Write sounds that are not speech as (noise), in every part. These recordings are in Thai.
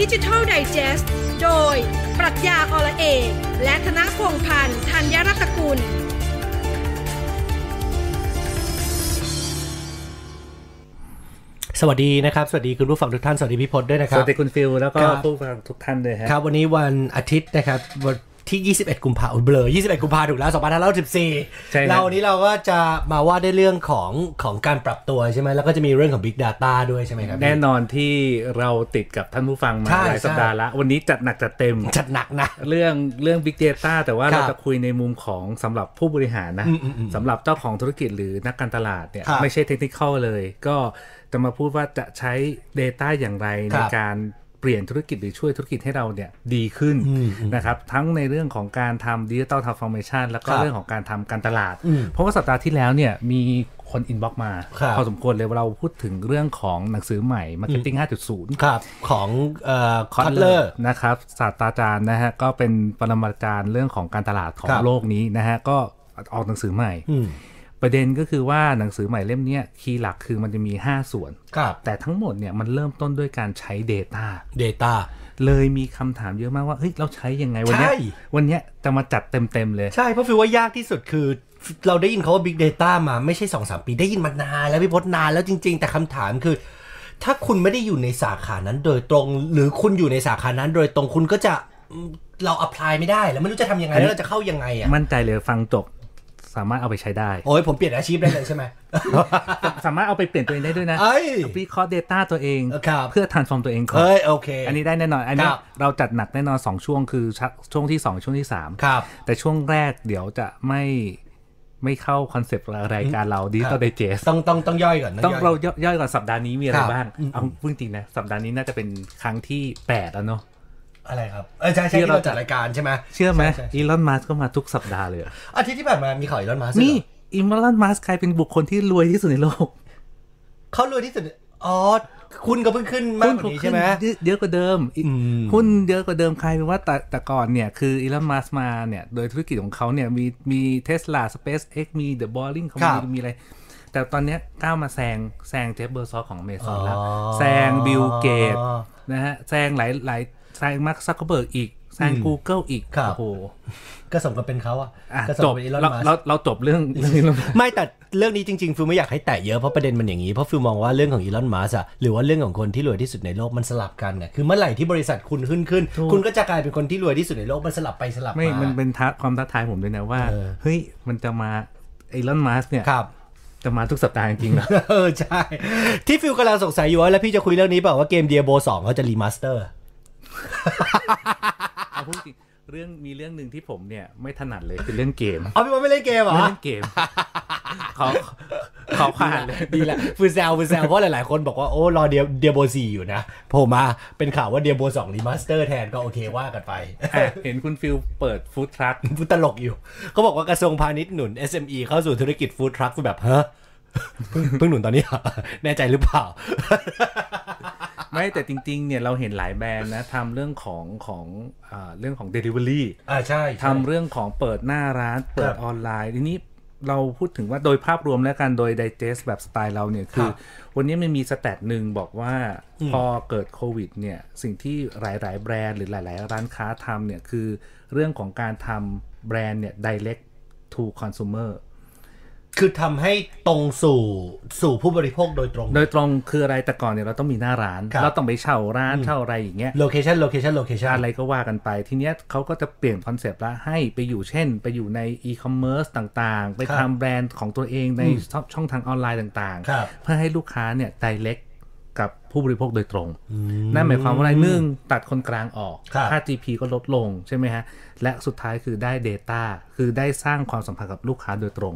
ดิจิทัลไดจ e s t โดย ปรัชญาอละเอก และธนพงษ์พันธ์ธัญรัตนกุล สวัสดีนะครับ สวัสดีคุณผู้ฟังทุกท่าน สวัสดีพี่พจน์ด้วยนะครัสบ วัสดีคุณฟิลแล้วก็ ครับ ผู้ฟังทุกท่านเลยฮะ ครับ วันนี้วันอาทิตย์นะครับวันที่ 21 กุมภาพันธ์เบลอ21 กุมภาพันธ์ถูกแล้ว ใช่ 2514 ค เรา รับ วันนี้เราก็จะมาว่าด้วยเรื่องของของการปรับตัวใช่ไหมแล้วก็จะมีเรื่องของ Big Data ด้วยใช่ไหมครับ แน่นอนที่เราติดกับท่านผู้ฟังมา ใช่ หลายสัปดาห์ ใช่ ละวันนี้จัดหนักจัดเต็ม จัดหนักนะ เรื่องเรื่อง Big Data แต่ว่า ครับ เราจะคุยในมุมของสำหรับผู้บริหารนะ อืมอืมอืม สำหรับเจ้าของธุรกิจหรือนักการตลาดเนี่ย ครับ ไม่ใช่เทคนิคเลย ก็จะมาพูดว่าจะใช้ Data อย่างไร ค ใน รับ การเปลี่ยนธุรกิจหรือช่วยธุรกิจให้เราเนี่ยดีขึ้น อืมอืม นะครับทั้งในเรื่องของการทำดิจิตอลท r a n s f o r m a t i o n แล้วก็ ครับ เรื่องของการทำการตลาด อืม เพราะว่าสัปดาห์ที่แล้วเนี่ยมีคนอินบ็อกมา ครับ พอสมควรเลยเราพูดถึงเรื่องของหนังสือใหม่ Marketing 5.0 ครับของเอ่อคอตเลอร์ นะครับศาสตราจารย์นะฮะก็เป็นปรมาจารย์เรื่องของการตลาดของ ครับ โลกนี้นะฮะก็ออกหนังสือใหม่ อืม ประเด็นก็คือว่าหนังสือใหม่เล่มเนี้ยคีย์หลักคือมันจะมี 5 ส่วน ครับ แต่ทั้งหมดเนี่ยมันเริ่มต้นด้วยการใช้ Data Data เลยมีคำถามเยอะมากว่าเฮ้ยเราใช้ยังไงวันเนี้ย ใช่ วันเนี้ยจะมาจัดเต็มๆเลย ใช่เพราะฟิลว่ายากที่สุดคือ เราได้ยินเขาว่า Big Data มาไม่ใช่ 2 3 ปีได้ยินมานานแล้วพี่พจน์นานแล้วจริง ๆ แต่คำถามคือ ถ้าคุณไม่ได้อยู่ในสาขานั้นโดยตรง หรือคุณอยู่ในสาขานั้นโดยตรงคุณก็จะอืมเรา apply ไม่ได้ แล้วไม่รู้จะทำยังไง อันนี้ แล้วเราจะเข้ายังไงอ่ะ มั่นใจเลยฟังจบสามารถเอาไปใช้ (laughs) ได้ โอ้ยผมเปลี่ยนอาชีพได้เลยใช่ไหม สามารถเอาไปเปลี่ยนตัวเองได้ด้วยนะ เอ้ย วิเคราะห์ Data ตัวเอง ครับ เพื่อ transform ตัวเองก่อน เอ้ยโอเค อันนี้ได้แน่นอน อันนี้ ครับ เราจัดหนักแน่นอน 2 ช่วงคือชะช่วงที่ 2 ช่วงที่ 3 ครับ แต่ช่วงแรกเดี๋ยวจะไม่ไม่เข้าคอนเซปต์รายการเราดิจิต ครั อบ ลไดเจส ต้องต้องต้องย่อยก่อน ต้อง ย่ย เรายย่อยก่อนสัปดาห์นี้มีอะไร ครับ บ้าง อืม เอาพูดจริงนะ สัปดาห์นี้น่าจะเป็นครั้งที่ 8 แล้วเนาะ อะไรครับเออใช่ใช่ ที่ ที่ เรา เราจัดรายการใช่ไหม เชื่อไหม ใช่ใช่ อีลอนมัสก็มาทุกสัปดาห์เลยอะ อาทิตย์ที่ผ่านมามีข่าวอีลอนมัสก์ นี่อีลอนมัสกลายเป็นบุคคลที่รวยที่สุดในโลก เขารวยที่สุดอ๋อคุณก็เพิ่งขึ้นมากกว่านี้ใช่ไหม หุ้นเขาขึ้นเยอะกว่าเดิมอี อืม หุ้นเยอะกว่าเดิมใครเป็นว่าแต่แต่ก่อนเนี่ย คืออีลอนมัสมาเนี่ยโดยธุรกิจของเขาเนี่ยมีมีเทสลาสเปซเอ็กมีเดอะบอลลิงคอม ครั มี บ มีอะไร แต่ตอนเนี้ยก้าวมาแซงแซงเจฟเบอร์ซอของเมซอนแล้ว อ๋อ แซงบิลเกตนะฮะแซงหลายหลายแซงมาร์คซักเคเบิร์กอีก แซง อืม Google อีก ครับ โอ้โห ก็สมกับเป็นเขาอะ อ่ะ ก็สม จ กับบ เป็นอีลอน เรา มัส เราเราจบเรื่องเรื่องนี้แล้ว ไม่แต่เรื่องนี้จริงๆฟิลไม่อยากให้แตะเยอะเพราะประเด็นมันอย่างนี้เพราะฟิลมองว่าเรื่องของอีลอนมัสอะหรือว่าเรื่องของคนที่รวยที่สุดในโลกมันสลับกันน่ะคือเมื่อไหร่ที่บริษัทคุณขึ้นขึ้น ถูก คุณก็จะกลายเป็นคนที่รวยที่สุดในโลกมันสลับไปสลับ ไม่ มา มันเป็นท้าความท้าทายผมด้วยนะว่า เออ เฮ้ย มันจะมาไอลอนมัสเนี่ย ครับ (laughs) จะมาทุกสัปดาห์จริงๆเหรอ เออใช่ ที่ฟิลกำลังสงสัยอยู่ว่าแล้วพี่จะคุยเรื่องนี้เปล่าว่าเกมเดียโบสองเขาจะรีมาสเตอร์ เอาพูดจริง เรื่องมีเรื่องหนึ่งที่ผมเนี่ย ไม่ถนัดเลยคือเรื่องเกม เอาพี่ว่าไม่เล่นเกมเหรอ ไม่เล่นเกม ขอขอผ่านเลย ดีละ (laughs) ฟิลแซวฟิลแซวเพราะหลายๆคนบอกว่าโอ้รอเดียเดียโบสี่อยู่นะโผมมาเป็นข่าวว่าเดียโบสองรีมาสเตอร์แทนก็โอเคว่ากันไป อ่ะเห็นคุณฟิลเปิดฟู้ดทรัค พูดตลกอยู่ เขาบอกว่ากระทรวงพาณิชย์หนุน SME เข้าสู่ธุรกิจฟู้ดทรัคแบบฮะ (laughs) เพิ่งเพิ่งหนุนตอนนี้เหรอ (laughs) แน่ใจหรือเปล่า ไม่แต่จริง ๆ เนี่ย เราเห็นหลายแบรนด์นะทำเรื่องของของอ่าเรื่องของ Delivery (laughs) อ่าใช่ ทำเรื่องของเปิดหน้าร้านเปิดออนไลน์ทีนี้เราพูดถึงว่าโดยภาพรวมแล้วกันโดย digest แบบสไตล์เราเนี่ยคือ วันนี้มันมีสแตทหนึ่งบอกว่าพอเกิดโควิดเนี่ย สิ่งที่หลาย ๆ แบรนด์หรือหลาย ๆ ร้านค้าทำเนี่ย คือเรื่องของการทำแบรนด์เนี่ย direct to consumer คือทำให้ตรงสู่สู่ผู้บริโภคโดยตรง โดยตรงคืออะไรแต่ก่อนเนี่ยเราต้องมีหน้าร้าน ครับ เราต้องไปเช่าร้านเช่าอะไรอย่างเงี้ย โลเคชันโลเคชันโลเคชัน อะไรก็ว่ากันไป ทีเนี้ยเขาก็จะเปลี่ยนคอนเซปต์ละให้ไปอยู่เช่น ไปอยู่ในอีคอมเมิร์ซต่างๆ ไป ครับ ทำแบรนด์ของตัวเองในช่องช่องทางออนไลน์ต่าง ครับ ๆ เพื่อให้ลูกค้าเนี่ยไดเล็กกับผู้บริโภคโดยตรง นั่นหมายความว่าอะไรหนึ่งตัดคนกลางออก ครับ ค่า GP ก็ลดลงใช่ไหมฮะ และสุดท้ายคือได้ Data คือได้สร้างความสัมพันธ์กับลูกค้าโดยตรง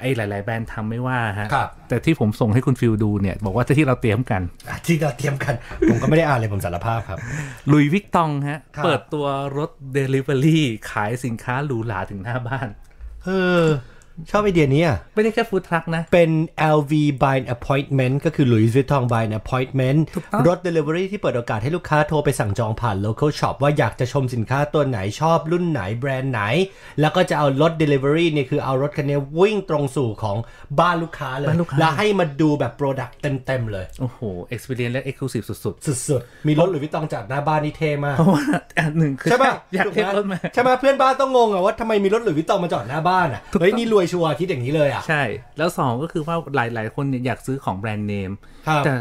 ไอ้หลาย ๆ แบรนด์ทำไม่ว่าฮะ ครับ แต่ที่ผมส่งให้คุณฟิลดูเนี่ยบอกว่าที่เราเตรียมกัน อ่ะที่เราเตรียมกัน ผมก็ไม่ได้อ่านเลยผมสารภาพครับ ลุยส์วิกตองฮะ ครับ เปิดตัวรถ Delivery ขายสินค้าหรูหราถึงหน้าบ้าน เออ ชอบไอเดียนี้อ่ะ ไม่ได้แค่ฟู้ดทรัคนะ เป็น LV by an appointment ก็คือ Louis Vuitton by an appointment ถูกต้อง รถ delivery ที่เปิดโอกาสให้ลูกค้าโทรไปสั่งจองผ่าน local shop ว่าอยากจะชมสินค้าตัวไหนชอบรุ่นไหนแบรนด์ไหน แล้วก็จะเอารถ delivery เนี่ยคือเอารถคันนี้วิ่งตรงสู่ของบ้านลูกค้าเลย บ้านลูกค้า แล้วให้มาดูแบบ product เต็ม ๆ เลย โอ้โห experience และ exclusive สุด สุด ๆ มีรถหรือวิตองจากหน้าบ้านนี่เท่มาก ๆ เพราะว่าอ่ะหนึ่งคือ ใช่ป่ะ อยาก ถู เทค ไห รถมา ใช่ป่ะเพื่อนบ้านต้องงงอ่ะว่าทำไมมีรถหรือวิตตองมาจอดหน้าบ้านอ่ะเฮ้ยนี่รวยชัวร์คิดอย่างนี้เลยอ่ะ ใช่ แล้ว 2 ก็คือว่าหลาย ๆ คนเนี่ยอยากซื้อของแบรนด์เนม ครับ แต่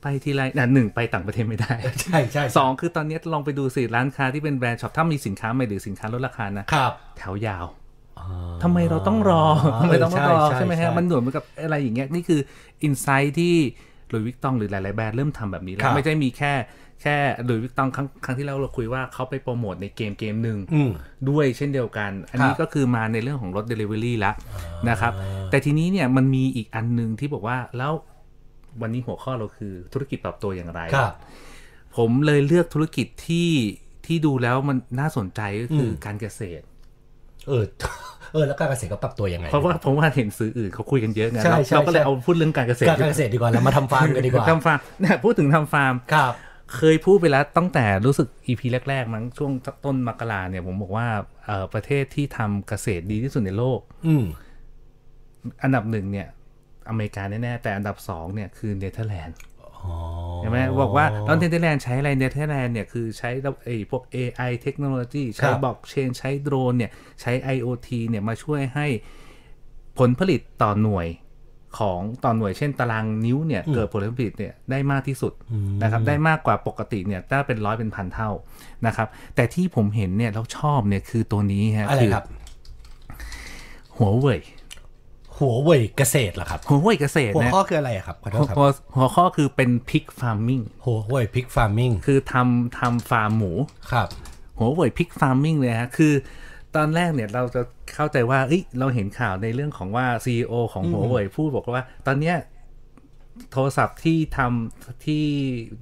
ไปทีไรน่ะหนึ่งไปต่างประเทศไม่ได้ ใช่ใช่ สองคือตอนเนี้ยลองไปดูสิร้านค้าที่เป็นแบรนด์ช็อป ถ้ามีสินค้าใหม่หรือสินค้าลดราคานะ ครับ แถวยาวทำไมเราต้องร (laughs) อทำไมต้องรอ เออใช่ ใช่ไหม ใช่ ฮะ มันหนุนเหมือนกับอะไรอย่างเงี้ย นี่คืออินไซต์ที่หลุยส์วิกตองหรือหลาย ๆ แบรนด์เริ่มทำแบบนี้แล้ ครั ว บ ไม่ได้มีแค่แค่หลุยส์วิกตองครั้งครั้งที่แล้วเราคุยว่าเขาไปโปรโมทในเกมเกมหนึ่ง อืม ด้วยเช่นเดียวกัน อันคนี้รับ ก็คือมาในเรื่องของรถ Delivery ละนะครับ แต่ทีนี้เนี่ยมันมีอีกอันหนึ่งที่บอกว่าแล้ววันนี้หัวข้อเราคือธุรกิจปรับตัวอย่างไร ครับ ผมเลยเลือกธุรกิจที่ที่ดูแล้วมันน่าสนใจก็คืออการเกษตร เออ (laughs) เออ แล้วการเกษตรก็ปรับตัวยังไง เพราะว่าผมว่าเห็นสื่ออื่นเขาคุยกันเยอะไง ใช่ เรา ใช่ เราก็เลย ใช่ เอาพูดเรื่องการเกษตร การเกษตรดีกว่าเรามาทำฟาร์มกันดีกว่า (laughs) ทำฟาร์มเนี่ยพูดถึงทำฟาร์ม ครับ เคยพูดไปแล้วตั้งแต่รู้สึก EP แรก ๆ มั้งช่วงต้นมกราเนี่ยผมบอกว่าเอ่อประเทศที่ทำเกษตรดีที่สุดในโลก อืม อันดับหนึ่งเนี่ย อเมริกาแน่ๆแต่อันดับสองเนี่ยคือเนเธอร์แลนด์ใช่ไหมบอกว่าแล้วเนเธอร์แลนด์ใช้อะไรเนเธอร์แลนด์เนี่ยคือใช้ระบบไอ้พวก AI เทคโนโลยีใช้บล็อกเชนใช้โดรนเนี่ยใช้ IoT เนี่ยมาช่วยให้ผลผลิตต่อหน่วยของต่อหน่วยเช่นตารางนิ้วเนี่ยเกิดผลผลิตเนี่ยได้มากที่สุดนะครับได้มากกว่าปกติเนี่ยถ้าเป็นร้อยเป็นพันเท่านะครับแต่ที่ผมเห็นเนี่ยแล้วชอบเนี่ยคือตัวนี้ฮะ อะไร คือ ครับ หัวเว่ย หัวเว่ยเกษตรเหรอครับ หัวเว่ยเกษตร หัว นะ ข้อคืออะไรอะครับขอโท หั ษ ว ครับ ข้อหัวข้อคือเป็น pig farming หัวเว่ยพริกฟาร์มิง คือทำทำฟาร์มหมู ครับ หัวเว่ย pig farming เลยฮะ คือตอนแรกเนี่ยเราจะเข้าใจว่าเอ้ยเราเห็นข่าวในเรื่องของว่า CEO ของหัวเว่ยพูดบอกว่า ตอนเนี้ยโทรศัพท์ที่ทำที่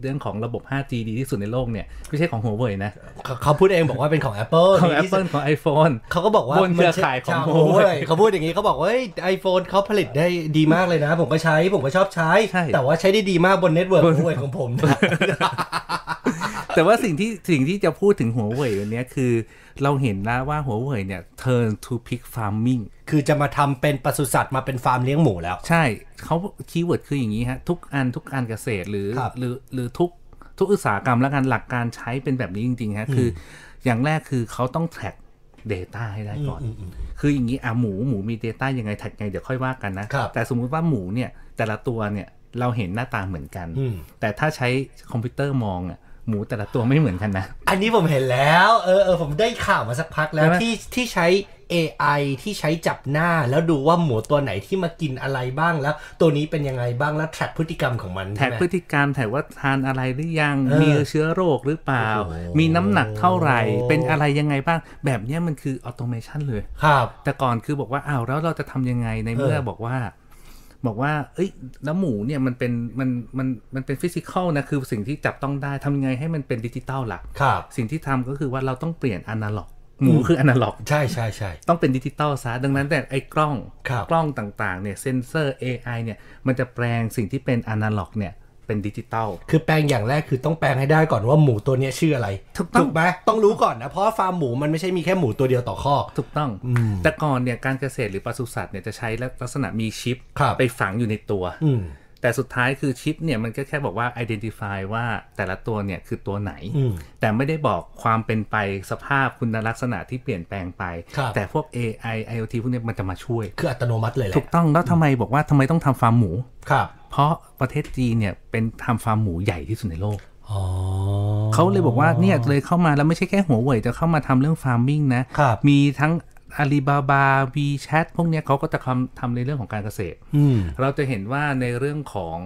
เรื่องของระบบ 5G ดีที่สุดในโลกเนี่ย ไม่ใช่ของหัวเว่ยนะ เขาเขาพูดเองบอกว่าเป็นของ Apple ของ ดีที่สุด Apple ของ iPhone เขาก็บอกว่า บนเครือข่ายของ โม Huawei เว่ยเขาพูดอย่างนี้เขาบอกว่าไอโฟนเขาผลิตได้ดีมากเลยนะ ผมก็ใช้ผมก็ชอบใช้ ใช่ แต่ว่าใช้ได้ดีมากบนเน็ตเวิร์กหัวเว่ยของ (laughs) ผมนะ แต่ว่าสิ่งที่สิ่งที่จะพูดถึงหัวเว่ยวันเนี้ยคือเราเห็นแล้วว่าหัวเว่ยเนี่ย turn to pig farming คือจะมาทำเป็นปศุสัตว์มาเป็นฟาร์มเลี้ยงหมูแล้ว ใช่เขาคีย์เวิร์ดคืออย่างนี้ฮะ ทุกอันทุกการเกษตรหรือ ครับ หรือหรือทุกทุกอุตสาหกรรมและการหลักการใช้เป็นแบบนี้จริง ๆ ฮะ คือ อย่างแรกคือเขาต้องแท็ก Data ให้ได้ก่อน คืออย่างนี้อ่ะหมูหมูมี Data ยังไงแท็กไง เดี๋ยวค่อยว่ากันนะ ครับ แต่สมมุติว่าหมูเนี่ย แต่ละตัวเนี่ย เราเห็นหน้าตาเหมือนกัน อืม แต่ถ้าใช้คอมพิวเตอร์มองอ่ะหมูแต่ละตัวไม่เหมือนกันนะ อันนี้ผมเห็นแล้วเออเออผมได้ข่าวมาสักพักแล้ว ใช่ไหม ที่ที่ใช้ AI ที่ใช้จับหน้าแล้วดูว่าหมูตัวไหนที่มากินอะไรบ้างแล้ว ตัวนี้เป็นยังไงบ้างแล้วแทร็กพฤติกรรมของมัน แท็ ใช่ ก ไหม พฤติกรรมแท็กว่าทานอะไรหรือยัง เออ มีเชื้อโรคหรือเปล่า โอ้โห มีน้ำหนักเท่าไหร่ เป็นอะไรยังไงบ้าง แบบเนี้ยมันคือออโตเมชันเลย ครับ แต่ก่อนคือบอกว่าอ้าวแล้วเราจะทำยังไงในเมื่อ เออ บอกว่า บอกว่า เอ้ยแล้วหมูเนี่ยมันเป็นมันมันมันเป็นฟิสิกอลนะคือสิ่งที่จับต้องได้ทำยังไงให้มันเป็นดิจิตอลล่ะ ครับ สิ่งที่ทำก็คือว่าเราต้องเปลี่ยนอนาล็อก หมูคืออนาล็อก ใช่ใช่ใช่ ต้องเป็นดิจิตอลซะดังนั้นแต่ไอ้กล้อง ครับ กล้องต่างๆเนี่ยเซนเซอร์ AI เนี่ยมันจะแปลงสิ่งที่เป็นอนาล็อกเนี่ยเป็นดิจิตอล คือแปลงอย่างแรกคือต้องแปลงให้ได้ก่อนว่าหมูตัวเนี้ยชื่ออะไร ถูกต้อง ไหมต้องรู้ก่อนนะเพราะว่าฟาร์มหมูมันไม่ใช่มีแค่หมูตัวเดียวต่อข้อก ถูกต้อง แต่ก่อนเนี่ยการเกษตรหรือปศุสัตว์เนี่ยจะใช้ลักษณะมีชิป ครับ ไปฝังอยู่ในตัว อืม แต่สุดท้ายคือชิปเนี่ยมันก็แค่บอกว่า identify ว่าแต่ละตัวเนี่ยคือตัวไหน อืม แต่ไม่ได้บอกความเป็นไปสภาพคุณลักษณะที่เปลี่ยนแปลงไป ครับ แต่พวก AI IoT พวกเนี้มันจะมาช่วย คืออัตโนมัติเลยแหละ ถูกต้องแล้วทำไมบอกว่าทำไมต้องทำฟาร์มหมู ครับ เพราะประเทศจีนเนี่ยเป็นทำฟาร์มหมูใหญ่ที่สุดในโลก อ๋อ เขาเลยบอกว่าเนี่ยเลยเข้ามาแล้วไม่ใช่แค่หัวเว่ยจะเข้ามาทำเรื่องฟาร์มมิ่งนะ ครับ มีทั้งอาลีบาบาวีแชทพวกเนี้ยเขาก็จะทำทำในเรื่องของการเกษตร อืม เราจะเห็นว่าในเรื่องของ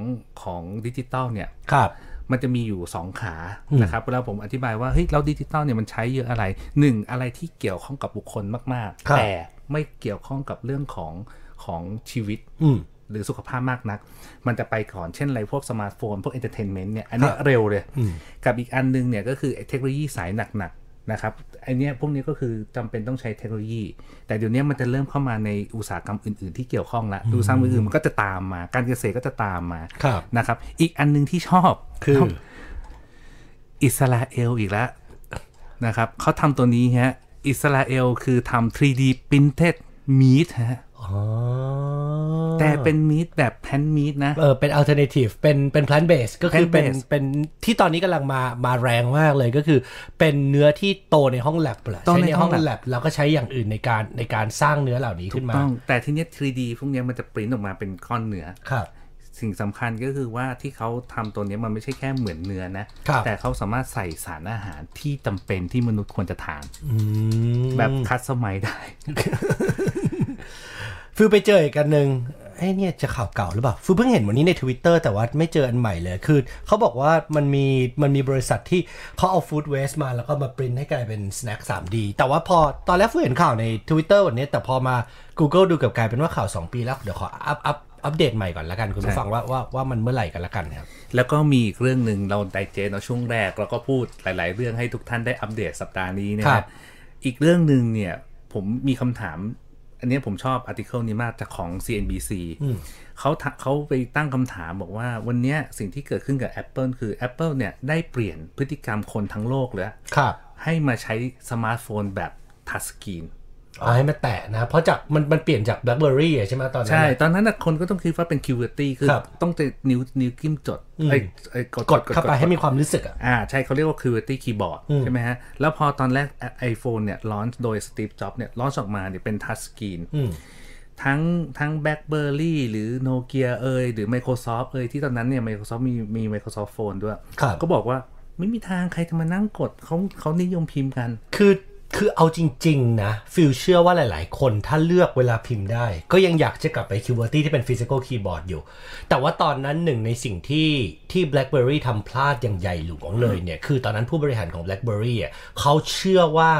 ของดิจิตอลเนี่ย ครับ มันจะมีอยู่ 2 ขานะครับเวลาผมอธิบายว่าเฮ้ยเราดิจิตอลเนี่ยมันใช้เยอะอะไร 1. อะไรที่เกี่ยวข้องกับบุคคลมาก ครั ๆ บ แต่ไม่เกี่ยวข้องกับเรื่องของของชีวิต อืม หรือสุขภาพมากนัก มันจะไปก่อนเช่นอะไรพวกสมาร์ทโฟน พวกเอนเตอร์เทนเมนต์เนี่ย อันเนี้ยเร็วเลย กับอีกอันนึงเนี่ยก็คือเทคโนโลยีสายหนัก ๆ นะครับไอเนี้ยพวกนี้ก็คือจำเป็นต้องใช้เทคโนโลยี แต่เดี๋ยวนี้มันจะเริ่มเข้ามาในอุตสาหกรรมอื่นๆ ที่เกี่ยวข้องละดูสร้างอื่นๆมันก็จะตามมา การเกษตรก็จะตามมา ครับ นะครับอีกอันหนึงที่ชอบ คือ อิสราเอลอีกแล้วนะครับเขาทำตัวนี้ฮะอิสราเอลคือทำ 3D printed meat ฮะ อ๋อ แต่เป็นมีดแบบแพนมีดนะ เออเป็น alternative เป็นเป็น plant base ก็คือ plant เป็น based เป็นที่ตอนนี้กำลังมามาแรงมากเลยก็คือเป็นเนื้อที่โตในห้องแลบ โต ใช้ ใน ใน ห้ ห้ อ อง ง lab แลบแล้วก็ใช้อย่างอื่นในการในการสร้างเนื้อเหล่านี้ขึ้นมา ต้องแต่ทีเนี้ย 3D พวกเนี้ยมันจะปริ้นออกมาเป็นก้อนเนื้อ ครับ สิ่งสำคัญก็คือว่าที่เขาทำตัวเนี้ยมันไม่ใช่แค่เหมือนเนื้อนะ ครับ แต่เขาสามารถใส่สารอาหารที่จำเป็นที่มนุษย์ควรจะทาน อืม แบบคัดสมัยได้ ฟิวไปเจออีกกันหนึ่งไอ้เนี่ยจะข่าวเก่าหรือเปล่าฟิวเพิ่งเห็นวันนี้ใน Twitter แต่ว่าไม่เจออันใหม่เลยคือเขาบอกว่ามันมีมันมีบริษัทที่เขาเอาฟู้ดเวสต์มาแล้วก็มาปริ้นให้กลายเป็นสแน็ค 3D แต่ว่าพอตอนแรกฟิวเห็นข่าวใน Twitter วันนี้แต่พอมา Google ดูเกลับกลายเป็นว่าข่าว 2 ปีแล้ว เดี๋ยวขออัพอัพอัปเดตใหม่ก่อนละกันคุณผู้ฟังว่าว่าว่ามันเมื่อไหร่กันละกันครับ แล้วก็มีอีกเรื่องหนึ่งเราไดเจนเอาช่วงแรกแล้วก็พูดหลาย ๆ เรื่องให้ทุกท่านได้อัปเดตสัปดาห์นี้นะ ครั ฮะ บ อีกเรื่องหนึ่งเนี่ยผมมีคำถาม อันเนี้ยผมชอบอาร์ติเคิลนี้มากจากของ CNBC เขาถเขาไปตั้งคำถามบอกว่าวันเนี้ยสิ่งที่เกิดขึ้นกับ Apple คือ Apple เนี่ยได้เปลี่ยนพฤติกรรมคนทั้งโลกแล้ว ครับ ให้มาใช้สมาร์ทโฟนแบบทัชสกรีน เอาให้มาแตะนะเพราะจากมันมันเปลี่ยนจาก BlackBerry อะใช่ไหมตอนนั้น ใช่ อะ ตอนนั้นน่ะคนก็ต้องคิดว่าเป็น QWERTY คือ ครับ ต้องจะนิ้วนิ้วกิ้มจด อืม ไอ้ไอ้กด กดเข้าไปให้มีความรู้สึกอะ อ่าใช่เขาเรียกว่า QWERTY Keyboard ใช่ไหมฮะ แล้วพอตอนแรก iPhone เนี่ยลอนโดย Steve Jobs เนี่ยลอนออกมาเนี่ยเป็นทัชสกรีน อืม ทั้งทั้ง BlackBerry หรือ Nokia เอยหรือ Microsoft เอยที่ตอนนั้นเนี่ย Microsoft มีมี Microsoft Phone ด้วย ครับ ก็บอกว่าไม่มีทางใครจะมานั่งกดเขาเขานิยมพิมพ์กัน คือคือเอาจริง ๆ นะ ฟิลเชื่อว่าหลาย ๆ คนถ้าเลือกเวลาพิมพ์ได้ ก็ยังอยากจะกลับไปคิวเวอร์ตี้ที่เป็นฟิสิก a l คีย์บอร์ดอยู่ แต่ว่าตอนนั้นหนึ่งในสิ่งที่ที่ BlackBerry ทำพลาดอย่างใหญ่หลวงเลยเนี่ย คือตอนนั้นผู้บริหารของ BlackBerry อ่ะเขาเชื่อว่า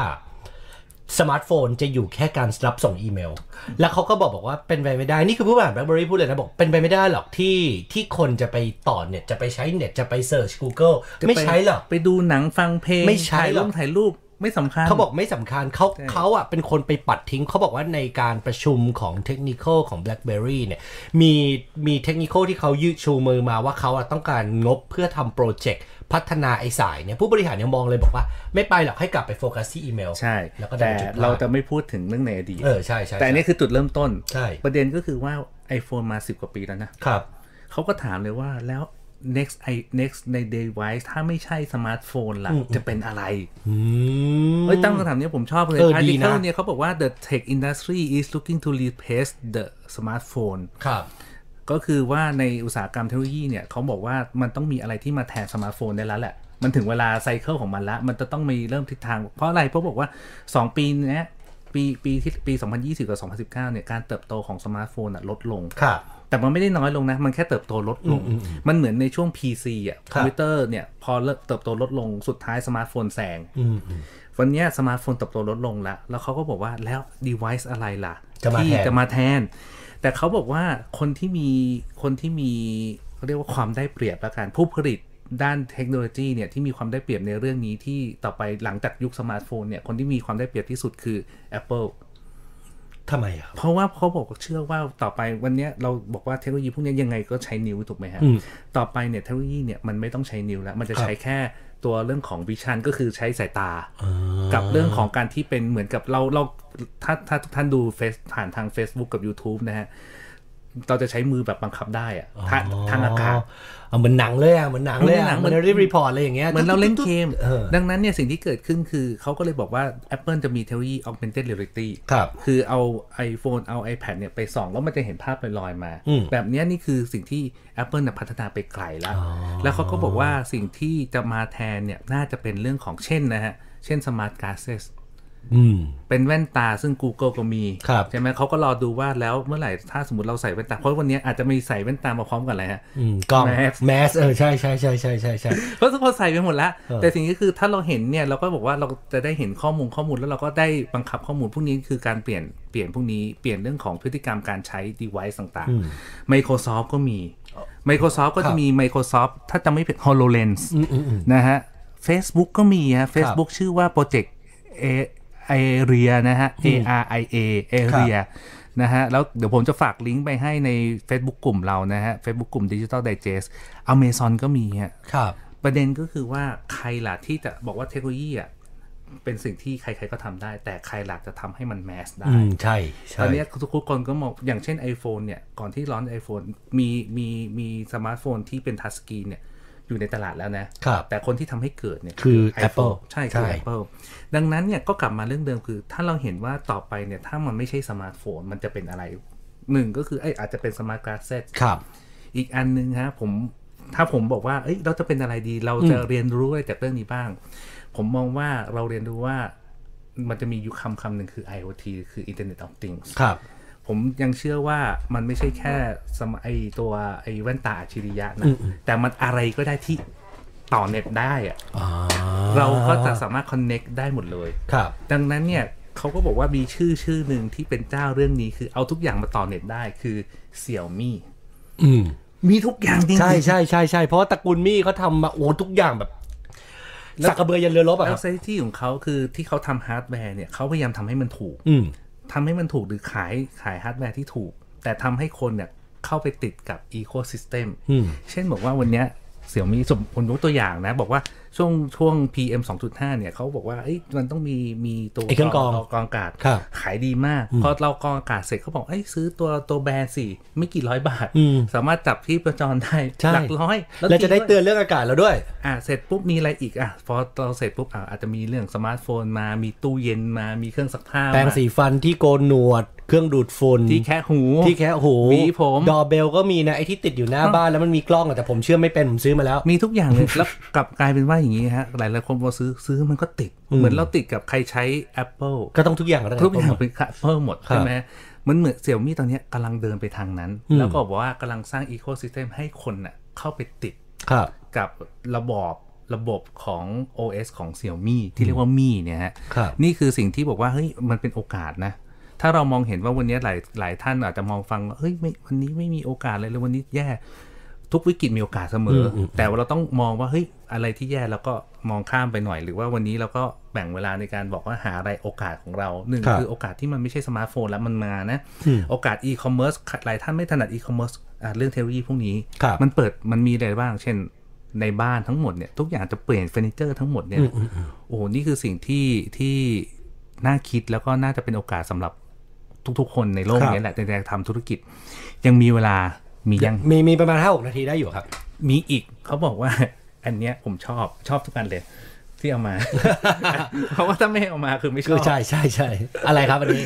สมาร์ทโฟนจะอยู่แค่การรับส่งอีเมล แล้วเขาก็บอกบอกว่าเป็นไปไม่ได้ นี่คือผู้บริหาร BlackBerry พูดเลยนะ บอกเป็นไปไม่ได้หรอกที่ที่คนจะไปต่อเน็ตจะไปใช้เน็ตจะไปเซิร์ช Google ไม่ใช้หรอก ไปดูหนังฟังเพลง ไม่ใช้ ถ่าย หรอรูก ปถ่ายรูปไม่สำคัญ เขาบอกไม่สำคัญเขา ใช่ เขาอ่ะเป็นคนไปปัดทิ้ง เขาบอกว่าในการประชุมของเทคนิคของ BlackBerry เนี่ยมีมีเทคนิคที่เขายืดชูมือมาว่าเขาอ่ะต้องการงบเพื่อทำโปรเจกต์พัฒนาไอ้สายเนี่ยผู้บริหารยังมองเลยบอกว่า ไม่ไปหรอกให้กลับไปโฟกัสที่อีเมล ใช่ แล้วก็ได้ แต่ จุดพลด เราจะไม่พูดถึงเรื่องในอดีต เออใช่ใช่ แต่อันนี้คือจุดเริ่มต้น ใช่ ประเด็นก็คือว่า iPhone มา 10 กว่าปีแล้วนะครับ เขาก็ถามเลยว่าแล้ว next i next ใน device ถ้าไม่ใช่สมาร์ทโฟนล่ะ จะเป็นอะไรเอ้ยตั้งคำถามเนี้ยผมชอบเลย เออ พาร์ ดี ติ นะ เคิลเนี่ยเขาบอกว่า the tech industry is looking to replace the smartphone ครับ ก็คือว่าในอุตสาหกรรมเทคโนโลยีเนี่ยเขาบอกว่ามันต้องมีอะไรที่มาแทนสมาร์ทโฟนได้แล้วแหละ มันถึงเวลาไซเคิลของมันละ มันจะต้องมีเริ่มทิศทาง เพราะอะไร เพราะบอกว่า 2 ปีเนี้ยปีปีที่ปี 2020 กับ 2019 เนี่ยการเติบโตของสมาร์ทโฟนอะลดลง ครับ แต่มันไม่ได้น้อยลงนะ มันแค่เติบโตลดลง มันเหมือนในช่วง PC อ่ะ ค ค รั อบ มพิวเตอร์เนี่ยพอเริ่มเติบโตลดลงสุดท้ายสมาร์ทโฟนแซงวันเนี้ยสมาร์ทโฟนเติบโตลดลงละแล้วเขาก็บอกว่าแล้ว device อะไรล่ะ จะมา ที่ แทน จะมาแทน แต่เขาบอกว่าคนที่มีคนที่มีเขาเรียกว่าความได้เปรียบละกัน ผู้ผลิตด้านเทคโนโลยีเนี่ยที่มีความได้เปรียบในเรื่องนี้ที่ต่อไปหลังจากยุคสมาร์ทโฟนเนี่ยคนที่มีความได้เปรียบที่สุดคือ Apple ทำไมอะครับ เพราะว่าเขาบอกเชื่อว่าต่อไปวันเนี้ยเราบอกว่าเทคโนโลยีพวกเนี้ยยังไงก็ใช้นิ้วถูกไหมฮะ อืม ต่อไปเนี่ยเทคโนโลยีเนี่ยมันไม่ต้องใช้นิ้วแล้ว มันจะ ครับ ใช้แค่ตัวเรื่องของวิชันก็คือใช้สายตา กับเรื่องของการที่เป็นเหมือนกับเราเราถ้าถ้าทุกท่านดูเฟซผ่านทาง Facebook กับ YouTube นะฮะ เราจะใช้มือแบบบังคับได้อะทางทางอากาศ เเหมือนหนังเลยอะเหมือนหนังเลยอะ เหมือนหนัง เหมือนรีรีพอร์ตอะไรอย่างเงี้ย เหมือนเราเล่นเกม ออ ดังนั้นเนี่ยสิ่งที่เกิดขึ้นคือเขาก็เลยบอกว่า Apple จะมีเทคโนโลยี augmented reality ครับ คือเอา iPhone เอา iPad เนี่ยไปส่อง แล้วมันจะเห็นภาพลอยๆมา อืม แบบเนี้ยนี่คือสิ่งที่ Apple น่ะพัฒนาไปไกลแล้ว แล้วเขาก็บอกว่าสิ่งที่จะมาแทนเนี่ยน่าจะเป็นเรื่องของเช่นนะฮะ เช่น smart glasses อืม เป็นแว่นตาซึ่ง Google ก็มี ครับ ใช่ไหมเขาก็รอดูว่าแล้วเมื่อไหร่ถ้าสมมติเราใส่แว่นตาเพราะวันเนี้ยอาจจะมีใส่แว่นตามาพร้อมกันเลยฮะ อืมกล้อง Mask แมสเออใช่ใช่ใช่ใช่ใช่ใช่ เพราะทุกคนใส่ไปหมดแล้ว เออ แต่สิ่งที่คือถ้าเราเห็นเนี่ยเราก็บอกว่าเราจะได้เห็นข้อมูลข้อมูลแล้วเราก็ได้บังคับข้อมูลพวกนี้คือการเปลี่ยนเปลี่ยนพวกนี้เปลี่ยนเรื่องของพฤติกรรมการใช้ device ต่างๆ Microsoft ก็มี Microsoft ก็จะมี Microsoft ถ้าจำไม่ผิด HoloLens นะฮะ Facebook ก็มีฮะ Facebook ชื่อว่า Project เอไอเรียนะฮะ A R I A เอเรียนะฮะ แล้วเดี๋ยวผมจะฝากลิงก์ไปให้ใน Facebook กลุ่มเรานะฮะ Facebook กลุ่ม Digital Digest Amazon ก็มีฮะ ครับ ประเด็นก็คือว่าใครล่ะที่จะบอกว่าเทคโนโลยีอ่ะเป็นสิ่งที่ใครๆก็ทำได้ แต่ใครล่ะจะทำให้มันแมสได้ อืม ใช่ใช่ ตอนเนี้ยทุกคนก็มองอย่างเช่น iPhone เนี่ย ก่อนที่ร้อน iPhone มีมีมีสมาร์ทโฟนที่เป็นทัชสกรีนเนี่ย อยู่ในตลาดแล้วนะ ครับ แต่คนที่ทำให้เกิดเนี่ย คือ iPhone Apple ใช่คือ ใช่ Apple ดังนั้นเนี่ยก็กลับมาเรื่องเดิมคือ ถ้าเราเห็นว่าต่อไปเนี่ย ถ้ามันไม่ใช่สมาร์ทโฟน มันจะเป็นอะไรหนึ่งก็คือเอยอาจจะเป็นสมาร์ทกลาสเซต ครับ อีกอันหนึงฮะผมถ้าผมบอกว่า เอ้ยเราจะเป็นอะไรดี เราจะเรียนรู้อะไรจากเรื่องนี้บ้าง ผมมองว่าเราเรียนรู้ว่ามันจะมีอยู่คำคำหนึ่งคือ IoT คือ Internet of Things ครับ ผมยังเชื่อว่ามันไม่ใช่แค่สมัยไอ้ตัวไอ้แว่นตาอัจฉริยะนะ แต่มันอะไรก็ได้ที่ต่อเน็ตได้อะ อ๋อ เราก็จะสามารถ connect ได้หมดเลย ครับ ดังนั้นเนี่ยเขาก็บอกว่ามีชื่อชื่อหนึ่งที่เป็นเจ้าเรื่องนี้คือเอาทุกอย่างมาต่อเน็ตได้คือเสี่ยวมี่ อืม มีทุกอย่างจริงๆ ใช่ใช่ใช่ใช่เพราะว่าตระกูลมี่เขาทำมาโอ้ทุกอย่างแบบสักกระเบือยันเรือรบอะค แล้ รั ว บ ไซที่ของเขาคือที่เขาทำฮาร์ดแวร์เนี่ยเขาพยายามทำให้มันถูก อืม ทำให้มันถูกหรือขายขายฮาร์ดแวร์ที่ถูก แต่ทำให้คนเนี่ยเข้าไปติดกับอีโค y ิสเต็ม อืม เช่นบอกว่าวันเนี้ยเสี่ยมีสมผมยกตัวอย่างนะ บอกว่าช่วงช่วง PM 2.5 เนี่ยเขาบอกว่าเอ้ยมันต้องมีมีตัว ไอ้เครื่องกรอง กรองอากาศ ครับ ขายดีมาก พอเรากรองอากาศเสร็จเขาบอกเอ้ยซื้อตัวตัวแบรนด์สิไม่กี่ร้อยบาท อืม สามารถจับที่ประจรได้ ใช่ หลักร้อย และ จริ จะ ง ได้ วย เตือนเรื่องอากาศแล้วด้วย อ่ะเสร็จปุ๊บมีอะไรอีกอ่ะพอเราเสร็จปุ๊บอ่ะอาจจะมีเรื่องสมาร์ทโฟนมามีตู้เย็นมามีเครื่องซักผ้า แปรงสี มา ฟันที่โกนหนวด เครื่องดูดฝุ่น ที่แค่หู ที่แค่หู หวีผม ดอเบลก็มีนะ ไอที่ติดอยู่หน้าบ้านแล้วมันมีกล้องอะแต่ผมเชื่อไม่เป็น ผมซื้อมาแล้ว มีทุกอย่างเลย แล้วกลับกลายเป็นว่าอย่างนี้ฮะ หลายหลายๆคนพอซื้อซื้อมันก็ติด เหมือนเราติดกับใครใช้ Apple ก็ต้องทุกอย่างแล้ว ทุกอย่างเป็น Apple หมด ครับ ใช่ไหมมันเหมือนเสี่ยมี่ตอนเนี้ยกำลังเดินไปทางนั้น อืม แล้วก็บอกว่ากำลังสร้างอีโค y ิสเต็มให้คนน่ะเข้าไปติด ครับ กับระบอบระบบของ OS ของ Xiaomi ที่เรียกว่ามี่เนี่ยฮะ ครับ นี่คือสิ่งที่บอกว่าเฮ้ยมันเป็นโอกาสนะ ถ้าเรามองเห็นว่าวันนี้หลายหลายท่านอาจจะมองฟังว่าเฮ้ยไม่วันนี้ไม่มีโอกาสเลยหรือวันนี้แย่ทุกวิกฤตมีโอกาสเสมออแต่ว่าเราต้องมองว่าเฮ้ยอะไรที่แย่เราก็มองข้ามไปหน่อย หรือว่าวันนี้เราก็แบ่งเวลาในการบอกว่าหาอะไรโอกาสของเราหนึ่ง ครับ คือโอกาสที่มันไม่ใช่สมาร์ทโฟนแล้วมันมานะ อืม โอกาสอีคอมเมิร์ซหลายท่านไม่ถนัดอีคอมเมิร์ซเรื่องเทคโนโลยีพวกนี้ ครับ มันเปิดมันมีอะไรบ้าง เช่นในบ้านทั้งหมดเนี่ยทุกอย่างจะเปลี่ยนเฟอร์นิเจอร์ทั้งหมดเนี่ย โอ้โหนี่คือสิ่งที่ที่น่าคิดแล้วก็น่าจะเป็นโอกาสสำหรับทุกๆ คนในโลก ครับ นี้แหละในการทำธุรกิจ ยังมีเวลามียัง มีมีประมาณห้าหกนาทีได้อยู่ครับ มีอีก เขาบอกว่า อันเนี้ยผมชอบชอบทุกอันเลยที่ (laughs) เอามา เพราะว่าถ้าไม่เอามาคือไม่ช คือ อบ ใช่ใช่ใช่ อะไรครับอันนี้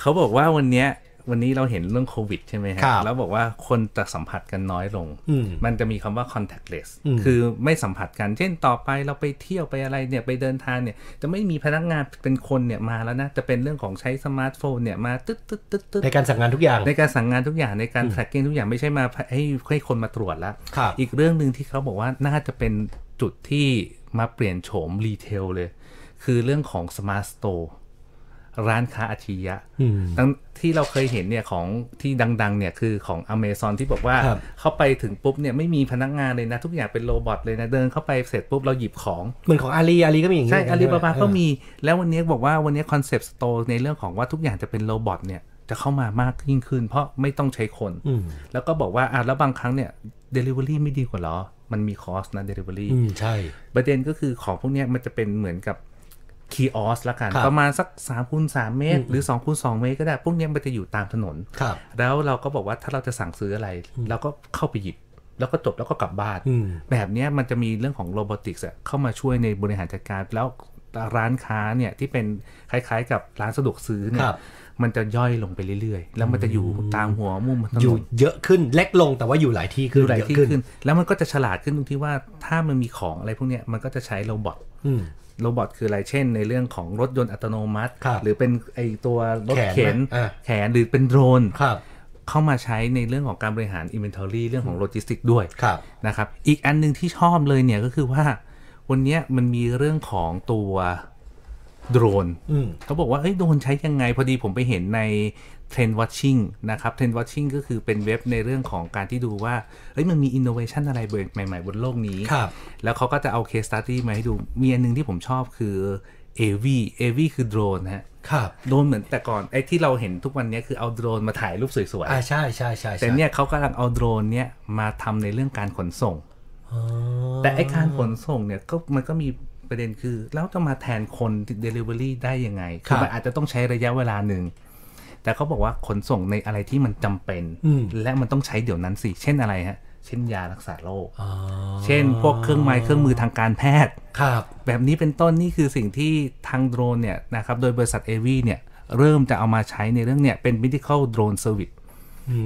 เขาบอกว่าวันเนี้ยวันนี้เราเห็นเรื่องโควิดใช่ไหมฮะ ครับ แล้วบอกว่าคนจะสัมผัสกันน้อยลง อืม มันจะมีคำว่า contactless อืม คือไม่สัมผัสกัน เช่นต่อไปเราไปเที่ยวไปอะไรเนี่ยไปเดินทางเนี่ยจะไม่มีพนักงานเป็นคนเนี่ยมาแล้วนะ จะเป็นเรื่องของใช้สมาร์ทโฟนเนี่ยมาตึ๊ดตึ๊ดตึ๊ดตึ๊ด ในการสั่งงานทุกอย่าง ในการสั่งงานทุกอย่างในการ tracking ทุกอย่างไม่ใช่มาให้ให้คนมาตรวจละ ครับ อีกเรื่องหนึ่งที่เขาบอกว่าน่าจะเป็นจุดที่มาเปลี่ยนโฉมรีเทลเลย คือเรื่องของสมาร์ทสโตร์ร้านค้าอาชียะ อืม ทั้งที่เราเคยเห็นเนี่ยของที่ดังๆเนี่ยคือของ Amazon ที่บอกว่า ครับ เข้าไปถึงปุ๊บเนี่ยไม่มีพนักงานเลยนะ ทุกอย่างเป็นโรบอทเลยนะ เดินเข้าไปเสร็จปุ๊บเราหยิบของ เหมือนของอาลีอาลีก็มีอย่างนี้ ใช่อาลีบาบาก็ เออ มีแล้ววันนี้บอกว่าวันนี้คอนเซปต์สโตร์ในเรื่องของว่าทุกอย่างจะเป็นโรบอทเนี่ยจะเข้ามามากยิ่งขึ้น เพราะไม่ต้องใช้คน อืม แล้วก็บอกว่าอ่ะแล้วบางครั้งเนี่ยเดลิเวอรี่ไม่ดีกว่าเหรอ มันมีคอสนะเดลิเวอรี่ อืมใช่ ประเด็นก็คือของพวกเนี้ยมันจะเป็นเหมือนกับคีออสละกัน ครับ ประมาณสัก3าคูณสเมตร หรือ2อคูณสเมตรก็ได้ พวกเนี้ยมันจะอยู่ตามถนน ครับ แล้วเราก็บอกว่าถ้าเราจะสั่งซื้ออะไร เราก็เข้าไปหยิบ แล้วก็จบแล้วก็กลับบ้าน อืม แบบเนี้ยมันจะมีเรื่องของโรบอติกส์อะเข้ามาช่วยในบริหารจัดการ แล้วร้านค้าเนี่ยที่เป็นคล้ายๆ กับร้านสะดวกซื้อเนี่ ค ย รับ มันจะย่อยลงไปเรื่อยๆ แล้วมันจะอยู่ตามหัวมุมถนน อยู่เยอะขึ้นเล็กลงแต่ว่าอยู่หลายที่ขึ้น ดูหลาย เยอะ ที่ ขึ้น ขึ้น แล้วมันก็จะฉลาดขึ้นตรงที่ว่าถ้ามันมีของอะไรพวกเนี้ยมันก็จะใช้โรบอท อืม โรบอทคืออะไรเช่น ในเรื่องของรถยนต์อัตโนมัติ ครับ หรือเป็นไอตัวรถ แขนเข็น อ่ะ แขนหรือเป็นโดรน ครับ เข้ามาใช้ในเรื่องของการบริหาร Inventory เรื่องของโลจิสติกด้วย ครับ นะครับอีกอันหนึ่งที่ชอบเลยเนี่ยก็คือว่าวันเนี้ยมันมีเรื่องของตัวโดรน อืม เขาบอกว่าเอ้ยโดนใช้ยังไง พอดีผมไปเห็นใน Trend Watching นะครับ Trend Watching ก็คือเป็นเว็บในเรื่องของการที่ดูว่าเอ้ยมันมี innovation อะไรใหม่ๆ บนโลกนี้ ครับ แล้วเขาก็จะเอา case study มาให้ดู มีอันหนึงที่ผมชอบคือ AV AV คือโดรนนะฮะ ครับ โดรนเหมือนแต่ก่อนไอ้ที่เราเห็นทุกวันเนี้ยคือเอาโดรนมาถ่ายรูปสวย อ่าใช่ใช่ใช่ ๆ ใช่ แต่เนี่ยเขากำลังเอาโดรนเนี่ยมาทำในเรื่องการขนส่ง อ๋อ แต่ไอ้การขนส่งเนี่ยก็มันก็มีประเด็นคือ แล้วจะมาแทนคนที่ Delivery ได้ยังไงคือมันอาจจะต้องใช้ระยะเวลาหนึ่ง แต่เขาบอกว่าขนส่งในอะไรที่มันจำเป็น และมันต้องใช้เดี๋ยวนั้นสิ เช่นอะไรฮะ เช่นยารักษาโรค อ๋อ เช่น พวกเครื่องไม้เครื่องมือทางการแพทย์ ครับ แบบนี้เป็นต้นนี่คือสิ่งที่ทางโดรนเนี่ยนะครับโดยบริษัท a อวีเนี่ยเริ่มจะเอามาใช้ในเรื่องเนี่ยเป็น medical drone service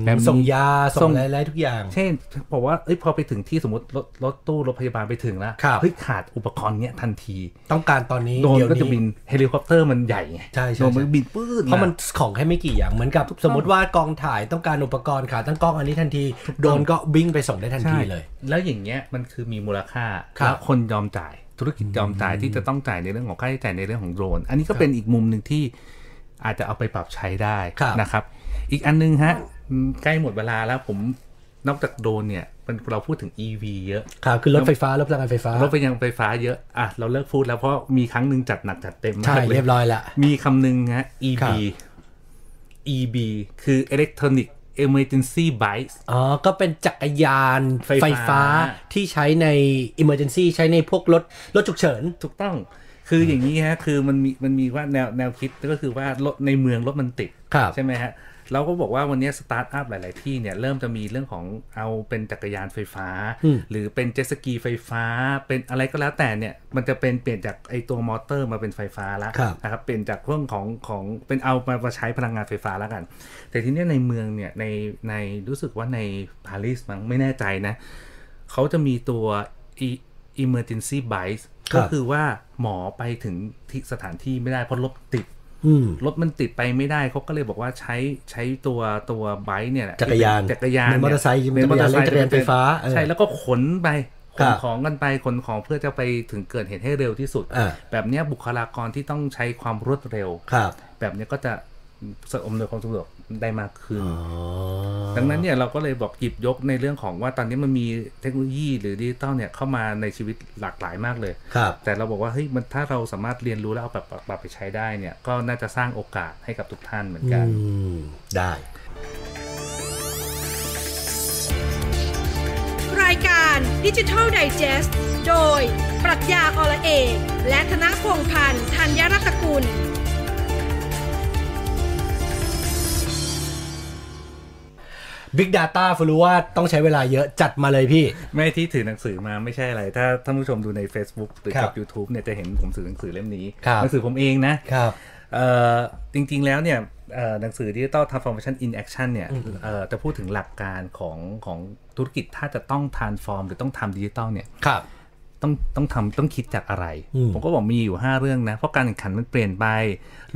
แบบนี้ ส่งยา ส่ ส่ง ง อะไรๆทุกอย่าง เช่นบอกว่าเอ้ยพอไปถึงที่สมมติรถรถตู้รถพยาบาลไปถึงแล้ว ครับ เฮ้ยขาดอุปกรณ์เนี่ยทันที ต้องการตอนนี้ โดรน เดี๋ยว ก็จะบิ นี้ นเฮลิคอปเตอร์มันใหญ่ไง ใช่ใช่ โดรนมันบินปื้น เพราะมัน น ของแค่ไม่กี่อย่างเหมือนกับสมมติว่ากองถ่ายต้องการอุปกรณ์ขาตั้งกล้องอันนี้ทันที โดรนก็วิ่งไปส่งได้ทันทีเลย แล้วอย่างเงี้ยมันคือมีมูลค่า ครับ แล้วคนยอมจ่ายธุรกิจยอมจ่ายที่จะต้องจ่ายในเรื่องของค่าใช้จ่ายในเรื่องของโดรน อันนี้ก็เป็นอีกมุมหนึ่งที่อาจจะเอาไปปรับใช้ได้นะครับ อีกอันนึงฮะอืมใกล้หมดเวลาแล้วผมนอกจากโดรนเนี่ยมันเราพูดถึง EV เยอะ ครับคือรถไฟฟ้ารถพลังงานไฟฟ้าร ถไปยังไฟฟ้าเยอะ อ่ะ เราเลิกพูดแล้วเพราะมีครั้งหนึ่งจัดหนักจัดเต็มมา ใช่ กเลย เรียบร้อยละ มีคำหนึ่งฮะ ค EB รับ EB คือ Electronic Emergency Bikes อ๋อ ก็เป็นจักรยาน ไฟฟ้า ไฟฟ้าที่ใช้ใน Emergency ใช้ในพวกรถรถฉุกเฉิน ถูกต้อง คืออย่างนี้ฮะ คือมันมีมันมีว่าแนวแนวคิดก็คือว่ารถในเมืองรถมันติด ครับ ใช่ไหมฮะ เราก็บอกว่าวันนี้สตาร์ทอัพหลาย ๆ ที่เนี่ย เริ่มจะมีเรื่องของเอาเป็นจักรยานไฟฟ้า อืม หรือเป็นเจ็ตสกีไฟฟ้า เป็นอะไรก็แล้วแต่เนี่ย มันจะเป็นเปลี่ยนจากไอตัวมอเตอร์มาเป็นไฟฟ้าละ ครับ นะครับ เปลี่ยนจากเรื่องของของเป็นเอามามาใช้พลังงานไฟฟ้าแล้วกัน แต่ทีเนี้ยในเมืองเนี่ยในในรู้สึกว่าในปารีสมั้งไม่แน่ใจนะ เขาจะมีตัว E- emergency bike ครับ ก็คือว่าหมอไปถึงที่สถานที่ไม่ได้เพราะรถติด อืม รถมันติดไปไม่ได้เขาก็เลยบอกว่าใช้ใช้ตัวตัวไบค์เนี่ยแหละ จักรยาน จักรยาน เป็นมอเตอร์ไซค์ เป็นมอเตอร์ไซค์ จักรยานเล่นจักรยานไฟฟ้าเออ ใช่แล้วก็ขนไปข ครั น บ ของกันไปขนของเพื่อจะไปถึงเกิดเหตุให้เร็วที่สุด อ่า แบบเนี้ยบุคลากรที่ต้องใช้ความรวดเร็ว ครับ แบบเนี้ยก็จะสะอมโดยความสะดวกได้มากขึ้น อ๋อ ดังนั้นเนี่ยเราก็เลยบอกหยิบยกในเรื่องของว่าตอนนี้มันมีเทคโนโลยีหรือดิจิตอลเนี่ยเข้ามาในชีวิตหลากหลายมากเลย ครับ แต่เราบอกว่าเฮ้ยมันถ้าเราสามารถเรียนรู้แล้วเอาแบบปรับไปใช้ได้เนี่ยก็น่าจะสร้างโอกาสให้กับทุกท่านเหมือนกัน อืม ได้ รายการดิจิทัลไดจ e s t โดย ปรัชญาอละเอกและธนพงษ์พันธ์ธัญรัตนกุล Big Data ฟรู้ว่าต้องใช้เวลาเยอะจัดมาเลยพี่ ไม่ที่ถือหนังสือมาไม่ใช่อะไร ถ้าท่านผู้ชมดูใน Facebook หรือ ครั กั บบ YouTube เนี่ยจะเห็นผมถือหนังสือเล่มนี้ ครับ หนังสือผมเองนะครับ เอ่อจริง ๆ แล้วเนี่ยเอ่อหนังสือดิจิตอล transformation in action เนี่ยเอ่อจะพูดถึงหลักการของของธุรกิจถ้าจะต้อง transform หรือต้องทำดิจิตอลเนี่ย ครับ ต้องต้องทำต้องคิดจากอะไร อืม ผมก็บอกมีอยู่ 5 เรื่องนะ เพราะการแข่งขันมันเปลี่ยนไป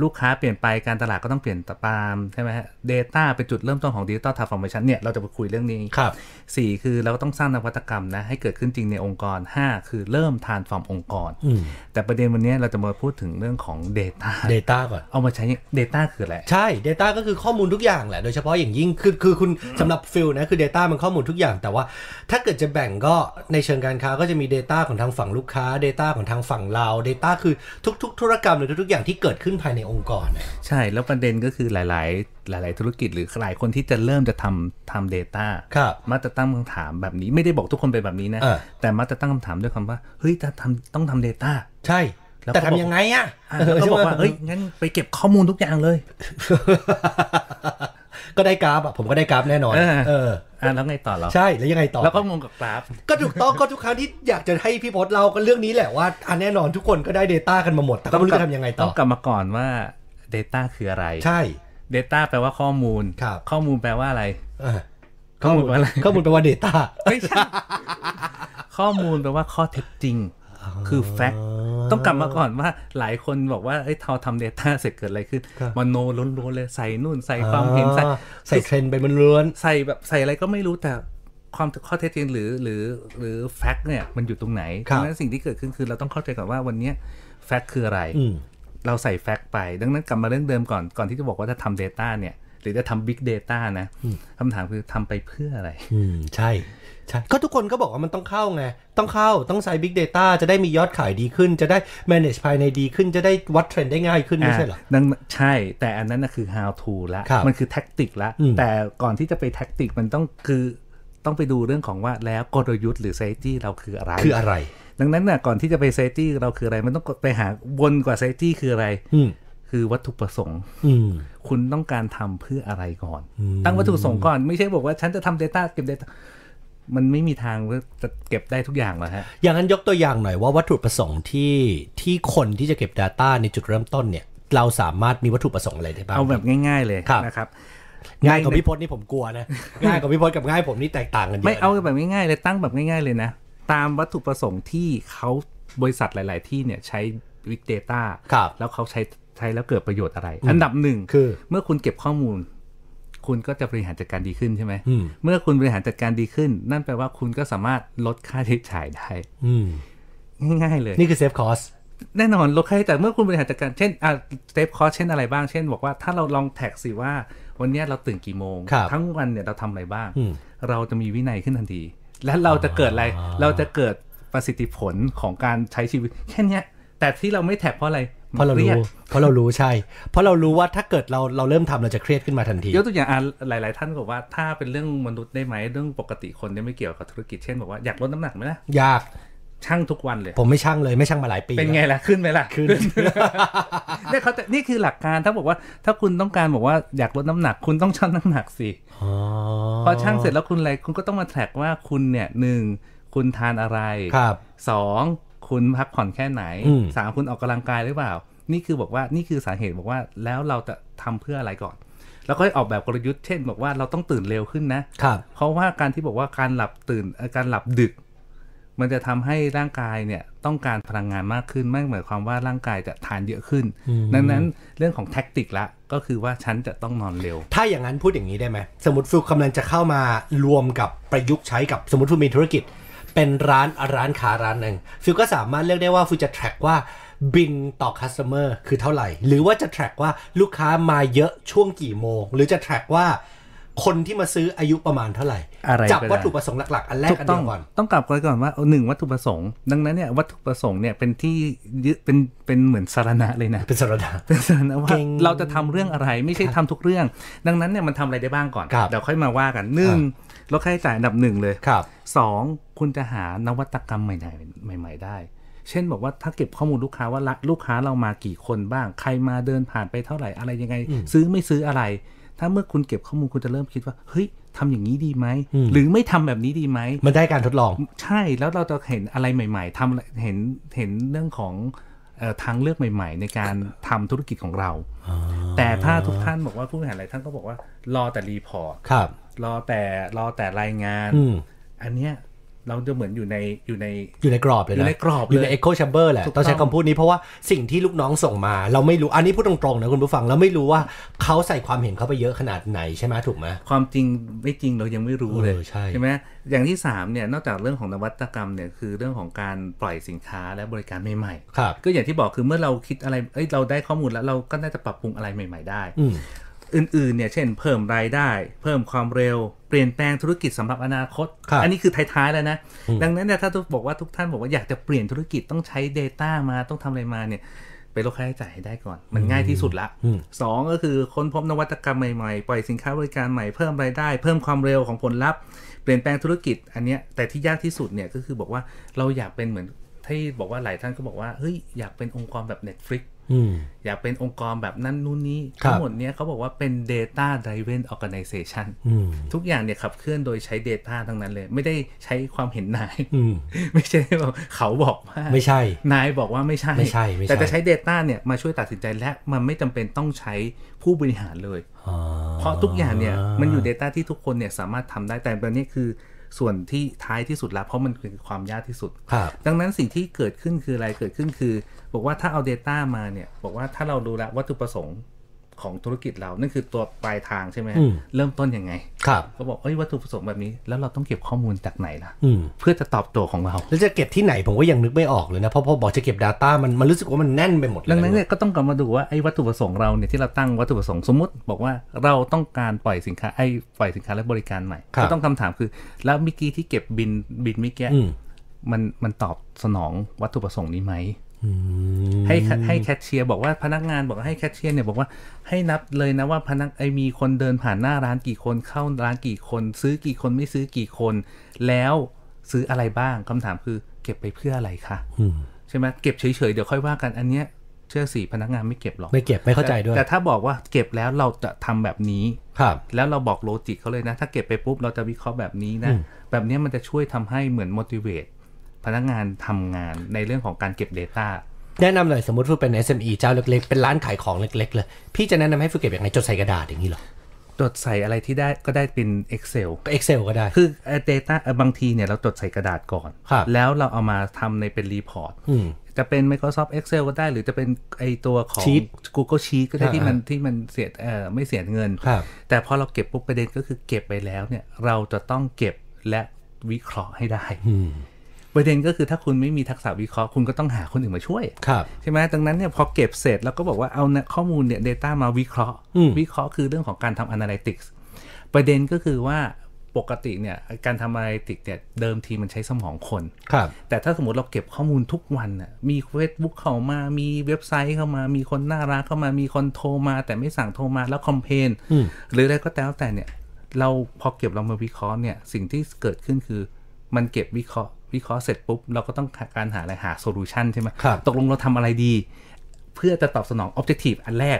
ลูกค้าเปลี่ยนไปการตลาดก็ต้องเปลี่ยนตามใช่ไหมฮะเดต้าเป็นจุดเริ่มต้นของดิจิตอลทาร์ฟอร์เมชันเนี่ย เราจะไปคุยเรื่องนี้ ครับ สี่คือเราก็ต้องสร้างนวัตกรรมนะ ให้เกิดขึ้นจริงในองค์กร 5 คือเริ่มทานฟอร์มองค์กร อืม แต่ประเด็นวันนี้เราจะมาพูดถึงเรื่องของ Data Data ก่อน เอามาใช้ Data คืออะไร ใช่ Data ก็คือข้อมูลทุกอย่างแหละ โดยเฉพาะอย่างยิ่งคือคือคุณสำหรับฟิลนะ คือ Data มันข้อมูลทุกอย่าง แต่ว่าถ้าเกิดจะแบ่งก็ในเชิงการค้าก็จะมี Data ของทางฝั่งลูกค้า Data ของทางฝั่งเรา Data คือทุก ๆ ธุรกรรมหรือทุกๆอย่างที่เกิดขึ้นภายในองค์กรนะ ใช่ แล้วประเด็นก็คือหลาย ๆ หลาย ๆ ธุรกิจหรือหลายคนที่จะเริ่มจะทำทำ Data ครับ มาจะตั้งคำถามแบบนี้ไม่ได้บอกทุกคนเป็นแบบนี้นะ เออ แต่มาจะตั้งคำถามด้วยคำว่า เฮ้ยถ้าทำต้องทำ Data ใช่ แล้วก็ แต่ทำยังไงอะ อ่ะแล้วก็บอกว่า เฮ้ย งั้นไปเก็บข้อมูลทุกอย่างเลย ก็ได้กราฟอะผมก็ได้กราฟแน่นอนเออ อ่ะแล้วไงต่อเรา ใช่แล้วยังไงต่อ แล้วก็งงกับกราฟ ก็ถูกต้องก็ทุกครั้งที่อยากจะให้พี่พศเราก็เรื่องนี้แหละว่าอันแน่นอนทุกคนก็ได้ Data กันมาหมด แต่ก็ไม่รู้จะทำยังไงต่ ต้ อ องกลับมาก่อนว่า Data คืออะไร ใช่ Data แปลว่าข้อมูล ครับ ข้อมูลแปลว่าอะไร เออ ข้อมูลแปลว่าอะไร ข้อมูลแปลว่า Data ไม่ใช่ ข้อมูลแปลว่าข้อเท็จจริง คือแฟกต์ต้องกลับมาก่อนว่าหลายคนบอกว่าเอ้ยทอทำเดต้าเสร็จเกิดอะไรขึ้น ครับ มโนล้วนๆเลยใส่นู่นใส่ความเห็นใส่ อ่าใส่เทรนด์ไปมันล้วน ใส่แบบใส่อะไรก็ไม่รู้แต่ความข้อเท็จจริงหรือหรือหรือแฟกต์เนี่ยมันอยู่ตรงไหน ครับ ดังนั้นสิ่งที่เกิดขึ้นคือเราต้องเข้าใจก่อนว่าวันเนี้แฟกต์คืออะไร อืม เราใส่แฟกต์ไป ดังนั้นกลับมาเรื่องเดิมก่อนก่อนที่จะบอกว่าจะทำ Data เนี่ย หรือจะทำ Big Data นะคำถามคือทำไปเพื่ออะไร อืมใช่ใช่ก็ทุกคนก็บอกว่ามันต้องเข้าไง ต้องเข้าต้องใส่ Big Data จะได้มียอดขายดีขึ้น จะได้ manage ภายในดีขึ้นจะได้วัดเทรนด์ได้ง่ายขึ้นไม่ใช่เหรอ ดังใช่ แต่อันนั้นนะคือ how to ละ ครับ มันคือแท็กติกละ อืม แต่ก่อนที่จะไปแท็กติกมันต้องคือต้องไปดูเรื่องของว่าแล้วกลยุทธ์หรือไซตี้เราคืออะไร คืออะไร ดังนั้นนะก่อนที่จะไปไซตี้เราคืออะไร มันต้องไปหาวนกว่าไซตี้คืออะไร อืม คือวัตถุประสงค์ อืม คุณต้องการทำเพื่ออะไรก่อน อืม ตั้งวัตถุประสงค์ก่อน ไม่ใช่บอกว่าฉันจะทำ Data เก็บ Data มันไม่มีทางว่าจะเก็บได้ทุกอย่างหรอกฮะ อย่างนั้นยกตัวอย่างหน่อยว่าวัตถุประสงค์ที่ที่คนที่จะเก็บ Data ในจุดเริ่มต้นเนี่ย เราสามารถมีวัตถุประสงค์อะไรได้บ้าง เอาแบบง่าย ๆ เลย ครับ นะครับ ง่ายกว่าพี่พจน์นี่ผมกลัวนะง่ายกว่าพี่พจน์กับง่ายผมนี่แตกต่างกันเยอะ ไม่เอาแบบง่ายๆเลยตั้งแบบง่ายๆเลยนะ ตามวัตถุประสงค์ที่เขาบริษัทหลาย ๆ ที่เนี่ยใช้ Big Data ครับ แล้วเขาใช้ใช้แล้วเกิดประโยชน์อะไร อันดับหนึ่ง คือ เมื่อคุณเก็บข้อมูล คุณก็จะบริหารจัดการดีขึ้นใช่ไหม อืม เมื่อคุณบริหารจัดการดีขึ้น นั่นแปลว่าคุณก็สามารถลดค่าใช้จ่ายได้ อืม ง่ายๆเลย นี่คือ save cost แน่นอนลดค่าใช้จ่ายเมื่อคุณบริหารจัดการเช่นอ่าเซฟคอสเช่นอะไรบ้าง เช่น บอกว่าถ้าเราลองแท็กสิว่า วันเนี้ยเราตื่นกี่โมง ครับ ทั้งวันเนี่ยเราทำอะไรบ้าง อืม เราจะมีวินัยขึ้นทันที และเราจะเกิดอะไร อ่า เราจะเกิดประสิทธิผลของการใช้ชีวิตแค่เนี้ยแต่ที่เราไม่แท็กเพราะอะไร เพราะเรา ย รู้ ด เพราะเรารู้ใช่ เพราะเรารู้ว่าถ้าเกิดเราเราเริ่มทำเราจะเครียดขึ้นมาทันที ยกตัวอย่างอ่ะหลาย ๆ ท่านก็บอกว่าถ้าเป็นเรื่องมนุษย์ได้ไหมเรื่องปกติคนเนี่ยไม่เกี่ยวกับธุรกิจเช่นบอกว่าอยากลดน้ำหนักไหมล่ะ ยาก ช่างทุกวันเลย ผมไม่ช่างเลยไม่ช่างมาหลายปี เป็นไงล่ะ ขึ้นไหมล่ะ ขึ้นเนี่ยเขาแต่นี่คือหลักการถ้าบอกว่าถ้าคุณต้องการบอกว่าอยากลดน้ำหนัก คุณต้องชั่งน้ำหนักสิ อ๋อ พอชั่งเสร็จแล้วคุณอะไรคุณก็ต้องมาแท็กว่าคุณเนี่ยหนึ่งคุณทานอะไร ครับ สองคุณพักผ่อนแค่ไหน อืม สามคุณออกกำลังกายหรือเปล่า นี่คือบอกว่านี่คือสาเหตุบอกว่าแล้วเราจะทำเพื่ออะไรก่อน แล้วก็ออกแบบกลยุทธ์เช่น บอกว่าเราต้องตื่นเร็วขึ้นนะ ครับ เพราะว่าการที่บอกว่าการหลับตื่นเอ่อการหลับดึก มันจะทำให้ร่างกายเนี่ยต้องการพลังงานมากขึ้นไม่หมายความว่าร่างกายจะทานเยอะขึ้น ดังนั้นเรื่องของแท็กติกละก็คือว่าฉันจะต้องนอนเร็ว ถ้าอย่างนั้นพูดอย่างนี้ได้ไหม สมมติฟิลกำลังจะเข้ามารวมกับประยุกต์ใช้กับสมมติฟิลมีธุรกิจ เป็นร้านร้านค้าร้านหนึ่งฟิลก็สามารถเลือกได้ว่าฟิลจะ track ว่าบินต่อ customer คือเท่าไหร่ หรือว่าจะ track ว่าลูกค้ามาเยอะช่วงกี่โมง หรือจะ track ว่าคนที่มาซื้ออายุประมาณเท่าไหร่ อะไรก็ได้ จับวัตถุประสงค์หลักๆ อันแรก ถูก อัน ต้ เดี อง ยวก่อน ต้องกลับไปก่อนว่าเอาหนึ่งวัตถุประสงค์ ดังนั้นเนี่ยวัตถุประสงค์เนี่ยเป็นที่ยึดเป็นเป็นเหมือนสารณะเลยนะ (laughs) เป็นสรดา เป็นสารนะว่า เก่ง เราจะทำเรื่องอะไรไม่ใช่ทำทุกเรื่อง ดังนั้นเนี่ยมันทำอะไรได้บ้างก่อน ครับ เดี๋ยวค่อยมาว่ากันหนึ่ง อ่ ลดค่าใช้จ่ายอันดับหนึ่งเลย ครับ สองคุณจะหานวัตกรรมใหม่ๆใหม่ ๆ ได้ เช่นบอกว่าถ้าเก็บข้อมูลลูกค้าว่าละลูกค้าเรามากี่คนบ้าง ใครมาเดินผ่านไปเท่าไหร่อะไรยังไง ซื้อไม่ซื้ออะไร ถ้าเมื่อคุณเก็บข้อมูลคุณจะเริ่มคิดว่าเฮ้ยทำอย่างนี้ดีไหม อืม หรือไม่ทำแบบนี้ดีไหม มันได้การทดลอง ใช่แล้วเราจะเห็นอะไรใหม่ ๆทำอะไรเห็นเห็นเรื่องของเออทางเลือกใหม่ ๆ ในการทำธุรกิจของเรา แต่ถ้าทุกท่านบอกว่าผู้บริหารหลายท่านก็บอกว่ารอแต่รีพอร์ต ครับ รอแต่รอแต่รายงาน อืม อันเนี้ยเราจะเหมือนอยู่ในอยู่ใน อยู่ในกรอบเลยนะ อยู่ในกรอบเลย อยู่ใน echo chamber แหละ ถูกต้ ต้อ อง ง ใช้คำพูดนี้เพราะว่าสิ่งที่ลูกน้องส่งมา เราไม่รู้ อันนี้พูดตรงๆนะคุณผู้ฟัง เราไม่รู้ว่าเขาใส่ความเห็นเขาไปเยอะขนาดไหนใช่ไหมถูกไหม ความจริงไม่จริงเรายังไม่รู้เลย เออใช่ ไหมอย่างที่สามเนี่ยนอกจากเรื่องของนวัตกรรมเนี่ยคือเรื่องของการปล่อยสินค้าและบริการใหม่ๆ ครับ ก็อย่างที่บอกคือเมื่อเราคิดอะไรเอ้ยเราได้ข้อมูลแล้วเราก็น่าจะปรับปรุงอะไรใหม่ ๆ ได้ อืม อื่นๆเนี่ยเช่นเพิ่มรายได้ เพิ่มความเร็ว เปลี่ยนแปลงธุรกิจสำหรับอนาคต ครับ อันี้คือท้ายๆแล้วนะ ดังนั้นเนี่ยถ้าทุกบอกว่าทุกท่านบอกว่าอยากจะเปลี่ยนธุรกิจต้องใช้ Data มาต้องทำอะไรมาเนี่ยไปลดค่าใช้จ่ายให้ได้ก่อน มันง่ายที่สุดละ อืม สองก็คือค้นพบนวัตกรรมใหม่ๆ ปล่อยสินค้าบริการใหม่เพิ่มรายได้ เพิ่มความเร็วของผลลัพธ์เปลี่ยนแปลงธุรกิจอันเนี้ยแต่ที่ยากที่สุดเนี่ยก็คือบอกว่าเราอยากเป็นเหมือนที่บอกว่าหลายท่านก็บอกว่าเฮ้ยอยากเป็นองค์กรแบบ Netflix อืม อยากเป็นองค์กรแบบนั่นนู่นนี้ ครับ ทั้งหมดเนี้ยเขาบอกว่าเป็น Data Driven Organization อืม ทุกอย่างเนี่ยขับเคลื่อนโดยใช้ Data ทั้งนั้นเลย ไม่ได้ใช้ความเห็นนาย (laughs) อืม ไม่ใช่ว่าเขาบอกว่า ไม่ใช่ นายบอกว่าไม่ใช่ ไม่ใช่ไม่ใช่ แต่จะใช้ Data เนี่ยมาช่วยตัดสินใจและมันไม่จำเป็นต้องใช้ผู้บริหารเลย อ๋อ เพราะทุกอย่างเนี่ยมันอยู่ Data ที่ทุกคนเนี่ยสามารถทำได้แต่แบบนี้คือส่วนที่ท้ายที่สุดแล้วเพราะมันคือความยากที่สุด ครับ ดังนั้นสิ่งที่เกิดขึ้นคืออะไรเกิดขึ้นคือ บอกว่าถ้าเอา Data มาเนี่ยบอกว่าถ้าเรารู้ละวัตถุประสงค์ ของธุรกิจเรา นั่นคือตัวปลายทางใช่ไหม อื ฮะ ม เริ่มต้นยังไง ครับ เขาบอกเอ้ยวัตถุประสงค์แบบนี้ แล้วเราต้องเก็บข้อมูลจากไหนล่ะ อืม เพื่อจะตอบโจทย์ของเรา แล้วจะเก็บที่ไหนผมก็ยังนึกไม่ออกเลยนะ เพราะพอบอกจะเก็บ Data มันมันรู้สึกว่ามันแน่นไปหมดเลย ดังนั้นเนี่ยก็ต้องกลับมาดูว่าไอ้วัตถุประสงค์เราเนี่ยที่เราตั้งวัตถุประสงค์สมมติ บอกว่าเราต้องการปล่อยสินค้าไอ้ปล่อยสินค้าและบริการใหม่ก็ต้องคำถามคือ แล้วเมิกี้ที่เก็บบินบินเมิกี้ อืม มันมันตอบสนองวัตถุประสงค์นี้ไหม อืม ให้แคให้แคชเชียร์บอกว่าพนักงานบอกว่าให้แคชเชียร์เนี่ยบอกว่าให้นับเลยนะว่าพนักไอมีคนเดินผ่านหน้าร้านกี่คนเข้าร้านกี่คน ซื้อกี่คนไม่ซื้อกี่คน แล้วซื้ออะไรบ้างคำถามคือเก็บไปเพื่ออะไรคะ อืม ใช่ไหมเก็บเฉยๆเดี๋ยวค่อยว่ากันอันเนี้ยเชื่อสิพนักงานไม่เก็บหรอก ไม่เก็บไม่เข้าใจด้วย แต่ถ้าบอกว่าเก็บแล้วเราจะทำแบบนี้ ครับ แล้วเราบอกโลจิกเขาเลยนะ ถ้าเก็บไปปุ๊บ เราจะวิเคราะห์แบบนี้นะ แบบเนี้ยมันจะช่วยทำให้เหมือน motivate พนักงานทำงานในเรื่องของการเก็บ Data แนะนำหน่อยสมมติฟูเป็น SME เจ้าเล็กๆ เป็นร้านขายของเล็กๆ เลย พี่จะแนะนำให้ฟูเก็บยังไงจดใส่กระดาษอย่างนี้เหรอ จดใส่อะไรที่ได้ก็ได้เป็น Excel ก็ Excel ก็ได้ คือเอ่อ Data เอ่อบางทีเนี่ยเราจดใส่กระดาษก่อน ครับ แล้วเราเอามาทำในเป็นรีพอร์ต อืม จะเป็น Microsoft Excel ก็ได้ หรือจะเป็นไอตัวของ Sheet Google Sheet ก็ได้ อ่า ที่มันที่มันเสียเอ่อไม่เสียเงิน ครับ แต่พอเราเก็บปุ๊บประเด็นก็คือเก็บไปแล้วเนี่ยเราจะต้องเก็บและวิเคราะห์ให้ได้ อืม ประเด็นก็คือถ้าคุณไม่มีทักษะวิเคราะห์คุณก็ต้องหาคนอื่นมาช่วย ครับ ใช่ไหมดังนั้นเนี่ยพอเก็บเสร็จแล้วก็บอกว่าเอาเนี่ยข้อมูลเนี่ย Data มาวิเคราะห์ อืม วิเคราะห์คือเรื่องของการทำ Analytics ประเด็นก็คือว่าปกติเนี่ยการทำ Analytics เนี่ยเดิมทีมันใช้สมองคน ครับ แต่ถ้าสมมติเราเก็บข้อมูลทุกวันน่ะมี Facebook เข้ามา มีเว็บไซต์เข้ามา มีคนน่ารักเข้ามา มีคนโทรมา แต่ไม่สั่งโทรมาแล้วคอมเพลน อืม หรืออะไรก็แล้วแต่เนี่ย เราพอเก็บเรามาวิเคราะห์เนี่ยสิ่งที่เกิดขึ้นคือ มันเก็บวิเคราะห์วิเคราะห์เสร็จปุ๊บ เราก็ต้องการหาอะไรหาโซลูชันใช่ไหม ครับ ตกลงเราทำอะไรดี เพื่อจะตอบสนองออบเจกตีฟอันแรก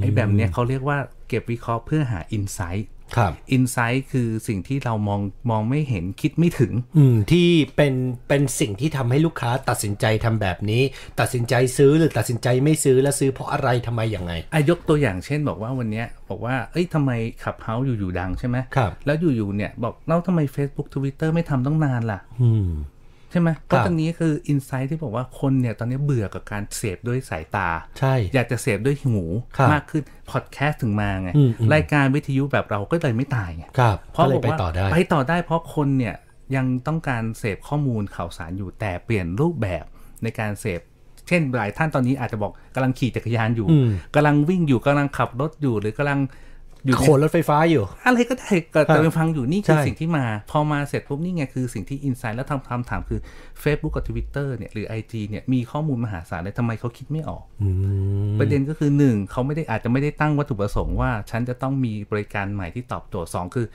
ไอ้แบบเนี้ยเขาเรียกว่าเก็บวิเคราะห์เพื่อหาอินไซต์ ครับ อินไซต์คือสิ่งที่เรามองมองไม่เห็นคิดไม่ถึง อืมที่เป็นเป็นสิ่งที่ทำให้ลูกค้าตัดสินใจทำแบบนี้ ตัดสินใจซื้อหรือตัดสินใจไม่ซื้อแล้วซื้อเพราะอะไรทำไมยังไง อายกตัวอย่างเช่นบอกว่าวันเนี้ยบอกว่า เอ้ยทำไมขับเฮาอยู่ ๆ ดังใช่ไหม ครับ แล้วอยู่ ๆ เนี่ย บอกแล้วทำไม Facebook Twitter ไม่ทำตั้งนานล่ะ อืม ใช่ไหม ครั ก็ บ ตอนนี้คืออินไซต์ที่บอกว่าคนเนี่ย ตอนนี้เบื่อกับการเสพด้วยสายตา ใช่ อยากจะเสพด้วยหู ครับ มากขึ้นพอดแคสต์ถึงมาไง อืมอืม รายการวิทยุแบบเราก็เลยไม่ตายไง ครับ เพราะ ก็เล บ ย อก ไป ว่า ต่อได้ ไปต่อได้เพราะคนเนี่ยยังต้องการเสพข้อมูลข่าวสารอยู่แต่เปลี่ยนรูปแบบในการเสพ เช่นหลายท่านตอนนี้อาจจะบอกกำลังขี่จักรยานอยู่ อืม กำลังวิ่งอยู่กำลังขับรถอยู่หรือกำลังอยู่ โข ใน นรถไฟฟ้าอยู่ อะไรก็ได้ก็ ครั แต่ บ ไปฟังอยู่นี่คือ ใช่ สิ่งที่มา พอมาเสร็จปุ๊บนี่ไงคือสิ่งที่อินไซด์แล้วทำคำถามคือ Facebook กับ Twitter เนี่ยหรือ IG เนี่ยมีข้อมูลมหาศาลเลยทำไมเขาคิดไม่ออก อืม ประเด็นก็คือ 1 เขาไม่ได้อาจจะไม่ได้ตั้งวัตถุประสงค์ว่า ฉันจะต้องมีบริการใหม่ที่ตอบโจทย์ 2 คือ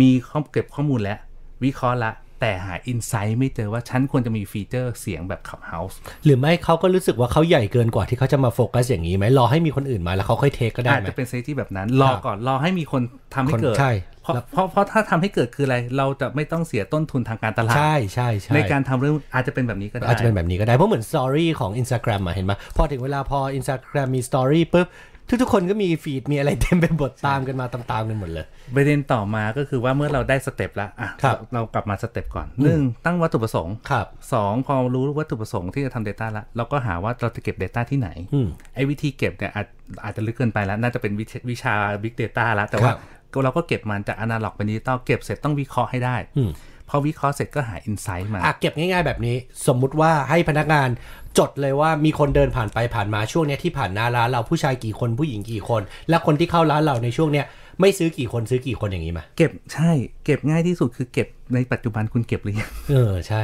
มีข้อเก็บข้อมูลและ วิเคราะห์ละ แต่หาอินไซต์ไม่เจอว่าฉันควรจะมีฟีเจอร์เสียงแบบ Clubhouse หรือไม่เขาก็รู้สึกว่าเขาใหญ่เกินกว่าที่เขาจะมาโฟกัสอย่างนี้ไหมรอให้มีคนอื่นมาแล้วเขาค่อยเทคก็ได้ อาจ ไหม จะเป็นเซตที่แบบนั้น รอก่อนรอให้มีคนทำให้ คน เกิด ใช่ เพราะ แล้ว เพราะเพราะถ้าทำให้เกิดคืออะไรเราจะไม่ต้องเสียต้นทุนทางการตลาด ใช่ใช่ใช่ ในการทำเรื่องอาจจะเป็นแบบนี้ก็ได้ อาจจะเป็นแบบนี้ก็ได้ เพราะเหมือนสตอรี่ของ Instagram อะเห็นไหมพอถึงเวลาพอ Instagram มีสตอรี่ปุ๊บทุกๆคนก็มีฟีดมีอะไรเต็มไปหมดตามกันมาตามๆกันหมดเลย ประเด็นต่อมาก็คือว่าเมื่อเราได้สเต็ปแล้วอ่ะ ครับ เรากลับมาสเต็ปก่อนหนึ่งตั้งวัตถุประสงค์ ครับ สองพอรู้วัตถุประสงค์ที่จะทำ Data ละเราก็หาว่าเราจะเก็บ Data ที่ไหน อืม ไอ้วิธีเก็บเนี่ยอาจอาจจะลึกเกินไปแล้ว น่าจะเป็นวิชวิชา Big Data แล้ว แต่คว่ารับ ก็เราก็เก็บมันจากอนาล็อกเป็นดิจิตอลเก็บเสร็จต้องวิเคราะห์ให้ได้ อืม พอวิเคราะห์เสร็จก็หา Insight มา อ่ะเก็บง่ายๆแบบนี้ สมมุติว่าให้พนักงานจดเลยว่ามีคนเดินผ่านไปผ่านมาช่วงเนี้ยที่ผ่านหน้าร้านเราผู้ชายกี่คนผู้หญิงกี่คน และคนที่เข้าร้านเราในช่วงเนี้ยไม่ซื้อกี่คนซื้อกี่คนอย่างนี้ไหม เก็บใช่เก็บง่ายที่สุดคือเก็บในปัจจุบันคุณเก็บหรือยัง เออใช่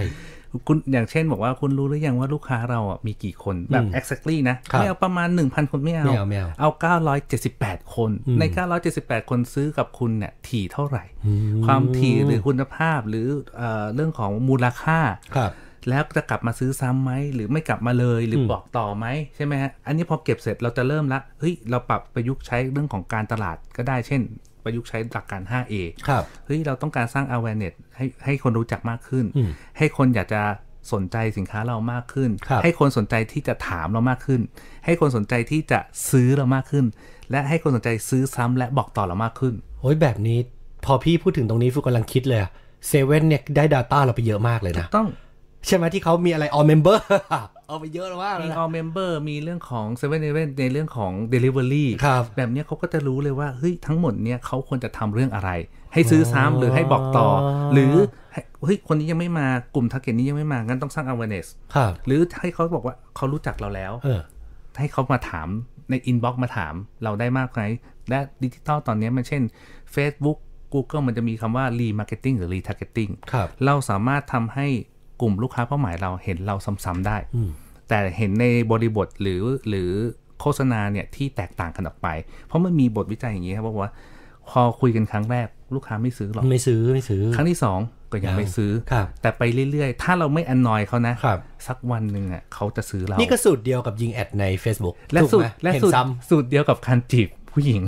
คุณอย่างเช่นบอกว่าคุณรู้หรือยังว่าลูกค้าเราอ่ะมีกี่คนแบบ exactly นะครับ ไม่เอาประมาณ 1,000 คนไม่เอา ไม่เอาไม่เอา 978 คนใน 978 คนซื้อกับคุณเนี่ยถี่เท่าไหร่ ความถี่หรือคุณภาพหรือเอ่อเรื่องของมูลค่า ครับ แล้วจะกลับมาซื้อซ้ำไหมหรือไม่กลับมาเลยหรืออบอกต่อไหมใช่ไหมฮะอันนี้พอเก็บเสร็จเราจะเริ่มละเฮ้ยเราปรับประยุกต์ใช้เรื่องของการตลาดก็ได้เช่น ประยุกต์ใช้หลักการ 5A ครับ เฮ้ยเราต้องการสร้าง awareness ให้ให้คนรู้จักมากขึ้น อืม ให้คนอยากจะสนใจสินค้าเรามากขึ้น ครับ ให้คนสนใจที่จะถามเรามากขึ้น ให้คนสนใจที่จะซื้อเรามากขึ้น และให้คนสนใจซื้อซ้ำและบอกต่อเรามากขึ้น โอ้ยแบบนี้พอพี่พูดถึงตรงนี้ฟูกำลังคิดเลยเซเว่นเนี่ยได้ Data เราไปเยอะมากเลยนะ ต้อง ใช่ไหมที่เขามีอะไร all member (laughs) เอาไปเยอะมากเล มี ยนะ all member มีเรื่องของ7 e เ e ่ e ในเรื่องของ delivery ครับ แบบเนี้ยเขาก็จะรู้เลยว่าเฮ้ยทั้งหมดเนี่ยเขาควรจะทำเรื่องอะไร ให้ซื้อซ้ำหรือให้บอกต่อ หรือให้เฮ้ยคนนี้ยังไม่มากลุ่ม target นี้ยังไม่มางั้นต้องสร้าง awareness ครับ หรือให้เขาบอกว่าเขารู้จักเราแล้ว เออ ให้เขามาถามใน inbox มาถามเราได้มากไหมและดิจิตอลตอนเนี้ยมันเช่น Facebook Google มันจะมีคำว่า remarketing หรือ retargeting ครับ เราสามารถทำให้กลุ่มลูกค้าเป้าหมายเราเห็นเราซ้ำๆได้ อืม แต่เห็นในบริบทหรือหรือโฆษณาเนี่ยที่แตกต่างกันออกไป เพราะมันมีบทวิจัยอย่างนี้ครับว่าพอคุยกันครั้งแรกลูกค้าไม่ซื้อหรอก ไม่ซื้อไม่ซื้อ ครั้งที่สองก็ยังไม่ซื้อ ครับ แต่ไปเรื่อยๆ ถ้าเราไม่อนนอยเขานะ ครับ สักวันหนึ่งอ่ะเขาจะซื้อเราน นี่ก็สูตรเดียวกับยิงแอดใน Facebook และ ถูก สู ไห ต ม รและ เห็น สูตร ซ้ สูตรเดียวกับการจีบผู้หญิง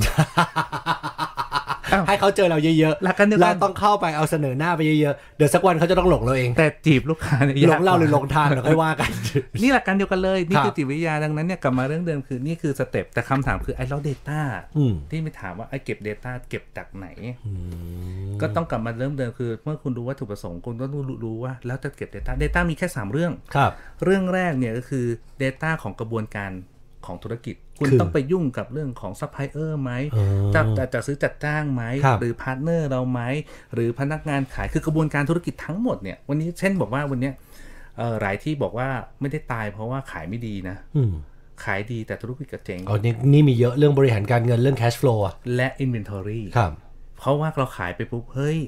อ้าว ำให้เขาเจอเราเยอะ แล้วก็นึกว่า เราต้องเข้าไปเอาเสนอหน้าไปเยอะๆ เดี๋ยวสักวันเขาจะต้องหลงเราเอง (laughs) แต่จีบลูกค้าเนี่ย หล ยก งเราหรือก ว่ หลงทางเดี๋ยวค่อยว่ากัน นี่หลักการเดียวกันเลย นี่ ครับ คือจิตวิทยาดังนั้นเนี่ยกลับมาเรื่องเดิมคือนี่คือสเต็ปแต่คำถามคือไอ้เราเดต้า อืม ที่ไม่ถามว่าไอ้เก็บ Data เก็บจากไหน ก็ต้องกลับมาเริ่มเดิมคือ เมื่อคุณรู้วัตถุประสงค์คุณก็ต้องรู้ว่า แล้วจะเก็บ Data Data มีแค่ 3 เรื่อง ครับ เรื่องแรกเนี่ยก็คือ Data ของกระบวนการของธุรกิจ คุณ คือ ต้องไปยุ่งกับเรื่องของซัพพลายเออร์ไหม อ๋อ จะจะจะซื้อจัดจ้างไหม ครับ หรือพาร์ทเนอร์เราไหม หรือพนักงานขายคือกระบวนการธุรกิจทั้งหมดเนี่ยวันนี้เช่นบอกว่าวันเนี้ยเอ่อหลายที่บอกว่าไม่ได้ตายเพราะว่าขายไม่ดีนะ อืม ขายดีแต่ธุรกิจกระเจง อ๋อนี่นี่มีเยอะเรื่องบริหารการเงินเรื่อง cash flow อะ และ Inventory ครับ เพราะว่าเราขายไปปุ๊บเฮ้ย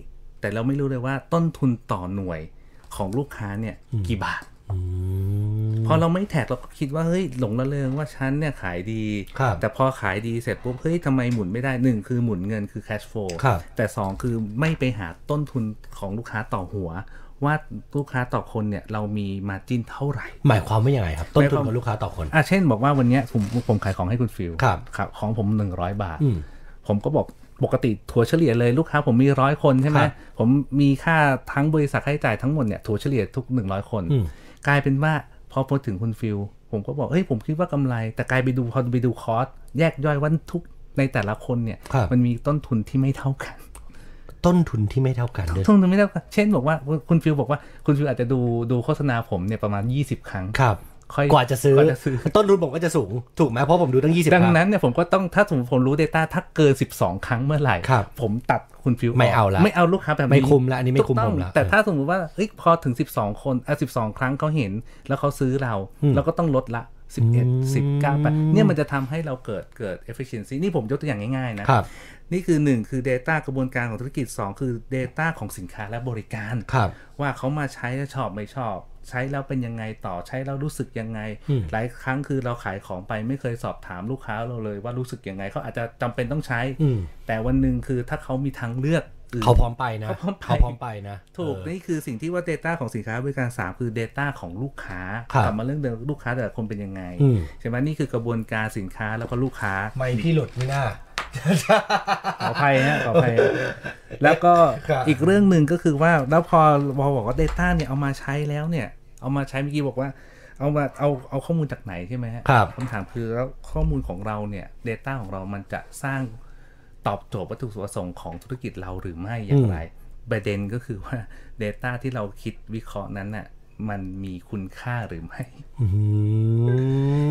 แต่เราไม่รู้เลยว่าต้นทุนต่อหน่วยของลูกค้าเนี่ยกี่บาท พอเราไม่แท็กเราก็คิดว่าเฮ้ยหลงระเริงว่าฉันเนี่ยขายดี ครับ แต่พอขายดีเสร็จปุ๊บเฮ้ยทำไมหมุนไม่ได้หนึ่งคือหมุนเงินคือ cash flow ครับ แต่สองคือไม่ไปหาต้นทุนของลูกค้าต่อหัว ว่าลูกค้าต่อคนเนี่ยเรามีมาจิ้นเท่าไหร่ หมายความว่ายังไงครับ ต้นทุน หมายความ ของลูกค้าต่อคน อ่ะเช่นบอกว่าวันเนี้ยผมผมขายของให้คุณฟิล ครับ ครับของผม 100 บาท อืม ผมก็บอกปกติถั่วเฉลี่ยเลยลูกค้าผมมีร้อยคนใช่ไหม ครับ ผมมีค่าทั้งบริษัทค่าใช้จ่ายทั้งหมดเนี่ยถั่วเฉลี่ยทุก 100 คน อืม กลายเป็นว่าพอพอถึงคุณฟิลผมก็บอกเฮ้ยผมคิดว่ากำไร แต่กลายไปดูพอไปดูคอสแยกย่อยว่าทุกในแต่ละคนเนี่ย ครับ มันมีต้นทุนที่ไม่เท่ากัน ต้นทุนที่ไม่เท่ากันด้วย ทุนไม่เท่ากันเช่นบอกว่าคุณฟิลบอกว่าคุณฟิลอาจจะดูดูโฆษณาผมเนี่ยประมาณ 20 ครั้ง ครับ ค่อย กว่าจะซื้อ กว่าจะซื้อ ต้นทุนผมก็จะสูง ถูกไหมเพราะผมดูตั้ง 20 ดัง ครั้ นั้นเนี่ยผมก็ต้องถ้าสมมติผมรู้ Data ถ้าเกิน 12 ครั้งเมื่อไหร่ ครับ ผมตัดคุณฟิว ไม่เอาละ ไม่เอาลูกค้าแบบนี้ ไม่คุ้มละอันนี้ไม่คุ้ม ถูกต้ง ผมละ แต่ถ้าสมมติว่าเอ้ยพอถึง 12 คนอ่ะ12 ครั้งเขาเห็นแล้วเขาซื้อเราเราก็ต้องลดละ 11 19ไปเนี่ยมันจะทำให้เราเกิดเกิด efficiency นี่ผมยกตัวอย่างง่ายๆนะครับ นี่คือ 1 คือ Data กระบวนการของธุรกิจ 2 คือ Data ของสินค้าและบริการ ครับ ว่าเขามาใช้แล้วชอบไม่ชอบ ใช้แล้วเป็นยังไงต่อใช้แล้วรู้สึกยังไง หลายครั้งคือเราขายของไปไม่เคยสอบถามลูกค้าเราเลยว่ารู้สึกยังไงเขาอาจจะจำเป็นต้องใช้ อืม แต่วันหนึ่งคือถ้าเขามีทางเลือกน เขาพร้อมไปนะ เขาพร้อมไป เขาพร้อมไปนะ ถูก เออ นี่คือสิ่งที่ว่า Data ของสินค้าบริการสามคือ Data ของลูกค้า ครับ กลับมาเรื่องเดิมลูกค้าแต่ละคนเป็นยังไง อืม ใช่ไหมนี่คือกระบวนการสินค้าแล้วก็ลูกค้า ไม่พี่หลุดไม่น่า ขออภัย (laughs) ฮะขออภัยฮะแล้วก็ ครับ อีกเรื่องหนึ่งก็คือว่าแล้วพอพอบอกว่า Data เนี่ยเอามาใช้แล้วเนี่ย เอามาใช้เมื่อกี้บอกว่า เอามาเอาเอาข้อมูลจากไหนใช่ไหมฮะ ครับ คำถามคือแล้วข้อมูลของเราเนี่ย Data ของเรามันจะสร้างตอบโจทย์วัตถุประสงค์ของธุรกิจเราหรือไม่อย่างไรประเด็นก็คือว่า Data ที่เราคิดวิเคราะห์นั้นน่ะมันมีคุณค่าหรือไม่ (laughs) อื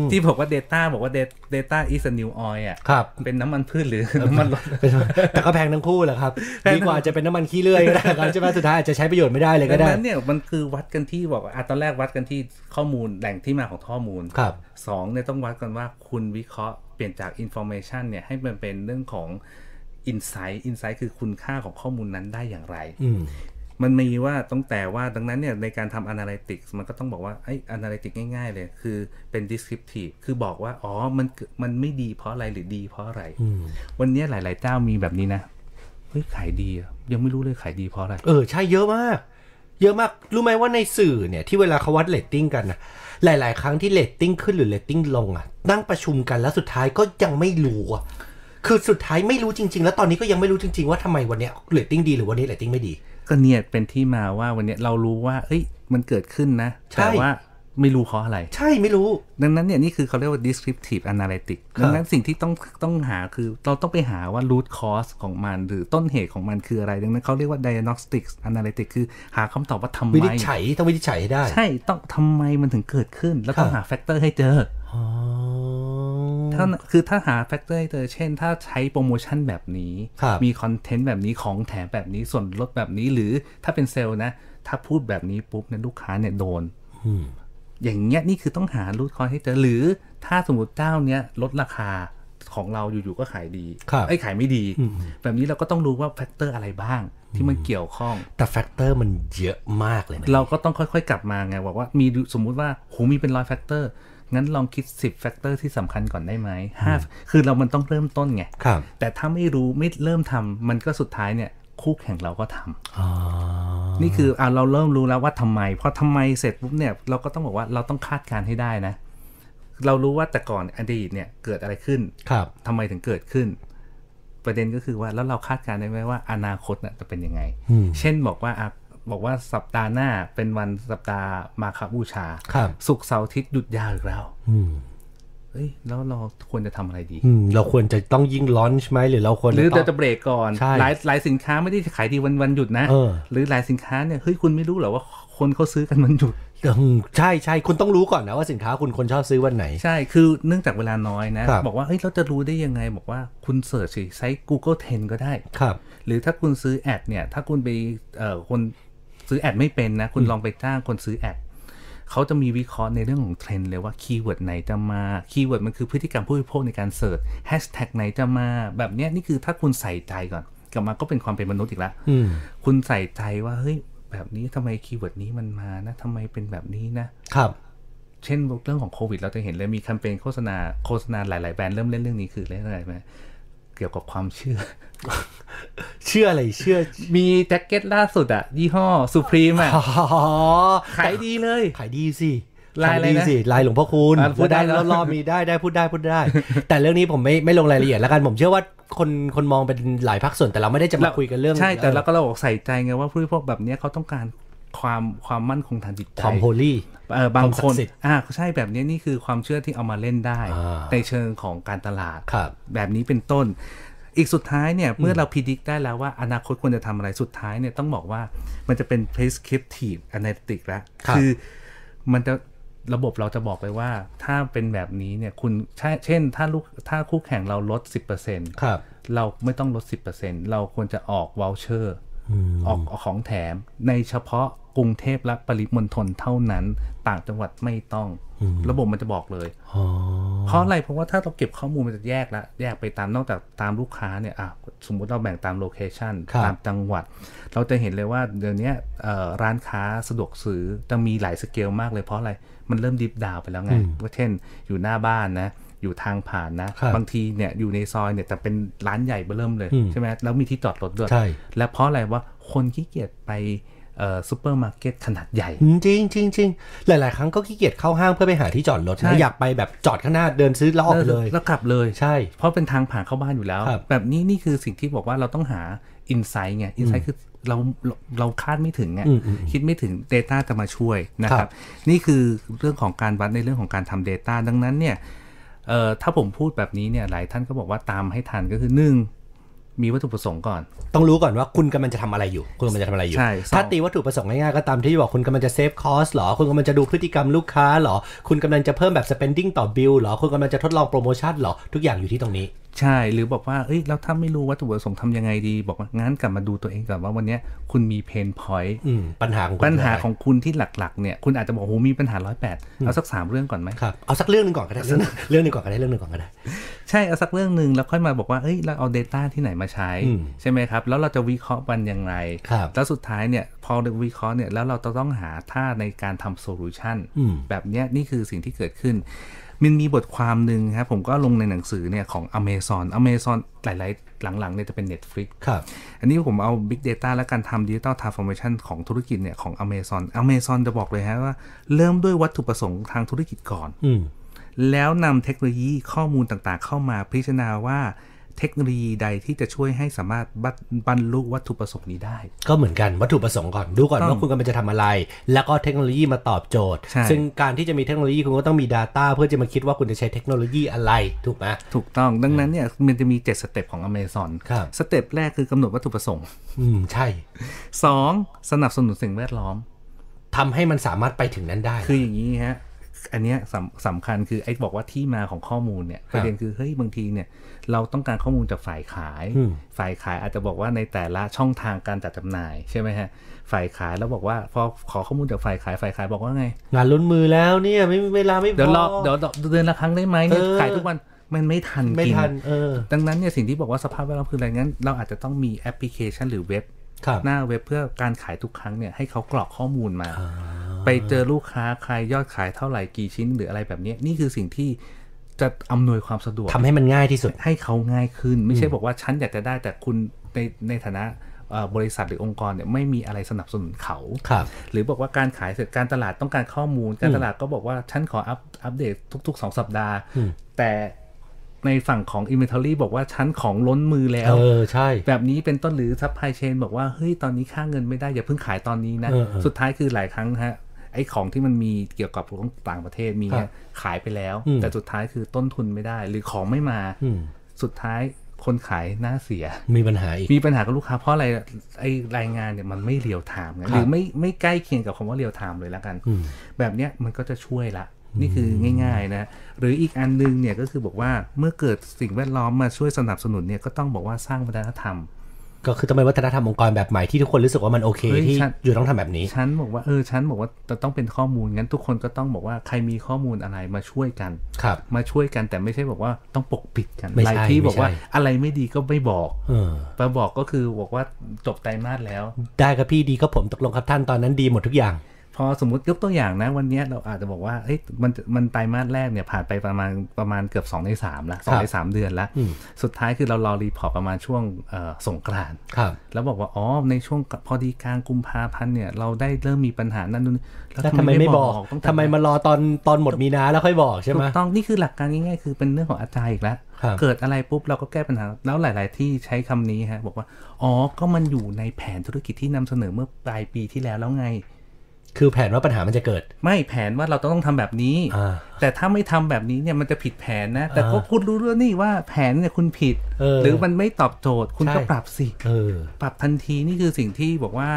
ม ที่บอกว่า Data บอกว่า Data- Data is a new oil อ่ะ ครับ (laughs) เป็นน้ำมันพืชหรือน้ำมันรถ แต่ก็แพงทั้งคู่แหละครับ ดีกว่าจะเป็นน้ำมันขี้เลื่อยก็ได้ครับใช่ไหมสุดท้ายอาจจะใช้ประโยชน์ไม่ได้เลยก็ ดั ได้ งนั้นเนี่ยมันคือวัดกันที่บอกว่าอ่ะตอนแรกวัดกันที่ข้อมูลแหล่งที่มาของข้อมูล ครับ สองเนี่ยต้องวัดกันว่าคุณวิเคราะห์เปลี่ยนจาก information เนี่ยให้มันเป็นเรื่องของ insight insight คือคุณค่าของข้อมูลนั้นได้อย่างไร อืม มันมีว่าตั้งแต่ว่าดังนั้นเนี่ยในการทำ analytics มันก็ต้องบอกว่าไอ้ analytics ง่ายๆ เลยคือเป็น descriptive คือบอกว่า อ๋อมันเกิดมันไม่ดีเพราะอะไรหรือดีเพราะอะไร วันเนี้ยหลาย ๆ เจ้ามีแบบนี้นะเฮ้ยขายดีอะยังไม่รู้เลยขายดีเพราะอะไร เออ ใช่เยอะมาก เยอะมาก รู้ไหมว่าในสื่อเนี่ย ที่เวลาเขาวัดเรตติ้งกันนะหลาย ๆ ครั้งที่เรตติ้งขึ้นหรือเรตติ้งลงอะนั่งประชุมกันแล้วสุดท้ายก็ยังไม่รู้อะคือสุดท้ายไม่รู้จริง ๆ แล้วตอนนี้ก็ยังไม่รู้จริง ๆ ว่าทำไมวันเนี้ยเรตติ้งดีหรือวันนี้เรตติ้งไม่ดี ก็เนี่ยเป็นที่มาว่าวันเนี้ยเรารู้ว่าเฮ้ยมันเกิดขึ้นนะ ใช่ แต่ว่า ไม่รู้เพราะอะไร ใช่ไม่รู้ ดังนั้นเนี่ยนี่คือเขาเรียกว่า descriptive analytic ครับ ดังนั้นสิ่งที่ต้องต้องหาคือเราต้องไปหาว่า root cause ของมัน หรือต้นเหตุของมันคืออะไร ดังนั้นเขาเรียกว่า diagnostic analytic คือหาคำตอบว่าทำไม วินิจฉัยต้องวินิจฉัยให้ได้ ใช่ต้องทำไมมันถึงเกิดขึ้น แล้วต้อคงรับ หาแฟกเตอร์ให้เจอ อ๋อ ถ้าคือถ้าหาแฟกเตอร์ให้เจอ เช่น ถ้าใช้โปรโมชั่นแบบนี้ ครับ มีคอนเทนต์แบบนี้ของแถมแบบนี้ส่วนลดแบบนี้หรือถ้าเป็นเซลล์นะ ถ้าพูดแบบนี้ปุ๊บเนี่ยลูกค้าเนี่ยโดน อืม อย่างเงี้ยนี่คือต้องหารูทคอร์ให้เจอหรือถ้าสมมติเจ้าเนี้ยลดราคาของเราอยู่ๆก็ขายดี ครับ ไอ้ยขายไม่ดี แบบนี้เราก็ต้องรู้ว่าแฟกเตอร์อะไรบ้างที่มันเกี่ยวข้อง แต่แฟกเตอร์มันเยอะมากเลยนะ เราก็ต้องค่อยๆ กลับมาไงบอกว่ามีสมมุติว่าโหมีเป็นร้อยแฟกเตอร์งั้นลองคิด 10แฟกเตอร์ที่สำคัญก่อนได้ไหมห้าคือเรามันต้องเริ่มต้นไง ครับ แต่ถ้าไม่รู้ไม่เริ่มทำมันก็สุดท้ายเนี่ยคู่แข่งเราก็ทำ อ๋อ นี่คืออ่ะเราเริ่มรู้แล้วว่าทำไมพอทำไมเสร็จปุ๊บเนี่ยเราก็ต้องบอกว่าเราต้องคาดการณ์ให้ได้นะ เรารู้ว่าแต่ก่อนอดีตเนี่ยเกิดอะไรขึ้น ครับ ทำไมถึงเกิดขึ้น ประเด็นก็คือว่าแล้วเราคาดการณ์ได้ไหมว่าอนาคตน่ะจะเป็นยังไง อืม เช่นบอกว่าอ่ะบอกว่าสัปดาห์หน้าเป็นวันสัปดาห์มาคบูชา ครับ สุกร์เสาร์อาทิตย์หยุดยาวอีกแล้ว อืม เอ้ยแล้วเราควรจะทำอะไรดี อืม เราควรจะต้องยิ่งลอนช์ไหมหรือเราควร หรือ ต้ เรา ง จะเบรกก่อน ใช่ หลายหลายสินค้าไม่ได้ขายดีวันวันหยุดนะ เออ หรือหลายสินค้าเนี่ยเฮ้ยคุณไม่รู้เหรอว่าคนเขาซื้อกันวันหยุด อืมใช่ใช่คุณต้องรู้ก่อนนะว่าสินค้าคุณคนชอบซื้อวันไหน ใช่ คือเนื่องจากเวลาน้อยนะ ครับ บอกว่า เฮ้ย เราจะรู้ได้ยังไง บอกว่าคุณเสิร์ชสิใช้ Google Trend ก็ได้ ครับ หรือถ้าคุณซื้อแอดเนี่ย ถ้าคุณไป เอ่อ คนซื้อแอดไม่เป็นนะ คุณลองไปจ้างคนซื้อแอด เขาจะมีวิเคราะห์ในเรื่องของเทรนด์เลยว่าคีย์เวิร์ดไหนจะมา คีย์เวิร์ดมันคือพฤติกรรมผู้บริโภคในการเสิร์ชแฮชแท็กไหนจะมา แบบเนี้ยนี่คือถ้าคุณใส่ใจก่อน กลับมาก็เป็นความเป็นมนุษย์อีกแล้ว อืม คุณใส่ใจว่า เฮ้ย แบบนี้ทำไมคีย์เวิร์ดนี้มันมานะทำไมเป็นแบบนี้นะ ครับ เช่นเรื่องของโควิดเราจะเห็นเลยมีแคมเปญโฆษณาโฆษณาหลาย ๆ แบรนด์เริ่มเล่นเรื่องนี้คือเรื่องอะไรไหมเกี่ยวกับความเชื่อ เชื่ออะไรเชื่อ มีแจ็คเก็ตล่าสุดอะยี่ห้อสุพรีมอะ อ๋อ ขายดีเลย (laughs) ขายดีสิ ลาย ข อะไร ดี นะ สิลายหลวงพ่อคุณ อ่ะพูดได้เนอะ รอบๆมีได้ได้พูดได้พูดได้ แต่เรื่องนี้ผมไม่ไม่ลงรายละเอียดแล้วกันผมเชื่อว่าคนคนมองเป็นหลายภาคส่วนแต่เราไม่ได้จะมาคุยกันเรื่อง ใช่แต่เราก็เราบอกใส่ใจไงว่าผู้บริโภคแบบเนี้ยเขาต้องการความความมั่นคงทางจิตใจ ความโฮลี่ เออบาง ความศั ค กดิ์ น สิทธิ์ อ่าใช่แบบเนี้ยนี่คือความเชื่อที่เอามาเล่นได้ อ่า ในเชิงของการตลาด ครับ แบบนี้เป็นต้น อีกสุดท้ายเนี่ย เมื่อเราพิจิตได้แล้วว่าอนาคตควรจะทำอะไรสุดท้ายเนี่ย ต้องบอกว่ามันจะเป็น prescriptive analytic แล้ว ครับ อมันจะระบบเราจะบอกไปว่า ถ้าเป็นแบบนี้เนี่ยคุณใช่เช่น ถ้าลูกถ้าคู่แข่งเราลด 10% ครับ เราไม่ต้องลด 10%เราควรจะออก voucher ออกออกของแถม ในเฉพาะกรุงเทพและปริมณฑลเท่านั้น ต่างจังหวัดไม่ต้อง ระบบมันจะบอกเลย อ๋อ เพราะอะไรเพราะว่าถ้าเราเก็บข้อมูลมันจะแยกละแยกไปตามนอกจากตามลูกค้าเนี่ยอ่ะสมมุติเราแบ่งตามโลเคชัน ครับ ตามจังหวัด เราจะเห็นเลยว่าเดี๋ยวเนี้ยเอ่อร้านค้าสะดวกซื้อจะมีหลายสเกลมากเลยเพราะอะไรมันเริ่มดิฟดาวไปแล้วไงก็เช่น อยู่หน้าบ้านนะอยู่ทางผ่านนะครับ งทีเนี่ยอยู่ในซอยเนี่ยแต่เป็นร้านใหญ่เบื้อเริ่มเลยใช่ไหมแล้วมีที่จอดรถด้วย ใช่ และเพราะอะไรว่าคนขี้เกียจไปเอ่อซูเปอร์มาร์เก็ตขนาดใหญ่ อืมจริงจริงจริงหลาย ๆ ครั้งก็ขี้เกียจเข้าห้างเพื่อไปหาที่จอดรถ ใช่ นะอยากไปแบบจอดข้างหน้าเดินซื้อแล้วออกไปเลย แล้วกลับเลย ใช่ เพราะเป็นทางผ่านเข้าบ้านอยู่แล้ว ครับ แบบนี้นี่คือสิ่งที่บอกว่าเราต้องหาอินไซต์ไงอินไซต์คือเราเราเราคาดไม่ถึงไง อืมอืม คิดไม่ถึง Data จะมาช่วยนะคครั รับ บ นี่คือเรื่องของการวัดในเรื่องของการทำ Data ดังนั้นเนี่ยเอ่อถ้าผมพูดแบบนี้เนี่ยหลายท่านก็บอกว่าตามให้ทันก็คือหนึ่งมีวัตถุประสงค์ก่อน ต้องรู้ก่อนว่าคุณกำลังจะทำอะไรอยู่ คุณกำลังจะทำอะไรอยู่ ใช่ ถ้า สอง ตีวัตถุประสงค์ง่ายๆก็ตามที่บอกคุณกำลังจะเซฟคอสหรอ คุณกำลังจะดูพฤติกรรมลูกค้าหรอ คุณกำลังจะเพิ่มแบบ spending ต่อบิลหรอ คุณกำลังจะทดลองโปรโมชั่นหรอ ทุกอย่างอยู่ที่ตรงนี้ ใช่หรือบอกว่าเอ้ยแล้วถ้าไม่รู้วัตถุประสงค์ทำยังไงดี บอกว่างั้นกลับมาดูตัวเองก่อนว่าวันเนี้ยคุณมีเพนพอย อืม ปัญหาของคุณ ปัญหา คืะไร ของคุณที่หลักๆเนี่ยคุณอาจจะบอกโอ้โหมีปัญหาร้อยแปดเอาสักสามเรื่องก่อนไหม ครับ เอาสักเรื่องหนึ่งก่อนก็ได้ เรื่องเรื่องหนึ่งก่อนก็ได้ เรื่องหนึ่งก่อนก็ได้ ใช่เอาสักเรื่องหนึ่งแล้วค่อยมาบอกว่าเอ้ยเราเอา Data ที่ไหนมาใช้ อืม ใช่ไหมครับ แล้วเราจะวิเคราะห์มันอย่างไร ครับ แล้วสุดท้ายเนี่ยพอวิเคราะห์เนี่ยแล้วเราจะต้องหาท่าในการทำโซลูชัน อืม แบบเนี้ยนี่คือสิ่งที่เกิดขึ้น มันมีบทความหนึ่งครับผมก็ลงในหนังสือเนี่ยของ Amazon Amazon หลายๆ หลังๆเนี่ยจะเป็น Netflix ครับ อันนี้ผมเอา Big Data และการทำ Digital Transformation ของธุรกิจเนี่ยของ Amazon Amazon จะบอกเลยฮะว่าเริ่มด้วยวัตถุประสงค์ทางธุรกิจก่อน อืม แล้วนำเทคโนโลยีข้อมูลต่างๆเข้ามาพิจารณาว่า เทคโนโลยีใดที่จะช่วยให้สามารถบัดบรรลุวัตถุประสงค์นี้ได้ ก็เหมือนกันวัตถุประสงค์ก่อนดูก่อน ต้อง ว่าคุณกำลังจะทำอะไร แล้วก็เทคโนโลยีมาตอบโจทย์ ใช่ ซึ่งการที่จะมีเทคโนโลยีคุณก็ต้องมี Data เพื่อจะมาคิดว่าคุณจะใช้เทคโนโลยีอะไรถูกไหม ถูกต้องดังนั้นเนี่ยมันจะมี 7 สเต็ปของ Amazon ครับ สเต็ปแรกคือกำหนดวัตถุประสงค์ อืมใช่ 2. สนับสนุนสิ่งแวดล้อม ทำให้มันสามารถไปถึงนั้นได้ คืออย่างนี้ฮะ อันเนี้ยสำสำคัญคือไอ้บอกว่าที่มาของข้อมูลเนี่ย ประเด็นคือเฮ้ยบางทีเนี่ยเราต้องการข้อมูลจากฝ่ายขาย อืม ฝ่ายขายอาจจะบอกว่าในแต่ละช่องทางการจัดจำหน่ายใช่ไหมฮะ ฝ่ายขายแล้วบอกว่าพอขอข้อมูลจากฝ่ายขายฝ่ายขายบอกว่าไง งานล้นมือแล้วเนี่ยไม่เวลาไม่พอ เดี๋ยวรอเดี๋ยวเดือนละครั้งได้ไหมเนี่ย เออ ขายทุกวันมันไม่ทัน ไม่ กิน ทันเออ ดังนั้นเนี่ยสิ่งที่บอกว่าสภาพแวดล้อมคืออะไรงั้น เราอาจจะต้องมีแอปพลิเคชันหรือเว็บ ครับ หน้าเว็บเพื่อการขายทุกครั้งเนี่ยให้เขากรอกข้อมูลมา ไปเจอลูกค้าใครยอดขายเท่าไหร่กี่ชิ้นหรืออะไรแบบเนี้ยนี่คือสิ่งที่จะอำนวยความสะดวก ทำให้มันง่ายที่สุด ให้เขาง่ายขึ้น ไม่ใช่บอกว่าฉันอยากจะได้แต่คุณในในฐานะเอ่อบริษัทหรือองค์กรเนี่ยไม่มีอะไรสนับสนุนเขา ครับ หรือบอกว่าการขายเสร็จการตลาดต้องการข้อมูล การตลาดก็บอกว่าฉันขออัปอัปเดตทุกๆ 2 สัปดาห์ อืม แต่ในฝั่งของ Inventory บอกว่าฉันของล้นมือแล้ว เออใช่ แบบนี้เป็นต้นหรือซัพพลายเชนบอกว่า เฮ้ย ตอนนี้ค่าเงินไม่ได้อย่าเพิ่งขายตอนนี้นะ เออเออ สุดท้ายคือหลายครั้งฮะ ไอ้ของที่มันมีเกี่ยวกับของต่างประเทศมี ครับ ฮะขายไปแล้ว อืม แต่สุดท้ายคือต้นทุนไม่ได้ หรือของไม่มา อืม สุดท้ายคนขายหน้าเสีย มีปัญหาอีก มีปัญหากับลูกค้าเพราะอะไรไอ้รายงานเนี่ยมันไม่เรียลไทม์คไงรับ หรือไม่ไม่ใกล้เคียงกับคำว่าเรียลไทม์เลยละกัน อืม แบบเนี้ยมันก็จะช่วยละ นี่คือง่าย ๆ นะ หรืออีกอันนึงเนี่ยก็คือบอกว่าเมื่อเกิดสิ่งแวดล้อมมาช่วยสนับสนุนเนี่ยก็ต้องบอกว่าสร้างวัฒนธรรม ก็คือต้องเป็นวัฒนธรรมองค์กรแบบใหม่ที่ทุกคนรู้สึกว่ามันโอเค เฮ้ย ที่ ฉัน อยู่ต้องทำแบบนี้ ฉันบอกว่าเออฉันบอกว่าจะต้องเป็นข้อมูลงั้นทุกคนก็ต้องบอกว่าใครมีข้อมูลอะไรมาช่วยกัน ครับ มาช่วยกันแต่ไม่ใช่บอกว่าต้องปกปิดกัน ไม่ใช่ หลายที่บอกว่า ไม่ใช่ อะไรไม่ดีก็ไม่บอก เออ มาบอกก็คือบอกว่าจบไตรมาสแล้ว ได้ครับพี่ดีครับผมตกลงครับท่านตอนนั้นดีหมดทุกอย่าง พอสมมติยกตัวอย่างนะวันเนี้ยเราอาจจะบอกว่าเฮ้ยมันมันไตรมาสแรกเนี่ยผ่านไปประมาณประมาณเกือบ2ใน3ละสองในสามเดือนละ อืม สุดท้ายคือเรารอรีพอร์ตประมาณช่วงเอ่อสงกรานต์ ครับ แล้วบอกว่า อ๋อ ในช่วงพอดีกลางกุมภาพันธ์เนี่ย เราได้เริ่มมีปัญหานั่นนู่น แล้วทำไมไม่บอก ตั้งแต่ ทำไมมารอตอนตอนหมดมีนาแล้วค่อยบอกใช่ไห ถู ม กต้อง นี่คือหลักการง่ายๆ คือเป็นเรื่องของอาจารย์อีกแล้ว ครับ เกิดอะไรปุ๊บเราก็แก้ปัญหา แล้วหลาย ๆ ที่ใช้คำนี้ฮะ บอกว่า อ๋อ ก็มันอยู่ในแผนธุรกิจที่นำเสนอเมื่อปลายปีที่แล้วแล้วไง คือแผนว่าปัญหามันจะเกิด ไม่แผนว่าเราต้องทำแบบนี้ อ่า แต่ถ้าไม่ทำแบบนี้เนี่ยมันจะผิดแผนนะ แต่ก็ อ่า คุณรู้เรื่องนี่ว่าแผนเนี่ยคุณผิด เออ หรือมันไม่ตอบโจทย์ คุณก็ ใช่ ปรับสิ เออ ปรับทันทีนี่คือสิ่งที่บอกว่า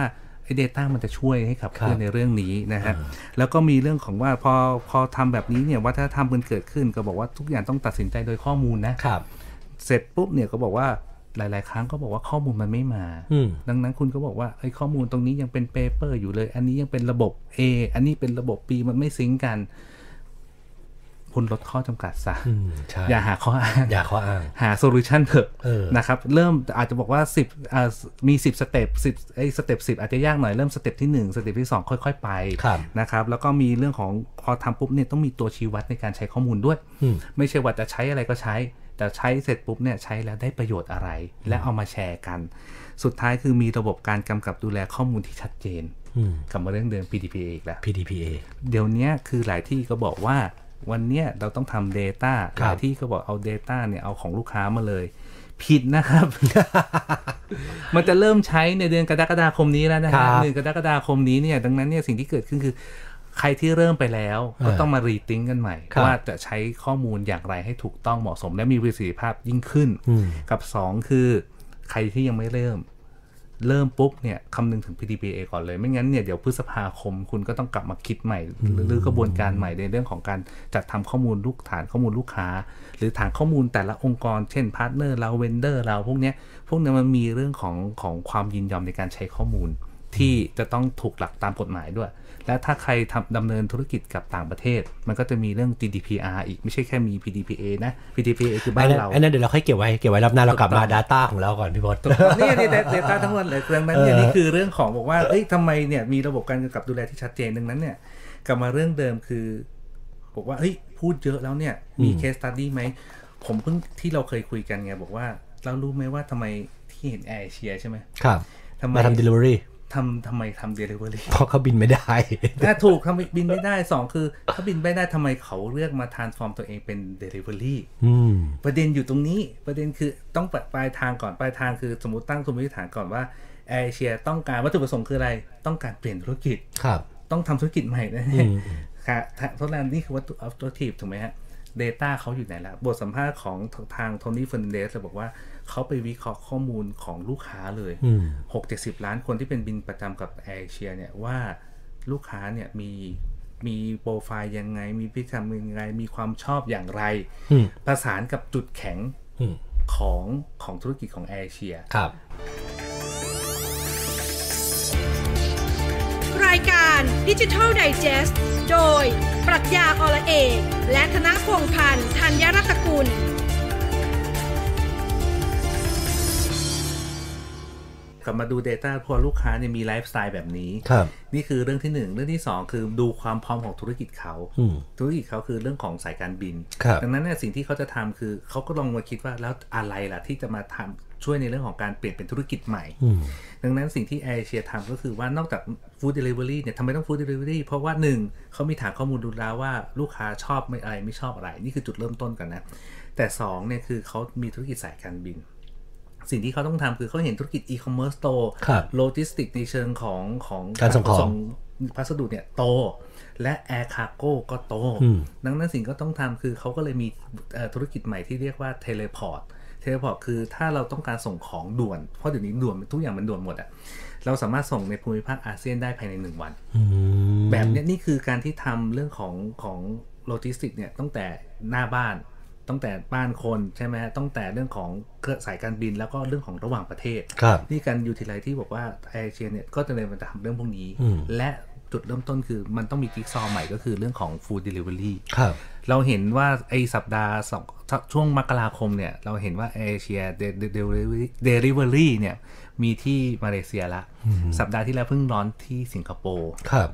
ไอ้เดต้ามันจะช่วยให้ขับเคลื่อคนรับ ในเรื่องนี้นะฮะแล้วก็มีเรื่องของว่าพอพอทำแบบนี้เนี่ยวัฒนธรรมมันเกิดขึ้นก็บอกว่าทุกอย่างต้องตัดสินใจโดยข้อมูลนะ ครับ เสร็จปุ๊บเนี่ยก็บอกว่าหลาย ๆ ครั้งก็บอกว่าข้อมูลมันไม่มา อืม ดังนั้นคุณก็บอกว่าไอ้ยข้อมูลตรงนี้ยังเป็นเปเปอร์อยู่เลย อันนี้ยังเป็นระบบ A อันนี้เป็นระบบ B มันไม่ซิงก์กัน คุณลดข้อจำกัดซะ อืมใช่ อย่าหาข้ออ้าง อย่าข้ออ้าง หาโซลูชันเถอะ เออ นะครับ เริ่มอาจจะบอกว่า 10อ่ามี 10สเต็ป10ไอ้สเต็ป10 อาจจะยากหน่อย เริ่มสเต็ปที่ 1 สเต็ปที่ 2 ค่อย ๆ ไป ครับ นะครับ แล้วก็มีเรื่องของพอทำปุ๊บเนี่ยต้องมีตัวชี้วัดในการใช้ข้อมูลด้วย อืม ไม่ใช่ว่าจะใช้อะไรก็ใช้ แต่ใช้เสร็จปุ๊บเนี่ยใช้แล้วได้ประโยชน์อะไร และเอามาแชร์กัน สุดท้ายคือมีระบบการกำกับดูแลข้อมูลที่ชัดเจน อืม กลับมาเรื่องเดิม PDPA อีกแล้ว PDPA เดี๋ยวเนี้ยคือหลายที่ก็บอกว่าวันเนี้ยเราต้องทำ Data ครับ หลายที่ก็บอกเอา Data เนี่ยเอาของลูกค้ามาเลย ผิดนะครับ (laughs) มันจะเริ่มใช้ในเดือนกรกฎาคมนี้แล้วนะ ครั ฮะ บ หนึ่งกรกฎาคมนี้เนี่ยดังนั้นเนี่ยสิ่งที่เกิดขึ้นคือ ใครที่เริ่มไปแล้วก็ อ่า ต้องมารีติ้งกันใหม่ ครับ ว่าจะใช้ข้อมูลอย่างไรให้ถูกต้องเหมาะสม และมีประสิทธิภาพยิ่งขึ้น อืม กับสองคือ ใครที่ยังไม่เริ่ม เริ่มปุ๊บเนี่ยคำนึงถึง PDPA ก่อนเลย ไม่งั้นเนี่ยเดี๋ยวพฤษภาคมคุณก็ต้องกลับมาคิดใหม่ หรือกระบวนการใหม่ในเรื่องของการจัดทำข้อมูลลูกฐานข้อมูลลูกค้า หรือฐานข้อมูลแต่ละองค์กร เช่นพาร์ทเนอร์เราเวนเดอร์เราพวกเนี้ยพวกเนี้ยมันมีเรื่องของของความยินยอมในการใช้ข้อมูล ที่จะต้องถูกหลักตามกฎหมายด้วย และถ้าใครทำดำเนินธุรกิจกับต่างประเทศ มันก็จะมีเรื่อง GDPR อีกไม่ใช่แค่มี PDPA นะ PDPA คือบ้านเรา อันนั้นเดี๋ยวเราค่อยเก็บไว้ เก็บไว้รอบหน้าเรากลับมา Data ของเราก่อนพี่บอส เนี่ยเนี่ยเดต้าทั้งหมดเลยดังนั้นเนี่ย เออ นี่คือเรื่องของบอกว่า เอ้ยทำไมเนี่ยมีระบบการกำกับดูแลที่ชัดเจนดังนั้นเนี่ยกลับมาเรื่องเดิมคือ บอกว่าเฮ้ยพูดเยอะแล้วเนี่ยมีเคสตัดดี้ไหม ผมเพิ่งที่เราเคยคุยกันไง บอกว่าเรารู้ไหมว่าทำไมที่เห็นแอร์เชียใช่ไหม ครับ ทำไม มาทำ delivery ทำทำไมทำเดลิเวอรี่ เพราะเขาบินไม่ได้ ถ้าถูกทำไมบินไม่ได้สองคือถ้าบินไม่ได้ทำไมเขาเลือกมา transform ตัวเองเป็น delivery อืม ประเด็นอยู่ตรงนี้ประเด็นคือต้องปลายทางก่อนปลายทางคือสมมติตั้งสมมติฐานก่อนว่าแอร์เอเชียต้องการวัตถุประสงค์คืออะไรต้องการเปลี่ยนธุรกิจ ครับ ต้องทำธุรกิจใหม่แน่ ม ๆ (laughs) ค่ะทดแลนนี่คือวัตถุ objective ถูกไหมฮะ Data เขาอยู่ไหนละบทสัมภาษณ์ของทางโทนี่เฟ n นเดสบอกว่าเขาไปวิเคราะห์ข้อมูลของลูกค้าเลย อืม 6 7 0 ล้านคนที่เป็นบินประจำกับแอร์เอเชียเนี่ยว่าลูกค้าเนี่ยมีมีโปรไฟล์ยังไง มีพฤติกรรมยังไง มีความชอบอย่างไร อืม ประสานกับจุดแข็ง อืม ของของธุรกิจของแอร์เอเชีย ครับ รายการดิจิทัลไดจ e s t โดย ปรัชญาอละเอกและธนพงษ์พันธ์ธัญรัตนกุล กลับมาดู Data พอลูกค้าเนี่ยมีไลฟ์สไตล์แบบนี้ ครับ นี่คือเรื่องที่หนึ่งเรื่องที่สองคือดูความพร้อมของธุรกิจเขา อืม ธุรกิจเขาคือเรื่องของสายการบิน ครับ ดังนั้นเนี่ยสิ่งที่เขาจะทำคือเขาก็ลองมาคิดว่าแล้วอะไรล่ะที่จะมาทำช่วยในเรื่องของการเปลี่ยนเป็นธุรกิจใหม่ อืม ดังนั้นสิ่งที่แอร์เอเชียทำก็คือว่านอกจากฟู้ดเดลิเวอรี่เนี่ยทำไมต้องฟู้ดเดลิเวอรี่เพราะว่าหนึ่งเขามีฐานข้อมูลดูแล้วว่าลูกค้าชอบไม่อะไรไม่ชอบอะไร นี่คือจุดเริ่มต้นก่อนนะ แต่สองเนี่ยคือเขามีธุรกิจสายการบิน สิ่งที่เขาต้องทำคือเขาเห็นธุรกิจอีคอมเมิร์ซโต ครับ โลจิสติกในเชิงของของ การส่งของ พัสดุเนี่ยโต และแอร์คาโก้ก็โต อืม ดังนั้นสิ่งก็ต้องทำคือเขาก็เลยมีเอ่อธุรกิจใหม่ที่เรียกว่าเทเลพอร์ต เทเลพอร์ตคือถ้าเราต้องการส่งของด่วน เพราะเดี๋ยวนี้ด่วนทุกอย่างมันด่วนหมดอะเราสามารถส่งในภูมิภาคอาเซียนได้ภายใน 1 วัน อืม แบบเนี้ยนี่คือการที่ทำเรื่องของของโลจิสติกเนี่ยตั้งแต่หน้าบ้าน ตั้งแต่บ้านคนใช่ไหมฮะตั้งแต่เรื่องของเครือสายการบินแล้วก็เรื่องของระหว่างประเทศ ครับ นี่การยูทิลไลที่บอกว่าแอร์เอเชียเนี่ยก็จะเลยมาทำเรื่องพวกนี้ อืม และจุดเริ่มต้นคือมันต้องมีกิ๊กซอว์ใหม่ก็คือเรื่องของฟู้ดเดลิเวอรี่ ครับ เราเห็นว่าไอสัปดาห์สองช่วงมกราคมเนี่ย เราเห็นว่าเอเชียเดลิเวอรี่เนี่ย มีที่มาเลเซียละ สัปดาห์ที่แล้วเพิ่งร้อนที่สิงคโปร์ ครับ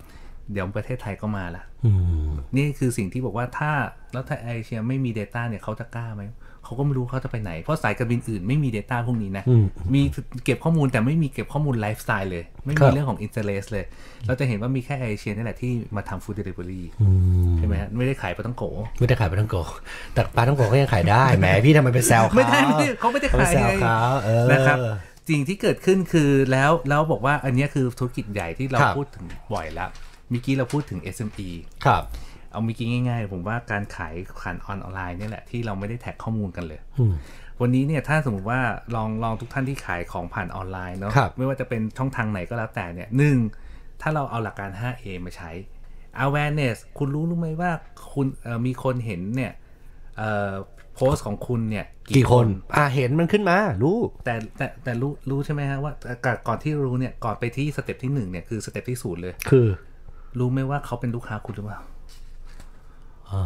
เดี๋ยวประเทศไทยก็มาละ อืม นี่คือสิ่งที่บอกว่าถ้าแล้วถ้าเอเชียไม่มี Data เนี่ยเขาจะกล้าไหม เขาก็ไม่รู้เขาจะไปไหน เพราะสายการบินอื่นไม่มี Data พวกนี้นะ อืม มีเก็บข้อมูลแต่ไม่มีเก็บข้อมูลไลฟ์สไตล์เลย ไม่ ครั มี บ เรื่องของ interest เลย เราจะเห็นว่ามีแค่เอเชียนี่แหละที่มาทำฟู้ดเดลิเวอรี่ใช่ไหมฮะไม่ได้ขายปลาต้องโก ไม่ได้ขายปลาท่องโกะแต่ปลาท่องโกะก็ยังขาย (laughs) ได้ แหมพี่ทำไมไปแซวเขา ไม่ได้ไม่ได้เขาไม่ได้ขาย ปแซวเขาเออ นะครับสิ่งที่เกิดขึ้นคือแล้วแล้วบอกว่าอันเนี้ยคือธุรกิจใหญ่ที่เรา ครับ พูดถึงบ่อยแล้วเมื่อกี้เราพูดถึง SME ครับ เอาเมื่อกี้ง่ายๆ ผมว่าการขายผ่านออนไลน์เนี่ยแหละที่เราไม่ได้แท็กข้อมูลกันเลย อืม วันนี้เนี่ยถ้าสมมติว่าลองลองทุกท่านที่ขายของผ่านออนไลน์เนาะ ครับ ไม่ว่าจะเป็นช่องทางไหนก็แล้วแต่เนี่ยหนึ่งถ้าเราเอาหลักการ 5A มาใช้ awareness คุณรู้รู้ไหมว่าคุณเอ่อมีคนเห็นเนี่ยโพสของคุณเนี่ย กี่คน น อ่าเห็นมันขึ้นมา รู้ แต่แต่แต่รู้รู้ใช่ไหมฮะว่าก่อนก่อนที่รู้เนี่ยก่อนไปที่สเต็ปที่หนึ่งเนี่ยคือสเต็ปที่ศูนย์เลย คือ รู้ไหมว่าเขาเป็นลูกค้าคุณหรือเปล่า อ๋อ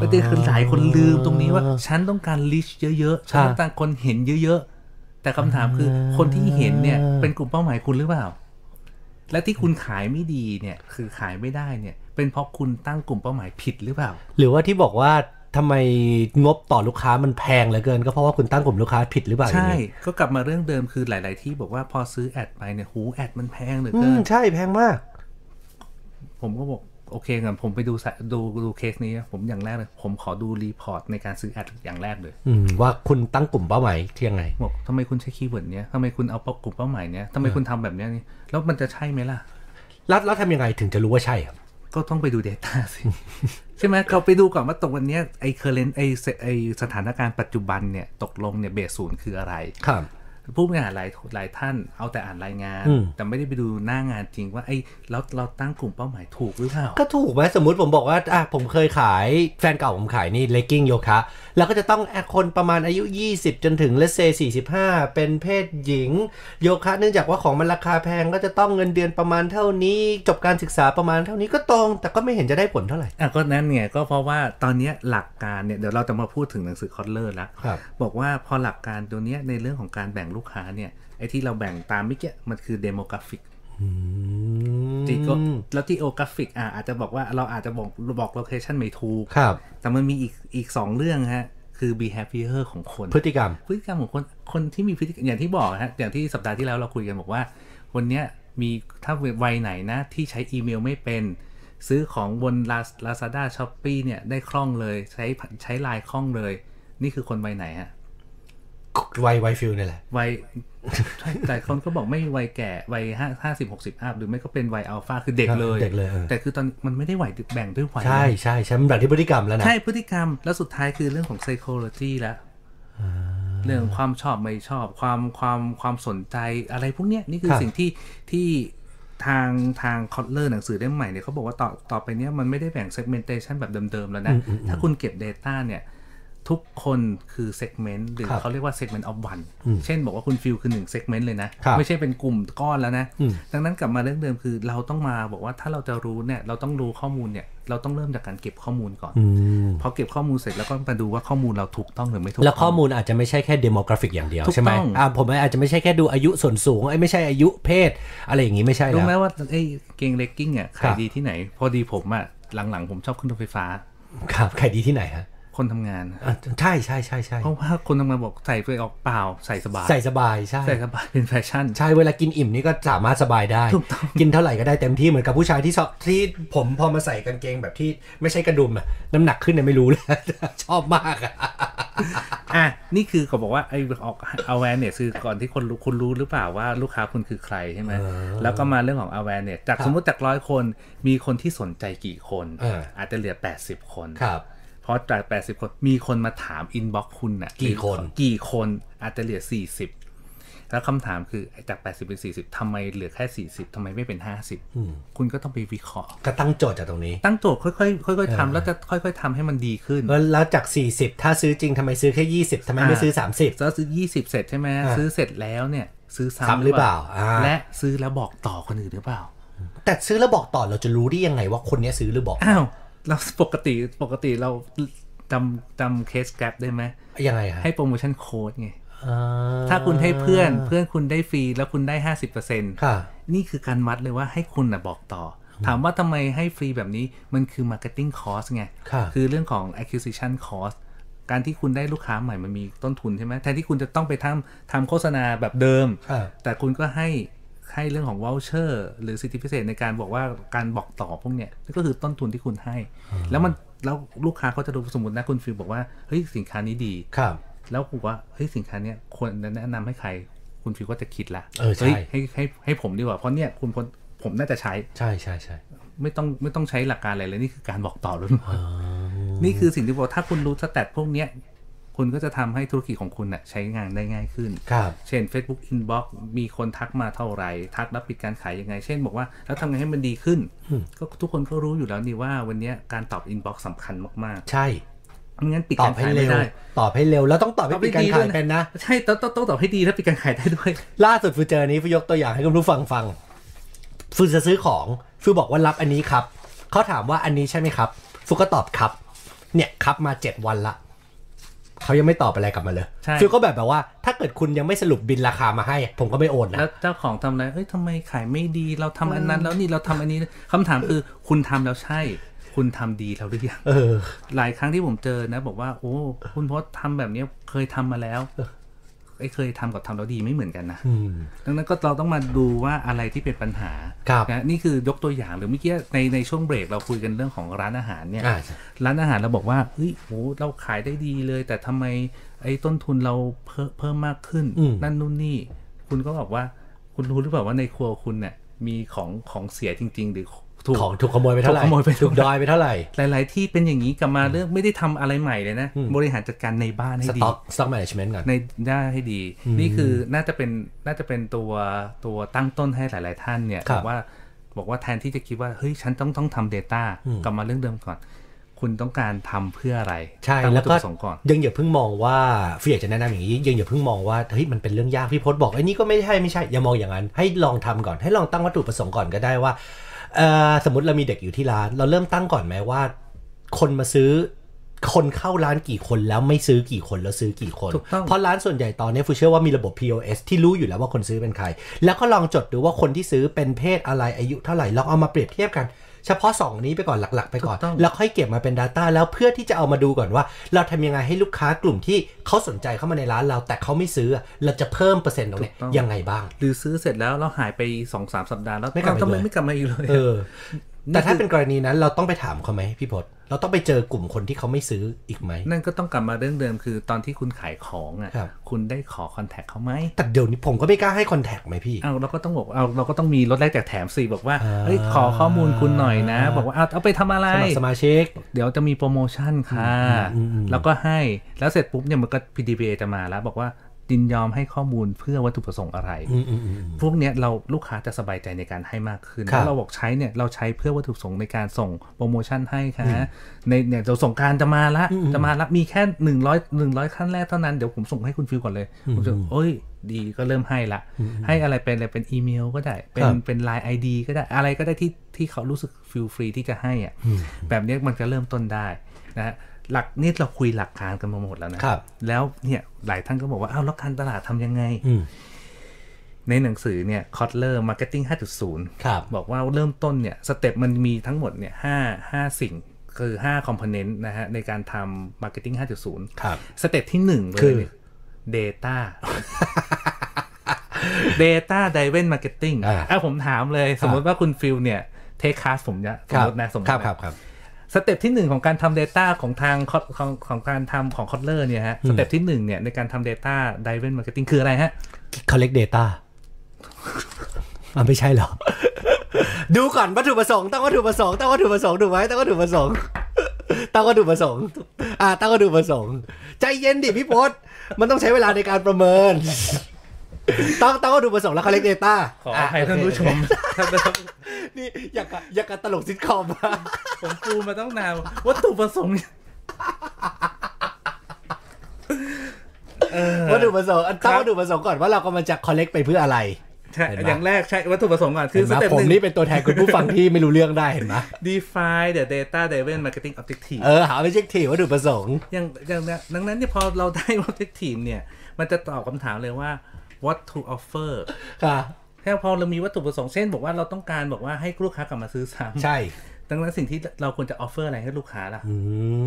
ประเด็นคือหลายคนลืมตรงนี้ว่า ฉันต้องการลิชเยอะๆ ฉันต้องการคนเห็นเยอะๆ แต่คำถามคือคนที่เห็นเนี่ยเป็นกลุ่มเป้าหมายคุณหรือเปล่า และที่คุณขายไม่ดีเนี่ยคือขายไม่ได้เนี่ย เป็นเพราะคุณตั้งกลุ่มเป้าหมายผิดหรือเปล่า หรือว่าที่บอกว่าทำไมงบต่อลูกค้ามันแพงเหลือเกิน ก็เพราะว่าคุณตั้งกลุ่มลูกค้าผิดหรือเปล่าอย่า ใช่ งนี้ ก็กลับมาเรื่องเดิมคือหลาย ๆ ที่บอกว่าพอซื้อแอดไปเนี่ยหูแอดมันแพงเหลือ อื เกิ ม น ใช่แพงมาก ผมก็บอกโอเคงั้นผมไปดูสะดูดูเคสนี้นะผมอย่างแรกเลย ผมขอดูรีพอร์ตในการซื้อแอดอย่างแรกเลย อืม ว่าคุณตั้งกลุ่มเป้าหมายที่ยังไง บอกทำไมคุณใช้คีย์เวิร์ดเนี้ยทำไมคุณเอาเป้ากลุ่มเป้าหมายเนี้ยทำไมคุณทำแบบเนี้ยนี่แล้วมันจะใช่ไหมล่ะ แล้วแล้วทำยังไงถึงจะรู้ว่าใช่ครับ ก็ต้องไปดู Data สิ (laughs) ใช่ไหมเราไปดูก่อนว่าตรงวันเนี้ยไอ้ current ไอ้เซไอ้สถานการณ์ปัจจุบันเนี่ยตกลงเนี่ยเบสศูนย์คืออะไร ครับ ผู้บริหารหลายหลายท่านเอาแต่อ่านรายงาน อืม แต่ไม่ได้ไปดูหน้างานจริงว่าไอ้เราเราตั้งกลุ่มเป้าหมายถูกหรือเปล่า ก็ถูกไหมสมมติผมบอกว่าอ่ะผมเคยขายแฟนเก่าผมขายนี่เลกกิ้งโยคะ แล้วก็จะต้องแอดคนประมาณอายุ 20 จนถึงเลเซ45 เป็นเพศหญิง โยคะเนื่องจากว่าของมันราคาแพงก็จะต้องเงินเดือนประมาณเท่านี้ จบการศึกษาประมาณเท่านี้ก็ตรง แต่ก็ไม่เห็นจะได้ผลเท่าไหร่ อ่ะก็นั่นไงก็เพราะว่าตอนเนี้ยหลักการเนี่ยเดี๋ยวเราจะมาพูดถึงหนังสือคอตเลอร์ละ ครับ บอกว่าพอหลักการตัวเนี้ยในเรื่องของการแบ่งลูกค้าเนี่ยไอ้ที่เราแบ่งตามเมื่อกี้มันคือเดโมกราฟิกจีก็แล้วที่โอกราฟิกอ่ะอาจจะบอกว่าเราอาจจะบอกบอกโลเคชันไม่ถูก ครับ แต่มันมีอีกอีกสองเรื่องฮะคือ behavior ของคน พฤติกรรม พฤติกรรมของคนคนที่มีพฤติกรรมอย่างที่บอกฮะอย่างที่สัปดาห์ที่แล้วเราคุยกันบอกว่า วันเนี้ย มีถ้าวัยไหนนะ ที่ใช้อีเมลไม่เป็น ซื้อของบน Laz- Lazada s h o p e e เนี่ยได้คล่องเลยใช้ใช้ไลน์คล่องเลย นี่คือคนวัยไหนฮะ ไวไวฟิลนี่แหละ วัย แต่คนก็บอกไม่วัยแก่วัยห้าห้าสิบหกสิบอัพหรือไม่ก็เป็นวัยอัลฟาคือเด็ก ครับ เลย เด็กเลยเออ แต่คือตอนมันไม่ได้ไหวแบ่งด้วยวัย ใช่ใช่ใช่มันแบบที่พฤติกรรมแล้วนะ ใช่พฤติกรรมแล้วสุดท้ายคือเรื่องของ psychology แล้วเรื่องความชอบไม่ชอบความความความสนใจอะไรพวกเนี้ยนี่คือ ครับ สิ่งที่ที่ทางทางคอตเลอร์หนังสือเล่มใหม่เนี่ยเขาบอกว่าต่อต่อไปเนี้ยมันไม่ได้แบ่ง segmentation แบบเดิมๆแล้วนะ ถ้าคุณเก็บ Data เนี่ยทุกคนคือ segment หรือเขาเรียกว่า segment of one เช่นบอกว่าคุณฟิลคือหนึ่ง segment เลยนะ ครับ ไม่ใช่เป็นกลุ่มก้อนแล้วนะ ดังนั้นกลับมาเรื่องเดิมคือเราต้องมาบอกว่าถ้าเราจะรู้เนี่ยเราต้องรู้ข้อมูลเนี่ยเราต้องเริ่มจากการเก็บข้อมูลก่อน ม พอเก็บข้อมูลเสร็จแล้วก็มาดูว่าข้อมูลเราถูกต้องหรือไม่ถูก แล้ว ต้ ข้อ อง มูลอาจจะไม่ใช่แค่เดโมกราฟิกอย่างเดียว ถูก ใช่ไหม ต้อง อ่าผมอาจจะไม่ใช่แค่ดูอายุส่วนสูงไอ้ยไม่ใช่อายุเพศ อะไรอย่างนี้ไม่ใช่ รู้ไหม แล้ว ว่าไอ้เกงเลกกิ้งเนี่ย ครั ขาย บ ดีที่ไหน พอดีผมอะหลังๆ ผมชอบขึ้นรถไฟฟ้า ครับใครดีที่ไหนฮะ คนทำงาน อ่ะใช่ใช่ใช่ใช่ เพราะว่าคนทำงานบอกใส่ไปออกเปล่าใส่สบาย ใส่สบายใช่ ใส่สบายเป็นแฟชั่น ใช่เวลากินอิ่มนี่ก็สามารถสบายได้ ถูกต้อง กินเท่าไหร่ก็ได้เต็มที่เหมือนกับผู้ชายที่ชอบที่ผมพอมาใส่กางเกงแบบที่ไม่ใช่กระดุมอะน้ำหนักขึ้นเนี่ยไม่รู้เลย (laughs) ชอบมากอะ อ่ะนี่คือเขาบอกว่าไอ้ออก awareness คือก่อนที่คนรู้คุณรู้หรือเปล่าว่าลูกค้าคุณคือใครใช่ไหมแล้วก็มาเรื่องของ awareness จากสมมติจากร้อยคนมีคนที่สนใจกี่คน เอออ จจะเหลือ 80 คน ครับ เพราะจาก 80 คนมีคนมาถาม inbox คุณน่ะ กี่คน กี่คนอาจจะเหลือ 40 แล้วคำถามคือไอ้จาก 80 เป็น 40ทำไมเหลือแค่ 40ทำไมไม่เป็น 50 คุณก็ต้องไปวิเคราะห์ ก็ตั้งโจทย์จากตรงนี้ ตั้งโจทย์ค่อยๆค่อยๆทำแล้วจะค่อยๆทำให้มันดีขึ้น แล้วแล้วจาก 40 ถ้าซื้อจริงทำไมซื้อแค่ 20ทำไมไม่ อ่า ซื้อ จะซื้อ 20 เสร็จใช่ไหม อ่า ซื้อเสร็จแล้วเนี่ย ซื้อ ซ้ำ ซ้ำ หรือเปล่าอ่า และซื้อแล้วบอกต่อคนอื่นหรือเปล่า 30 แต่ซื้อแล้วบอกต่อเราจะรู้ได้ยังไงว่าคนเนี้ยซื้อหรือบอก อ้าว เราปกติปกติเราจำจำเคสแกลบได้ไหม ยังไงฮะ ให้โปรโมชั่นโค้ดไง อ่ ถ้าคุณให้เพื่อนเพื่อนคุณได้ฟรีแล้วคุณได้ 50% ค่ะ นี่คือการวัดเลยว่าให้คุณนะบอกต่อ ถามว่าทำไมให้ฟรีแบบนี้มันคือ marketing cost ไง ครับ อเรื่องของ acquisition cost การที่คุณได้ลูกค้าใหม่มันมีต้นทุนใช่ไหมแทนที่คุณจะต้องไปทำทำโฆษณาแบบเดิม อ่า แต่คุณก็ให้ให้เรื่องของ voucher หรือสิทธิพิเศษในการบอกว่าการบอกต่อพวกเนี้ยก็คือต้นทุนที่คุณให้ แล้วมันแล้วลูกค้าเขาจะรู้สมมตินะคุณฟิลบอกว่าเฮ้ยสินค้านี้ดี ครับ แล้วผมว่าเฮ้ยสินค้าเนี้ยควรแนะนำให้ใคร คุณฟิวก็จะคิดละ เออใช่ ฮ้ยให้ให้ให้ผมดีกว่า เพราะเนี่ยคุณคนผมน่าจะใช้ ใช่ใช่ใช่ ไม่ต้องไม่ต้องใช้หลักการอะไรเลยนี่คือการบอกต่อล้วนๆนี่คือสิ่งที่บอกถ้าคุณรู้สแตทพวกเนี้ยคุณก็จะทำให้ธุรกิจของคุณน่ะใช้งานได้ง่ายขึ้น ครับ เช่น Facebook Inbox มีคนทักมาเท่าไหร่ ทักรับปิดการขายยังไง เช่นบอกว่า แล้วทำไงให้มันดีขึ้น ก็ทุกคนก็รู้อยู่แล้วนี่ว่าวันเนี้ยการตอบ Inbox สำคัญมาก ใช่ ๆไม่งั้นปิด ตอ การ บให้ ขายไม่ เร็ว ได้ ตอบให้เร็วแล้วต้องตอบให้ปิดการขายเป็นนะ ใช่ต้องต้องต้องตอบให้ดีถ้าปิดการขายได้ด้วย ล่าสุดฟิวเจอร์นี้ฟิวยกตัวอย่างให้คุณผู้ฟังฟังฟิวจะซื้อของฟิวบอกว่ารับอันนี้ครับเขาถามว่าอันนี้ใช่ไหมครับฟิวก็ตอบครับ เนี่ยครับมาเจ็ดวันละเขายังไม่ตอบอะไรกลับมาเลย ใช่ ฟิวก็แบบแบบว่า ถ้าเกิดคุณยังไม่สรุปบินราคามาให้ ผมก็ไม่โอนนะ แล้วเจ้าของทำอะไรเอ้ยทำไมขายไม่ดีเราทำอันนั้นแล้วนี่เราทำอันนี้คำถามคือคุณทำแล้วใช่ คุณทำดีแล้วหรือยัง เออ หลายครั้งที่ผมเจอนะ บอกว่า โอ้คุณพศทำแบบเนี้ยเคยทำมาแล้วไอ้เคยทำกับทำแล้วดีไม่เหมือนกันนะดังนั้นก็เราต้องมาดูว่าอะไรที่เป็นปัญหา ครับ นะนี่คือยกตัวอย่างหรือเมื่อกี้ในในช่วงเบรกเราคุยกันเรื่องของร้านอาหารเนี่ย อ่า ร้านอาหารเราบอกว่าเฮ้ยโหเราขายได้ดีเลย แต่ทำไมไอ้ต้นทุนเราเพิ่มเพิ่มมากขึ้น อืม นั่นนู่นนี่ คุณก็บอกว่า คุณรู้หรือเปล่าว่าในครัวคุณเนี่ยมีของของเสียจริง ๆ หรือถูก ของถูกขโมยไปเท่าไหร่ ถูกขโมยไป ถูกดอยไปเท่าไหร่ หลาย ๆ ที่เป็นอย่างนี้กลับมาเรื่องไม่ได้ทำอะไรใหม่เลยนะ บริหารจัดการในบ้านให้ ส ดี ต็อกสต็อกแมネจเมนต์ก่อน ในได้านให้ดี นี่คือน่าจะเป็นน่าจะเป็นตัวตัวตั้งต้นให้หลาย ๆ ท่านเนี่ยบอกว่าบอกว่าแทนที่จะคิดว่าเฮ้ยฉันต้องต้องทำ Data กลับมาเรื่องเดิมก่อน คุณต้องการทำเพื่ออะไร ใช่ ตั้ง แล้ว ตถุ ก็ ประสงค์ก่อน ยังอย่าเพิ่งมองว่าฟิวอยากจะแนะนำอย่างนี้ยังอย่าเพิ่งมองว่าเฮ้ยมันเป็นเรื่องยากพี่พศบอกไอ้นี่ก็ไม่ใช่ไม่ใช่อย่ามองอย่างนั้น ให้ลองทำก่อนให้ลองตั้งวัตถุประสงค์ก่อนก็ได้ว่าเอ่อสมมติเรามีเด็กอยู่ที่ร้าน เราเริ่มตั้งก่อนไหมว่า คนมาซื้อ คนเข้าร้านกี่คนแล้วไม่ซื้อกี่คนแล้วซื้อกี่คน ถูกต้อง เพราะร้านส่วนใหญ่ตอนนี้ฟูเชื่อว่ามีระบบ POS ที่รู้อยู่แล้วว่าคนซื้อเป็นใคร แล้วก็ลองจดดูว่าคนที่ซื้อเป็นเพศอะไรอายุเท่าไหร่ลองเอามาเปรียบเทียบกัน เฉพาะ 2 นี้ไปก่อนหลักๆ ไปก่อน ถูกต้อง แล้วค่อยเก็บมาเป็น Data แล้วเพื่อที่จะเอามาดูก่อนว่า เราทำยังไงให้ลูกค้ากลุ่มที่เขาสนใจเข้ามาในร้านเรา แต่เขาไม่ซื้ออะเราจะเพิ่มเปอร์เซ็นต์ตรงเนี้ยยังไงบ้าง หรือซื้อเสร็จแล้วเราหายไปสองสามสัปดาห์แล้ว ไม่กลับมา ทำไม อีกเลย ไม่กลับมาอีกเลย เออ แต่ถ้า คือ เป็นกรณีนั้นเราต้องไปถามเขาไหมพี่พศเราต้องไปเจอกลุ่มคนที่เขาไม่ซื้ออีกไหม นั่นก็ต้องกลับมาเรื่องเดิมคือตอนที่คุณขายของอ่ะ ครับ คุณได้ขอคอนแทคเขาไหม แต่เดี๋ยวนี้ผมก็ไม่กล้าให้คอนแทคไหมพี่ เอาเราก็ต้องบอกเอาเราก็ต้องมีรถแรกแจกแถมสิบอกว่า อ่า เฮ้ยขอข้อมูลคุณหน่อยนะ บอกว่าเอาเอาไปทำอะไร สมัครสมาชิก เดี๋ยวจะมีโปรโมชั่นค่ะ อืมอืมอืม แล้วก็ให้ แล้วเสร็จปุ๊บเนี่ยมันก็ PDPA จะมาแล้ว บอกว่ายินยอมให้ข้อมูลเพื่อวัตถุประสงค์อะไร อืมอืมอืมอืม พวกเนี้ยเราลูกค้าจะสบายใจในการให้มากขึ้น ครับ แล้วเราบอกใช้เนี่ยเราใช้เพื่อวัตถุประสงค์ในการส่งโปรโมชั่นให้ค่ะในเนี่ยเราส่งกรารจะมาละจะมาละมีแค่100 100ขั้นแรกเท่านั้นเดี๋ยวผมส่งให้คุณฟิวก่อนเลยผมจะเอ้ยดีก็เริ่มให้ละ ให้อะไรเป็นอะไรเป็นอีเมลก็ได้ เป็นเป็นไลน์ไอดีก็ได้อะไรก็ได้ที่ที่เขารู้สึกฟิลฟรีที่จะให้อ่ะแบบเนี้ยมันจะเริ่มต้นได้นะฮะหลักนี่เราคุยหลักการกันมาหมดแล้วนะครับ แล้วเนี่ยหลายท่านก็บอกว่าอ้าวแล้วการตลาดทำยังไง อืม ในหนังสือเนี่ยคอตเลอร์มาร์เก็ตติ้ง5.0 ครับ บอกว่าเริ่มต้นเนี่ย สเต็ปมันมีทั้งหมดเนี่ยห้าห้าสิ่ง คือ5คอมโพเนนต์นะฮะ ในการทำมาร์เก็ตติ้ง5.0 ครับ สเต็ปที่1เลย คือ เนี่ย Data (laughs) Data d r i v e n Marketing อ่า อ่ะผมถามเลย สมมติว่าคุณฟิลเนี่ยเทคคาสผมเนี่ยสมมตินะสมมติ ครับ นะ ครับครับ สเต็ปที่หนึ่งของการทำ Data ของทาง Cot- ของของการทำของคอตเลอร์เนี่ยฮะ สเต็ปที่หนึ่งเนี่ยในการทำ Data d r i v e n Marketing คืออะไรฮะ collect data มันไม่ใช่เหรอ (laughs) ดูก่อนวัตถุประสงค์ตั้งวัตถุประสงค์ตั้งวัตถุประสงค์ถูกไหมตั้งวัตถุประสงค์ (laughs) ตั้งวัตถุประสงค์อ่าตั้งวัตถุประสงค์ใจเย็นดิพี่พศมันต้องใช้เวลาในการประเมิน (laughs) ตั้งตั้งวัตถุประสงค์แล้ว collect data ขออภัยท่านผู้ชมท่านผู้ชม นี่อยากบอยากบตลกซิทคอมอะ ผมปูมาตั้งนานวัตถุประสงค์ วัตถุประสงค์อันตั้ง ครับ วัตถุประสงค์ก่อนว่าเรากำลังจะ collect ไปเพื่ออะไร ใช่ เห็นปะ อย่างแรกใช่วัตถุประสงค์ก่อน คื เห็ อน ส ไหม เต็ป ผ ห ม นึ่ง นี่เป็นตัวแทนคุณผู้ฟังที่ไม่รู้เรื่องได้เห็นไหม define the data driven marketing objective เออหา objective วัตถุประสงค์ อย่างอย่างนั้นดังนั้นเนี่ยพอเราได้ (laughs) objective เนี่ย มันจะตอบคำถามเลยว่า what to offer ค่ะ แค่พอเรามีวัตถุประสงค์เช่น บอกว่าเราต้องการบอกว่าให้ลูกค้ากลับมาซื้อซ้ำ ใช่ ดังนั้นสิ่งที่เราควรจะ offer อะไรให้ลูกค้าล่ะ อื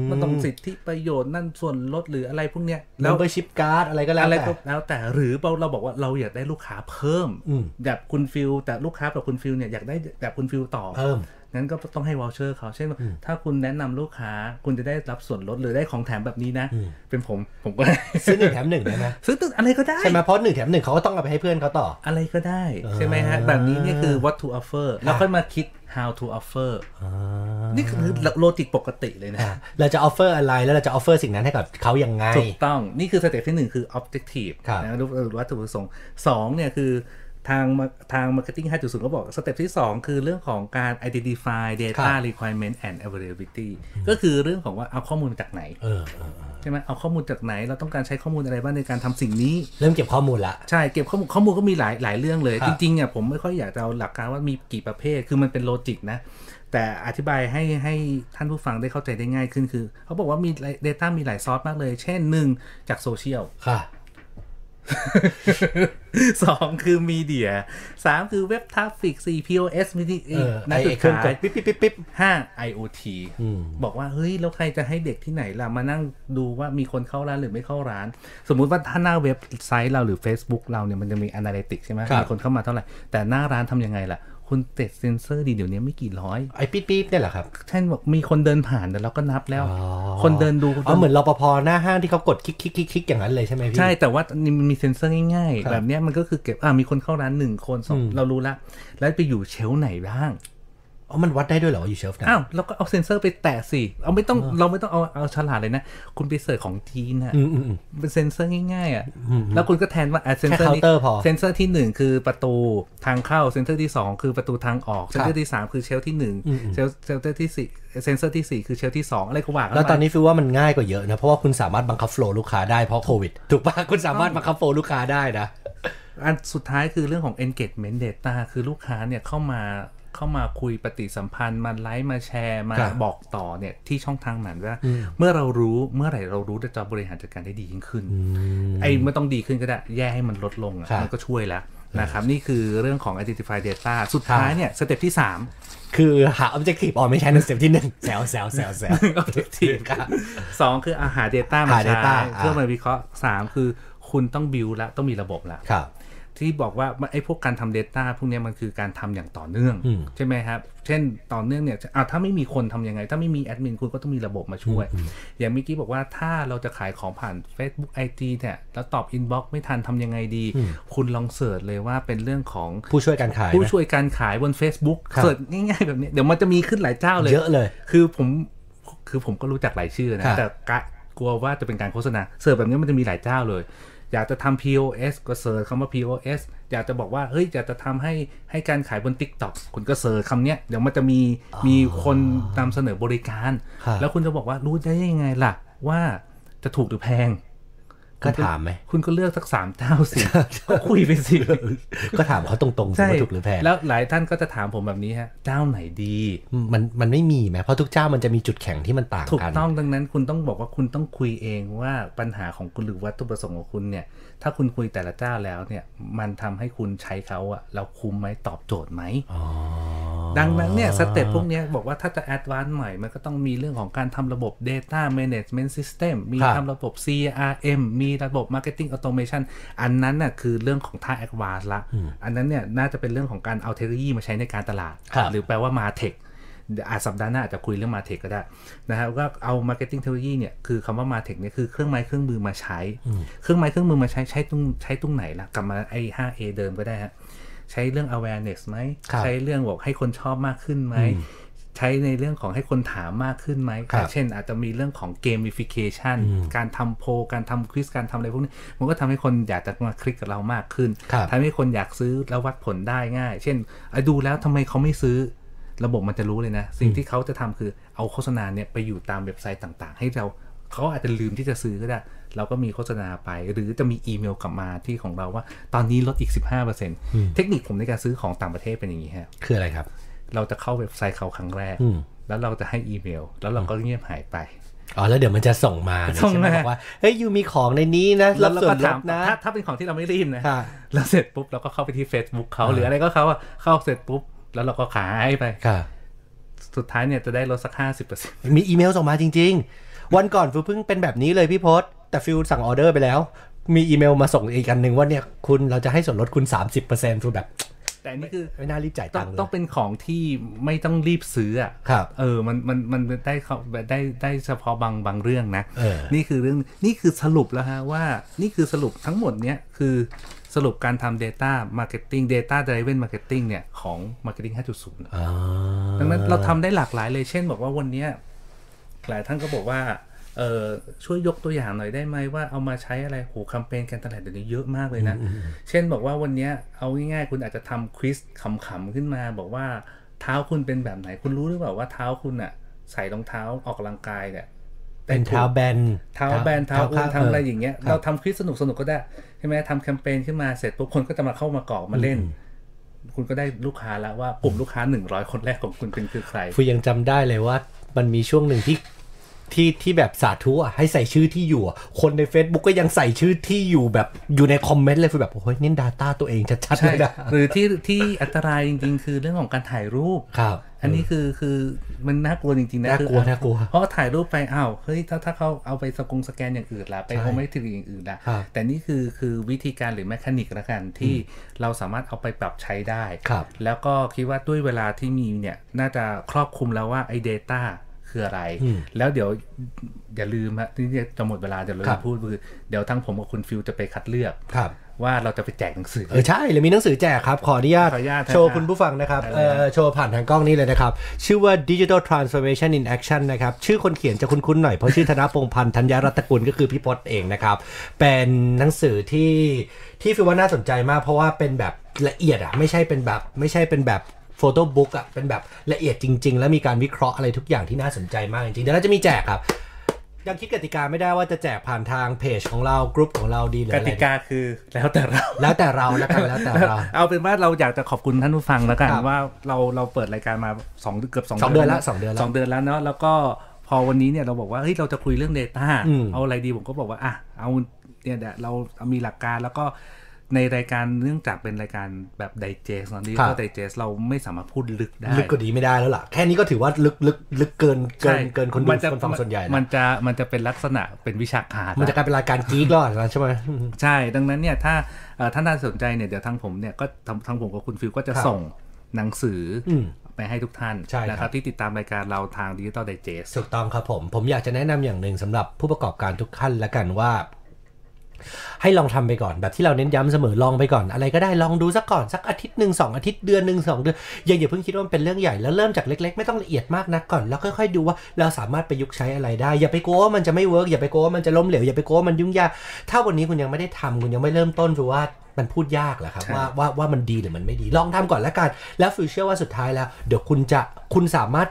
มันต้องสิทธิประโยชน์นั่นส่วนลดหรืออะไรพวกเนี้ย แล้ว membership card อะไรก็แล้ว อะไร แต่ ก็แล้วแต่หรือเราเราบอกว่าเราอยากได้ลูกค้าเพิ่ม อืม แบบคุณฟิลแต่ลูกค้าแบบคุณฟิลเนี่ยอยากได้แบบคุณฟิลต่อ เพิ่ม งั้นก็ต้องให้วอลเชอร์เขาเช่นว่าถ้าคุณแนะนำลูกค้าคุณจะได้รับส่วนลดหรือได้ของแถมแบบนี้นะ อืม เป็นผมผมก็ได้ ซื้อหนึ่งแถมหนึ่งได้ไหม (laughs) ซื้อตึกอะไรก็ได้ ใช่ไหมเพราะหนึ่งแถมหนึ่งเขาก็ต้องเอาไปให้เพื่อนเขาต่อ อะไรก็ได้ อ่า ใช่ไหมฮะแบบนี้เนี่ยคือ what to offer แล้วค่อยมาคิด how to offer อ่า นี่คือโลจิกปกติเลยนะ เราจะ offer อะไรแล้วเราจะ offer สิ่งนั้นให้กับเขายังไง ถูกต้อง นี่คือสเต็ปที่หนึ่งคือ objective ครับ นะรูปวัตถุประสงค์สองเนี่ยคือทางมาทาง marketing 5.0 ก็บอกสเต็ปที่ 2 คือเรื่องของการ identify ครั data บ requirement and availability ก็คือเรื่องของว่าเอาข้อมูลมาจากไหน เออเออเออ ใช่ไหมเอาข้อมูลจากไหน เราต้องการใช้ข้อมูลอะไรบ้างในการทำสิ่งนี้ เริ่มเก็บข้อมูลละ ใช่ เก็บข้อมูลข้อมูลก็มีหลายหลายเรื่องเลย ครับ จริงๆเนี่ยผมไม่ค่อยอยากจะเอาหลักการว่ามีกี่ประเภทคือมันเป็นโลจิกนะ แต่อธิบายให้ให้ท่านผู้ฟังได้เข้าใจได้ง่ายขึ้นคือ เขาบอกว่ามี Data มีหลายซอสมากเลย เช่นหนึ่งจากโซเชียล ค่ะ (laughs) สองคือมีเดียสามคือเว็บทราฟิกสี่ POS มินิ เออ นัก ไอ้ ศึ ไอ้ ก เครื่อง ษาก ดปิ๊บปิ๊บปิ๊บปิ๊บ ห้า IoT อืม บอกว่า เฮ้ย แล้วใครจะให้เด็กที่ไหนล่ะ มานั่งดูว่ามีคนเข้าร้านหรือไม่เข้าร้าน สมมุติว่าถ้าหน้าเว็บไซต์เราหรือ Facebook เราเนี่ย มันจะมี Analytics ใช่ไหม ครับ มีคนเข้ามาเท่าไหร่ แต่หน้าร้านทำยังไงล่ะ คุณติดเซ็นเซอร์ดีเดี๋ยวนี้ไม่กี่ร้อย ไอ้ปิ๊บปิ๊บเนี่ยเหรอครับ เช่นบอกมีคนเดินผ่านแต่เราก็นับแล้ว อ๋อ คนเดินดู เอาเหมือนรปภหน้าห้างที่เขากดคลิกคลิกคลิกคลิกอย่างนั้นเลยใช่ไหมพี่ ใช่แต่ว่ามันมีเซ็นเซอร์ง่าย ครับๆแบบเนี้ยมันก็คือเก็บอ่ามีคนเข้าร้านหนึ่งคนสอง อืม เรารู้ละแล้วไปอยู่เชลฟ์ไหนบ้าง อ๋อมันวัดได้ด้วยเหรอว่าอยู่เชลฟ์ไหน อ้าวเราก็เอาเซ็นเซอร์ไปแตะสิเอาไม่ต้องเราไม่ต้องเอาเอาฉลาดเลยนะ คุณไปเสิร์ชของจีนอะ อืมอืมอืม เป็นเซ็นเซอร์ง่ายๆอ่ะแล้วคุณก็แทนว่าอ่ะเซ็นเซอร์นี้ เคาน์เตอร์พอ เซ็นเซอร์ที่หนึ่งคือประตูทางเข้าเซ็นเซอร์ที่สองคือประตูทางออกเซ็นเซอร์ที่สามคือเชลฟ์ที่หนึ่ง อืมอืม เชลฟ์เซ็นเซอร์ที่สี่เซ็นเซอร์ที่สี่คือเชลฟ์ที่สองอะไรก็ว่ากันไป แล้วตอนนี้ฟิลว่ามันง่ายกว่าเยอะนะ เพราะว่าคุณสามารถบังคับโฟลว์ลูกค้าได้เพราะโควิด ถูกปะคุณสามารถบังคับโฟลว์ลูกค้าได้นะ อันสุดท้ายคือเรื่องของ engagement data คือลูกค้าเนี่ยเข้ามา เข้ามาคุยปฏิสัมพันธ์มาไลค์มาแชร์มา ครับ บอกต่อเนี่ยที่ช่องทางนั้นว่า อืม เมื่อเรารู้เมื่อไหร่เรารู้เราจะบริหารจัดการได้ดียิ่งขึ้น ไอ้ไม่ต้องดีขึ้นก็ได้ แย่ให้มันลดลงอะ ครับ มันก็ช่วยแล้วนะครับ นี่คือเรื่องของ identify data สุดท้าคยรับ เนี่ย สเต็ปที่ (laughs) 3 คือหา objective ออกไม่ใช่ในสเต็ปที่ห (laughs) นึ่งแซวแซวแซวแซว objective ครับ สองคืออาหา data มา หา ใช้ data เพื่อมาวิเคราะห์ 3 คือคุณต้อง build ละต้องมีระบบละ ครับ ที่บอกว่าไอ้พวกการทำ Data พวกเนี้ยมันคือการทำอย่างต่อเนื่อง อืม ใช่ไหมครับ เช่นต่อเนื่องเนี่ยอ่ะถ้าไม่มีคนทำยังไง ถ้าไม่มีแอดมินคุณก็ต้องมีระบบมาช่วย อย่างเมื่อกี้บอกว่าถ้าเราจะขายของผ่าน Facebook IT เนี่ยแล้วตอบ Inbox ไม่ทันทำยังไงดี อืม คุณลองเสิร์ชเลยว่าเป็นเรื่องของ ผู้ช่วยการขายนะ ผู้ช่วยการขายบน Facebook ครับ เสิร์ชง่ายๆแบบนี้เดี๋ยวมันจะมีขึ้นหลายเจ้าเลย เยอะเลย คือผมคือผมก็รู้จักหลายชื่อนะ ค่ะ แต่กะกลัวว่าจะเป็นการโฆษณาเสิร์ฟแบบนี้มันจะมีหลายเจ้าเลย อยากจะทำ POS ก็เสิร์ชคำว่า POS อยากจะบอกว่าเฮ้ยอยากจะทำให้ให้การขายบน TikTok คุณก็เสิร์ชคำเนี้ยเดี๋ยวมันจะมีมีคนนำเสนอบริการ ค่ะ แล้วคุณจะบอกว่ารู้ได้ยังไงล่ะ ว่าจะถูกหรือแพง ก็ถามไหม คุณก็เลือกสักสามเจ้า (laughs) สิ ก็คุยไปสิ ก็ถามเขาตรงๆสิว่าถูกหรือแพง แล้วหลายท่านก็จะถามผมแบบนี้ฮะเจ้าไหนดี มันมันไม่มีไหมเพราะทุกเจ้ามันจะมีจุดแข็งที่มันต่าง ถูก กัน ต้องดังนั้นคุณต้องบอกว่าคุณต้องคุยเองว่าปัญหาของคุณหรือวัตถุประสงค์ของคุณเนี่ย ถ้าคุณคุยแต่ละเจ้าแล้วเนี่ย มันทำให้คุณใช้เขาอะเราคุ้มไหมตอบโจทย์ไหม อ๋อ ดังนั้นเนี่ยสเต็ปพวกเนี้ยบอกว่าถ้าจะแอดวานซ์ใหม่มันก็ต้องมีเรื่องของการทำระบบ Data Management System มี ครับ ทำระบบ CRM มีระบบ Marketing Automation อันนั้นน่ะคือเรื่องของท่าแอดวานซ์ละ อันนั้นเนี่ยน่าจะเป็นเรื่องของการเอาเทคโนโลยีมาใช้ในการตลาด ครับ หรือแปลว่ามาเทคอาจสัปดาห์หน้าอาจจะคุยเรื่องมาเทคก็ได้นะครับก็เอา Marketing Technology เนี่ยคือคำว่ามาเทคเนี่ยคือเครื่องไม้เครื่องมือมาใช้ เครื่องไม้เครื่องมือมาใช้ใช้ตรงใช้ตรงไหนล่ะกลับมาไอ้ 5A เดิมก็ได้ฮะใช้เรื่อง awareness ไหม ครับ ใช้เรื่องบอกให้คนชอบมากขึ้นไหม ใช้ในเรื่องของให้คนถามมากขึ้นไหม ครับ เช่นอาจจะมีเรื่องของเกม i ิฟิเคชัน อืม การทำโพลการทำควิสการทำอะไรพวกนี้ มันก็ทำให้คนอยากจะมาคลิกกับเรามากขึ้น ครับ ทำให้คนอยากซื้อแล้ววัดผลได้ง่าย เช่นอ่ะดูแล้วทำไมเขาไม่ซื้อ ระบบมันจะรู้เลยนะ สิ่งที่เขาจะทำคือเอาโฆษณาเนี่ยไปอยู่ตามเว็บไซต์ต่างๆ ให้เราเขาอาจจะลืมที่จะซื้อก็ได้ เราก็มีโฆษณาไป หรือจะมีอีเมลกลับมาที่ของเราว่า ตอนนี้ลดอีก 15%เทคนิคผมในการซื้อของต่างประเทศเป็นอย่างนี้ฮะ คืออะไรครับ เราจะเข้าเว็บไซต์เขาครั้งแรก อืม แล้วเราจะให้อีเมล แล้วเราก็เงียบหายไป อ๋อแล้วเดี๋ยวมันจะส่งมาเนี่ย ส่ง ใช่ไหม มา บอกว่าเฮ้ยยูมีของในนี้นะรับ แล้ว ส่ว ก็ นล ถาม ดนะ ถ้าถ้าเป็นของที่เราไม่รีบนะ ค่ะ แล้วเสร็จปุ๊บเราก็เข้าไปที่ Facebook เขาหรืออะไรก็เขาอะเข้าเสร็จปุ๊บ แล้วเราก็ขายไป ค่ะ สุดท้ายเนี่ยจะได้ลดสัก 50% มีอีเมลส่งมาจริง ๆ วันก่อนฟิวเพิ่งเป็นแบบนี้เลยพี่พศแต่ฟิวสั่งออเดอร์ไปแล้ว มีอีเมลมาส่งอีกอันหนึ่งว่าเนี่ยคุณเราจะให้ส่วนลดคุณ 30%ฟิวแบบ แต่อันนี่คือ ไม่น่ารีบจ่าย ต้ ตั องงค์เล ต้อง ย เป็นของที่ไม่ต้องรีบซื้ออ่ะ ครับ เออ มันมันมันได้เขาได้ได้เฉพาะบางบางเรื่องนะ เออ นี่คือเรื่องนี่คือสรุปแล้วฮะว่า นี่คือสรุปทั้งหมดเนี้ยคือสรุปการทำ Data Marketing Data Driven Marketing เนี่ยของ Marketing 5.0 อ๋อ ดังนั้นเราทำได้หลากหลายเลย เช่น บอกว่าวันเนี้ยหลายท่านก็บอกว่าเออช่วยยกตัวอย่างหน่อยได้ไหมว่าเอามาใช้อะไรโหแคมเปญการตลาดเดี๋ยวนี้เยอะมากเลยนะ เช่นบอกว่าวันเนี้ยเอาง่ายๆ คุณอาจจะทำควิสขำๆขึ้นมา บอกว่าเท้าคุณเป็นแบบไหนคุณรู้หรือเปล่าว่าเท้าคุณอะใส่รองเท้าออกกำลังกายเนี่ย เป็นเท้าแบน เท้าแบนเท้าอุ้งเท้าอะไรอย่างเงี้ยเราทำควิสสนุกๆก็ได้ใช่ไหมทำแคมเปญขึ้นมาเสร็จปุ๊บคนก็จะมาเข้ามากรอกมาเล่น คุณก็ได้ลูกค้าแล้วว่ากลุ่มลูกค้า 100 คนแรกของคุณเป็นคือใคร ฟิวยังจำได้เลยว่า มันมีช่วงหนึ่งที่ที่ที่แบบสาธุอ่ะให้ใส่ชื่อที่อยู่อะคนใน Facebook ก็ยังใส่ชื่อที่อยู่แบบอยู่ในคอมเมนต์เลยฟิวแบบโอ้ยนี่ Data ตัวเองชัดๆเล ใช่ ยนะ หรือที่ที่อันตรายจริงๆ คือเรื่องของการถ่ายรูป ครับ อันนี้คือคือมันน่ากลัวจริงๆนะ น่ากลัว คือ น่ากลัว เพราะถ่ายรูปไปอ้าวเฮ้ยถ้าถ้าเขาเอาไปสกงสแกนอย่างอื่นละไป ใช่ โฮมไม่ถึงอย่างอื่นละ ครับ แต่นี่คือคือวิธีการหรือแมคานิกละกันที่เราสามารถเอาไปปรับใช้ได้ ครับ แล้วก็คิดว่าด้วยเวลาที่มีเนี่ยน่าจะครอบคลุมแล้วว่าไอ้ Data คืออะไร อืม แล้วเดี๋ยวอย่าลืมฮะที่จะหมดเวลาเดี๋ยวเรา ครับ พูดคือเดี๋ยวทั้งผมกับคุณฟิลจะไปคัดเลือก ครับ ว่าเราจะไปแจกหนังสือ เออใช่เลยมีหนังสือแจกครับ ขออนุญาต ขออนุญาต โชว์ นะครับ คุณผู้ฟังนะครับ ได้เลย เอ่อโชว์ผ่านทางกล้องนี้เลยนะครับ ชื่อว่า Digital Transformation in Action นะครับ ชื่อคนเขียนจะคุ้นๆหน่อย เพราะชื่อธนพงษ์พันธ์ธัญญรัตนกุลก็คือพี่พศเองนะครับ เป็นหนังสือที่ที่ฟิวว่าน่าสนใจมาก เพราะว่าเป็นแบบละเอียดอ่ะไม่ใช่เป็นแบบไม่ใช่เป็นแบบโฟโต้บุ๊กอ่ะเป็นแบบละเอียดจริง ๆ แล้วมีการวิเคราะห์อะไรทุกอย่างที่น่าสนใจมากจริงๆเดี๋ยวเราจะมีแจกครับ ยังคิดกติกาไม่ได้ว่าจะแจกผ่านทางเพจของเรากรุ๊ปของเราดีหรือก อะไร ติกาคือแล้วแต่เรา แล้วแต่เราแล้วกันแล้วแต่เรา เอาเป็นว่าเราอยากจะขอบคุณท่านผู้ฟังแล้วกัน ครับ ว่าเราเราเปิดรายการมาสองเกือบสอง สองเดือนละสองเดือนละ สองเดือนแล้วเนาะแล้วก็พอวันนี้เนี่ยเราบอกว่าเฮ้ยเราจะคุยเรื่อง Data อืม เอาอะไรดีผมก็บอกว่าอ่ะเอาเนี่ยเดี๋ยวเรามีหลักการแล้วก็ในรายการเนื่องจากเป็นรายการแบบ digest เนอะนี่ ครั ก็ บ digest เราไม่สามารถพูดลึกได้ ลึกกว่านี้ไม่ได้แล้วล่ะ แค่นี้ก็ถือว่าลึกลึกลึกเกินเกิน ใช่ เกินคนดู มัจะ คนฟังส่วนใหญ่ มั นะ นจะมันจะเป็นลักษณะเป็นวิชาการ มันจะกลายเป็นรายการกี๊กแล้วอะใช่ไหม ใช่ ดังนั้นเนี่ยถ้าเอ่อท่านน่าสนใจเนี่ยเดี๋ยวทางผมเนี่ยก็ทางทางผมกับคุณฟิวก็จะ ครับ ส่งหนังสืออ ม ไปให้ทุกท่าน ใช่ครับ นะครับ ที่ติดตามรายการเราทางดิจิตอลไดเจส ถูกต้องครับผม ผมอยากจะแนะนำอย่างหนึ่งสำหรับผู้ประกอบการทุกท่านละกันว่า ให้ลองทำไปก่อนแบบที่เราเน้นย้ำเสมอลองไปก่อน อะไรก็ได้ลองดูสักก่อนสักอาทิตย์หนึ่งสองอาทิตย์เดือนหนึ่งสองเดือนอย่าอย่าเพิ่งคิดว่ามันเป็นเรื่องใหญ่แล้วเริ่มจากเล็ก ๆ ไม่ต้องละเอียดมากนักก่อนแล้วค่อยๆดูว่าเราสามารถประยุกต์ใช้อะไรได้ อย่าไปกลัวว่ามันจะไม่เวิร์กอย่าไปกลัวว่ามันจะล้มเหลวอย่าไปกลัวว่ามันยุ่งยากถ้าวันนี้คุณยังไม่ได้ทำคุณยังไม่เริ่มต้นคือว่ามันพูดยากเหรอครับ ใช่ ว่าว่าว่ามันดีหรือมันไม่ดีลองทำก่อนละกัน แล้วฟิวเชื่อว่าสุดท้ายแล้ว เดี๋ยวคุณจะคุณสามารถ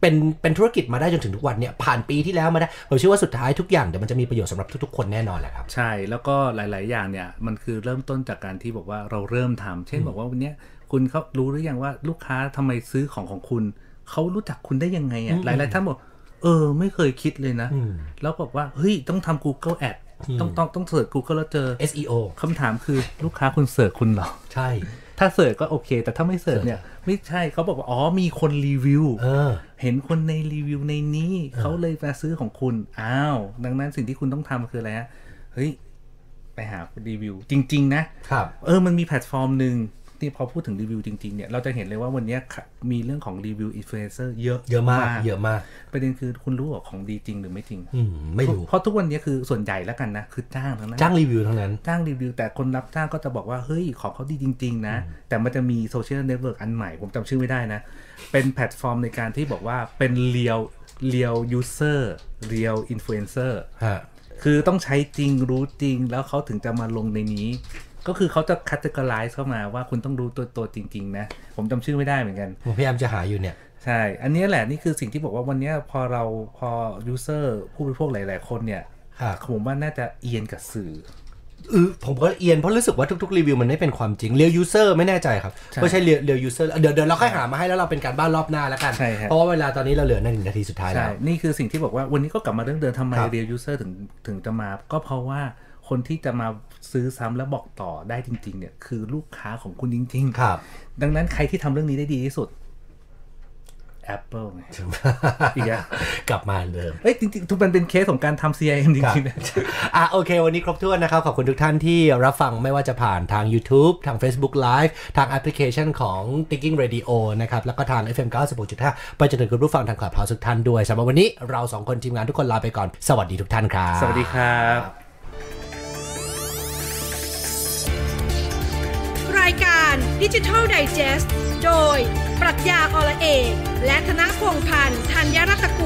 เป็นเป็นธุรกิจมาได้จนถึงทุกวันเนี่ยผ่านปีที่แล้วมาได้ผมเชื่อว่าสุดท้ายทุกอย่างเดี๋ยวมันจะมีประโยชน์สำหรับทุกๆคนแน่นอนแหละครับ ใช่แล้วก็หลาย ๆ อย่างเนี่ยมันคือเริ่มต้นจากการที่บอกว่าเราเริ่มทำเช่นบอกว่าวันเนี้ยคุณเขารู้หรือยังว่าลูกค้าทำไมซื้อของของคุณ เขารู้จักคุณได้ยังไงอ่ะหลาย ๆ ท่านบอกเออ ไม่เคยคิดเลยนะ อืม แล้วบอกว่าเฮ้ยต้องทำ Google Ad อืม ต้องต้องต้องเสิร์ช Google แล้วเจอ SEO คำถามคือลูกค้าคุณเสิร์ชคุณเหรอ ใช่ ถ้าเสิร์ชก็โอเค แต่ถ้าไม่เสิร์ชเนี่ย ไม่ใช่เขาบอกว่าอ๋อมีคนรีวิว เออ เห็นคนในรีวิวในนี้ เขาเลยมาซื้อของคุณ อ้าว ดังนั้นสิ่งที่คุณต้องทำคืออะไรฮะเฮ้ย ไปหารีวิว จริง ๆ นะ ครับ เออ มันมีแพลตฟอร์มหนึ่งที่พอพูดถึงรีวิวจริง ๆ เนี่ย เราจะเห็นเลยว่าวันเนี้ยค่ะมีเรื่องของรีวิวอินฟลูเอนเซอร์เยอะ เยอะมาก เยอะมาก ประเด็นคือคุณรู้เหรอของดีจริงหรือไม่จริง อืม ไม่รู้ เพราะทุกวันเนี้ยคือส่วนใหญ่แล้วกันนะ คือจ้างทั้งนั้น จ้างรีวิวทั้งนั้น จ้างรีวิว แต่คนรับจ้างก็จะบอกว่าเฮ้ยของเขาดีจริง ๆ นะ แต่มันจะมีโซเชียลเน็ตเวิร์กอันใหม่ ผมจำชื่อไม่ได้นะ เป็นแพลตฟอร์มในการที่บอกว่าเป็นเรียวเรียวยูเซอร์เรียวอินฟลูเอนเซอร์ ฮะ คือต้องใช้จริงรู้จริง แล้วเขาถึงจะมาลงในนี้ ก็คือเขาจะคัดเจอร์ไลซ์เข้ามาว่าคุณต้องรู้ตัวตัวจริง ๆ นะ ผมจำชื่อไม่ได้เหมือนกัน ผมพยายามจะหาอยู่เนี่ย ใช่ อันนี้แหละนี่คือสิ่งที่บอกว่าวันเนี้ยพอเราพอยูเซอร์ผู้บริโภคหลาย ๆ คนเนี่ย ครับ ผมว่าน่าจะเอียนกับสื่อ เออผมก็เอียนเพราะรู้สึกว่าทุกๆรีวิวมันไม่เป็นความจริงเรียวยูเซอร์ไม่แน่ใจครับไม่ใช่เรียวเรียวยูเซอร์เดี๋ยวเดี๋ยวเราค่อยหามาให้แล้วเราเป็นการบ้านรอบหน้าแล้วกัน ใช่ครับ เพราะว่าเวลาตอนนี้เราเหลือหนึ่งนาทีสุดท้ายแล้ ใช่ ว นี่คือสิ่งที่บอกว่าวันนี้ก็กลับมาเรื่องเดิมทำไม ครับ เรียลยูเซอร์ถึงถึงจะมา ก็เพราะว่าคนที่จะมาซื้อซ้ำแล้วบอกต่อได้จริง ๆ เนี่ย คือลูกค้าของคุณจริงๆ ครับ (laughs) ดังนั้นใครที่ทำเรื่องนี้ได้ดีที่สุด Apple ไงอีกอะ กลับมาเดิม เอ้ยจริงๆ ทุกมันเป็นเคสของการทำ CIM จริงๆนะ อ่ะโอเค วันนี้ครบถ้วนนะครับ ขอบคุณทุกท่านที่รับฟังไม่ว่าจะผ่านทาง YouTube ทาง Facebook Live ทางแอปพลิเคชันของ Thinking Radio นะครับ แล้วก็ทาง FM 96.5 ไปจนถึงคุณผู้ฟังทางคลับเฮาส์ทุกท่านด้วยสำหรับวันนี้เราสองคนทีมงานทุกคนลาไปก่อน สวัสดีทุกท่านครับ สวัสดีครับ รายการดิจิทัลไดจ e s t โดย ปรัชญาอละเอกและธนพงษ์พันธ์ธัญรัตนกุล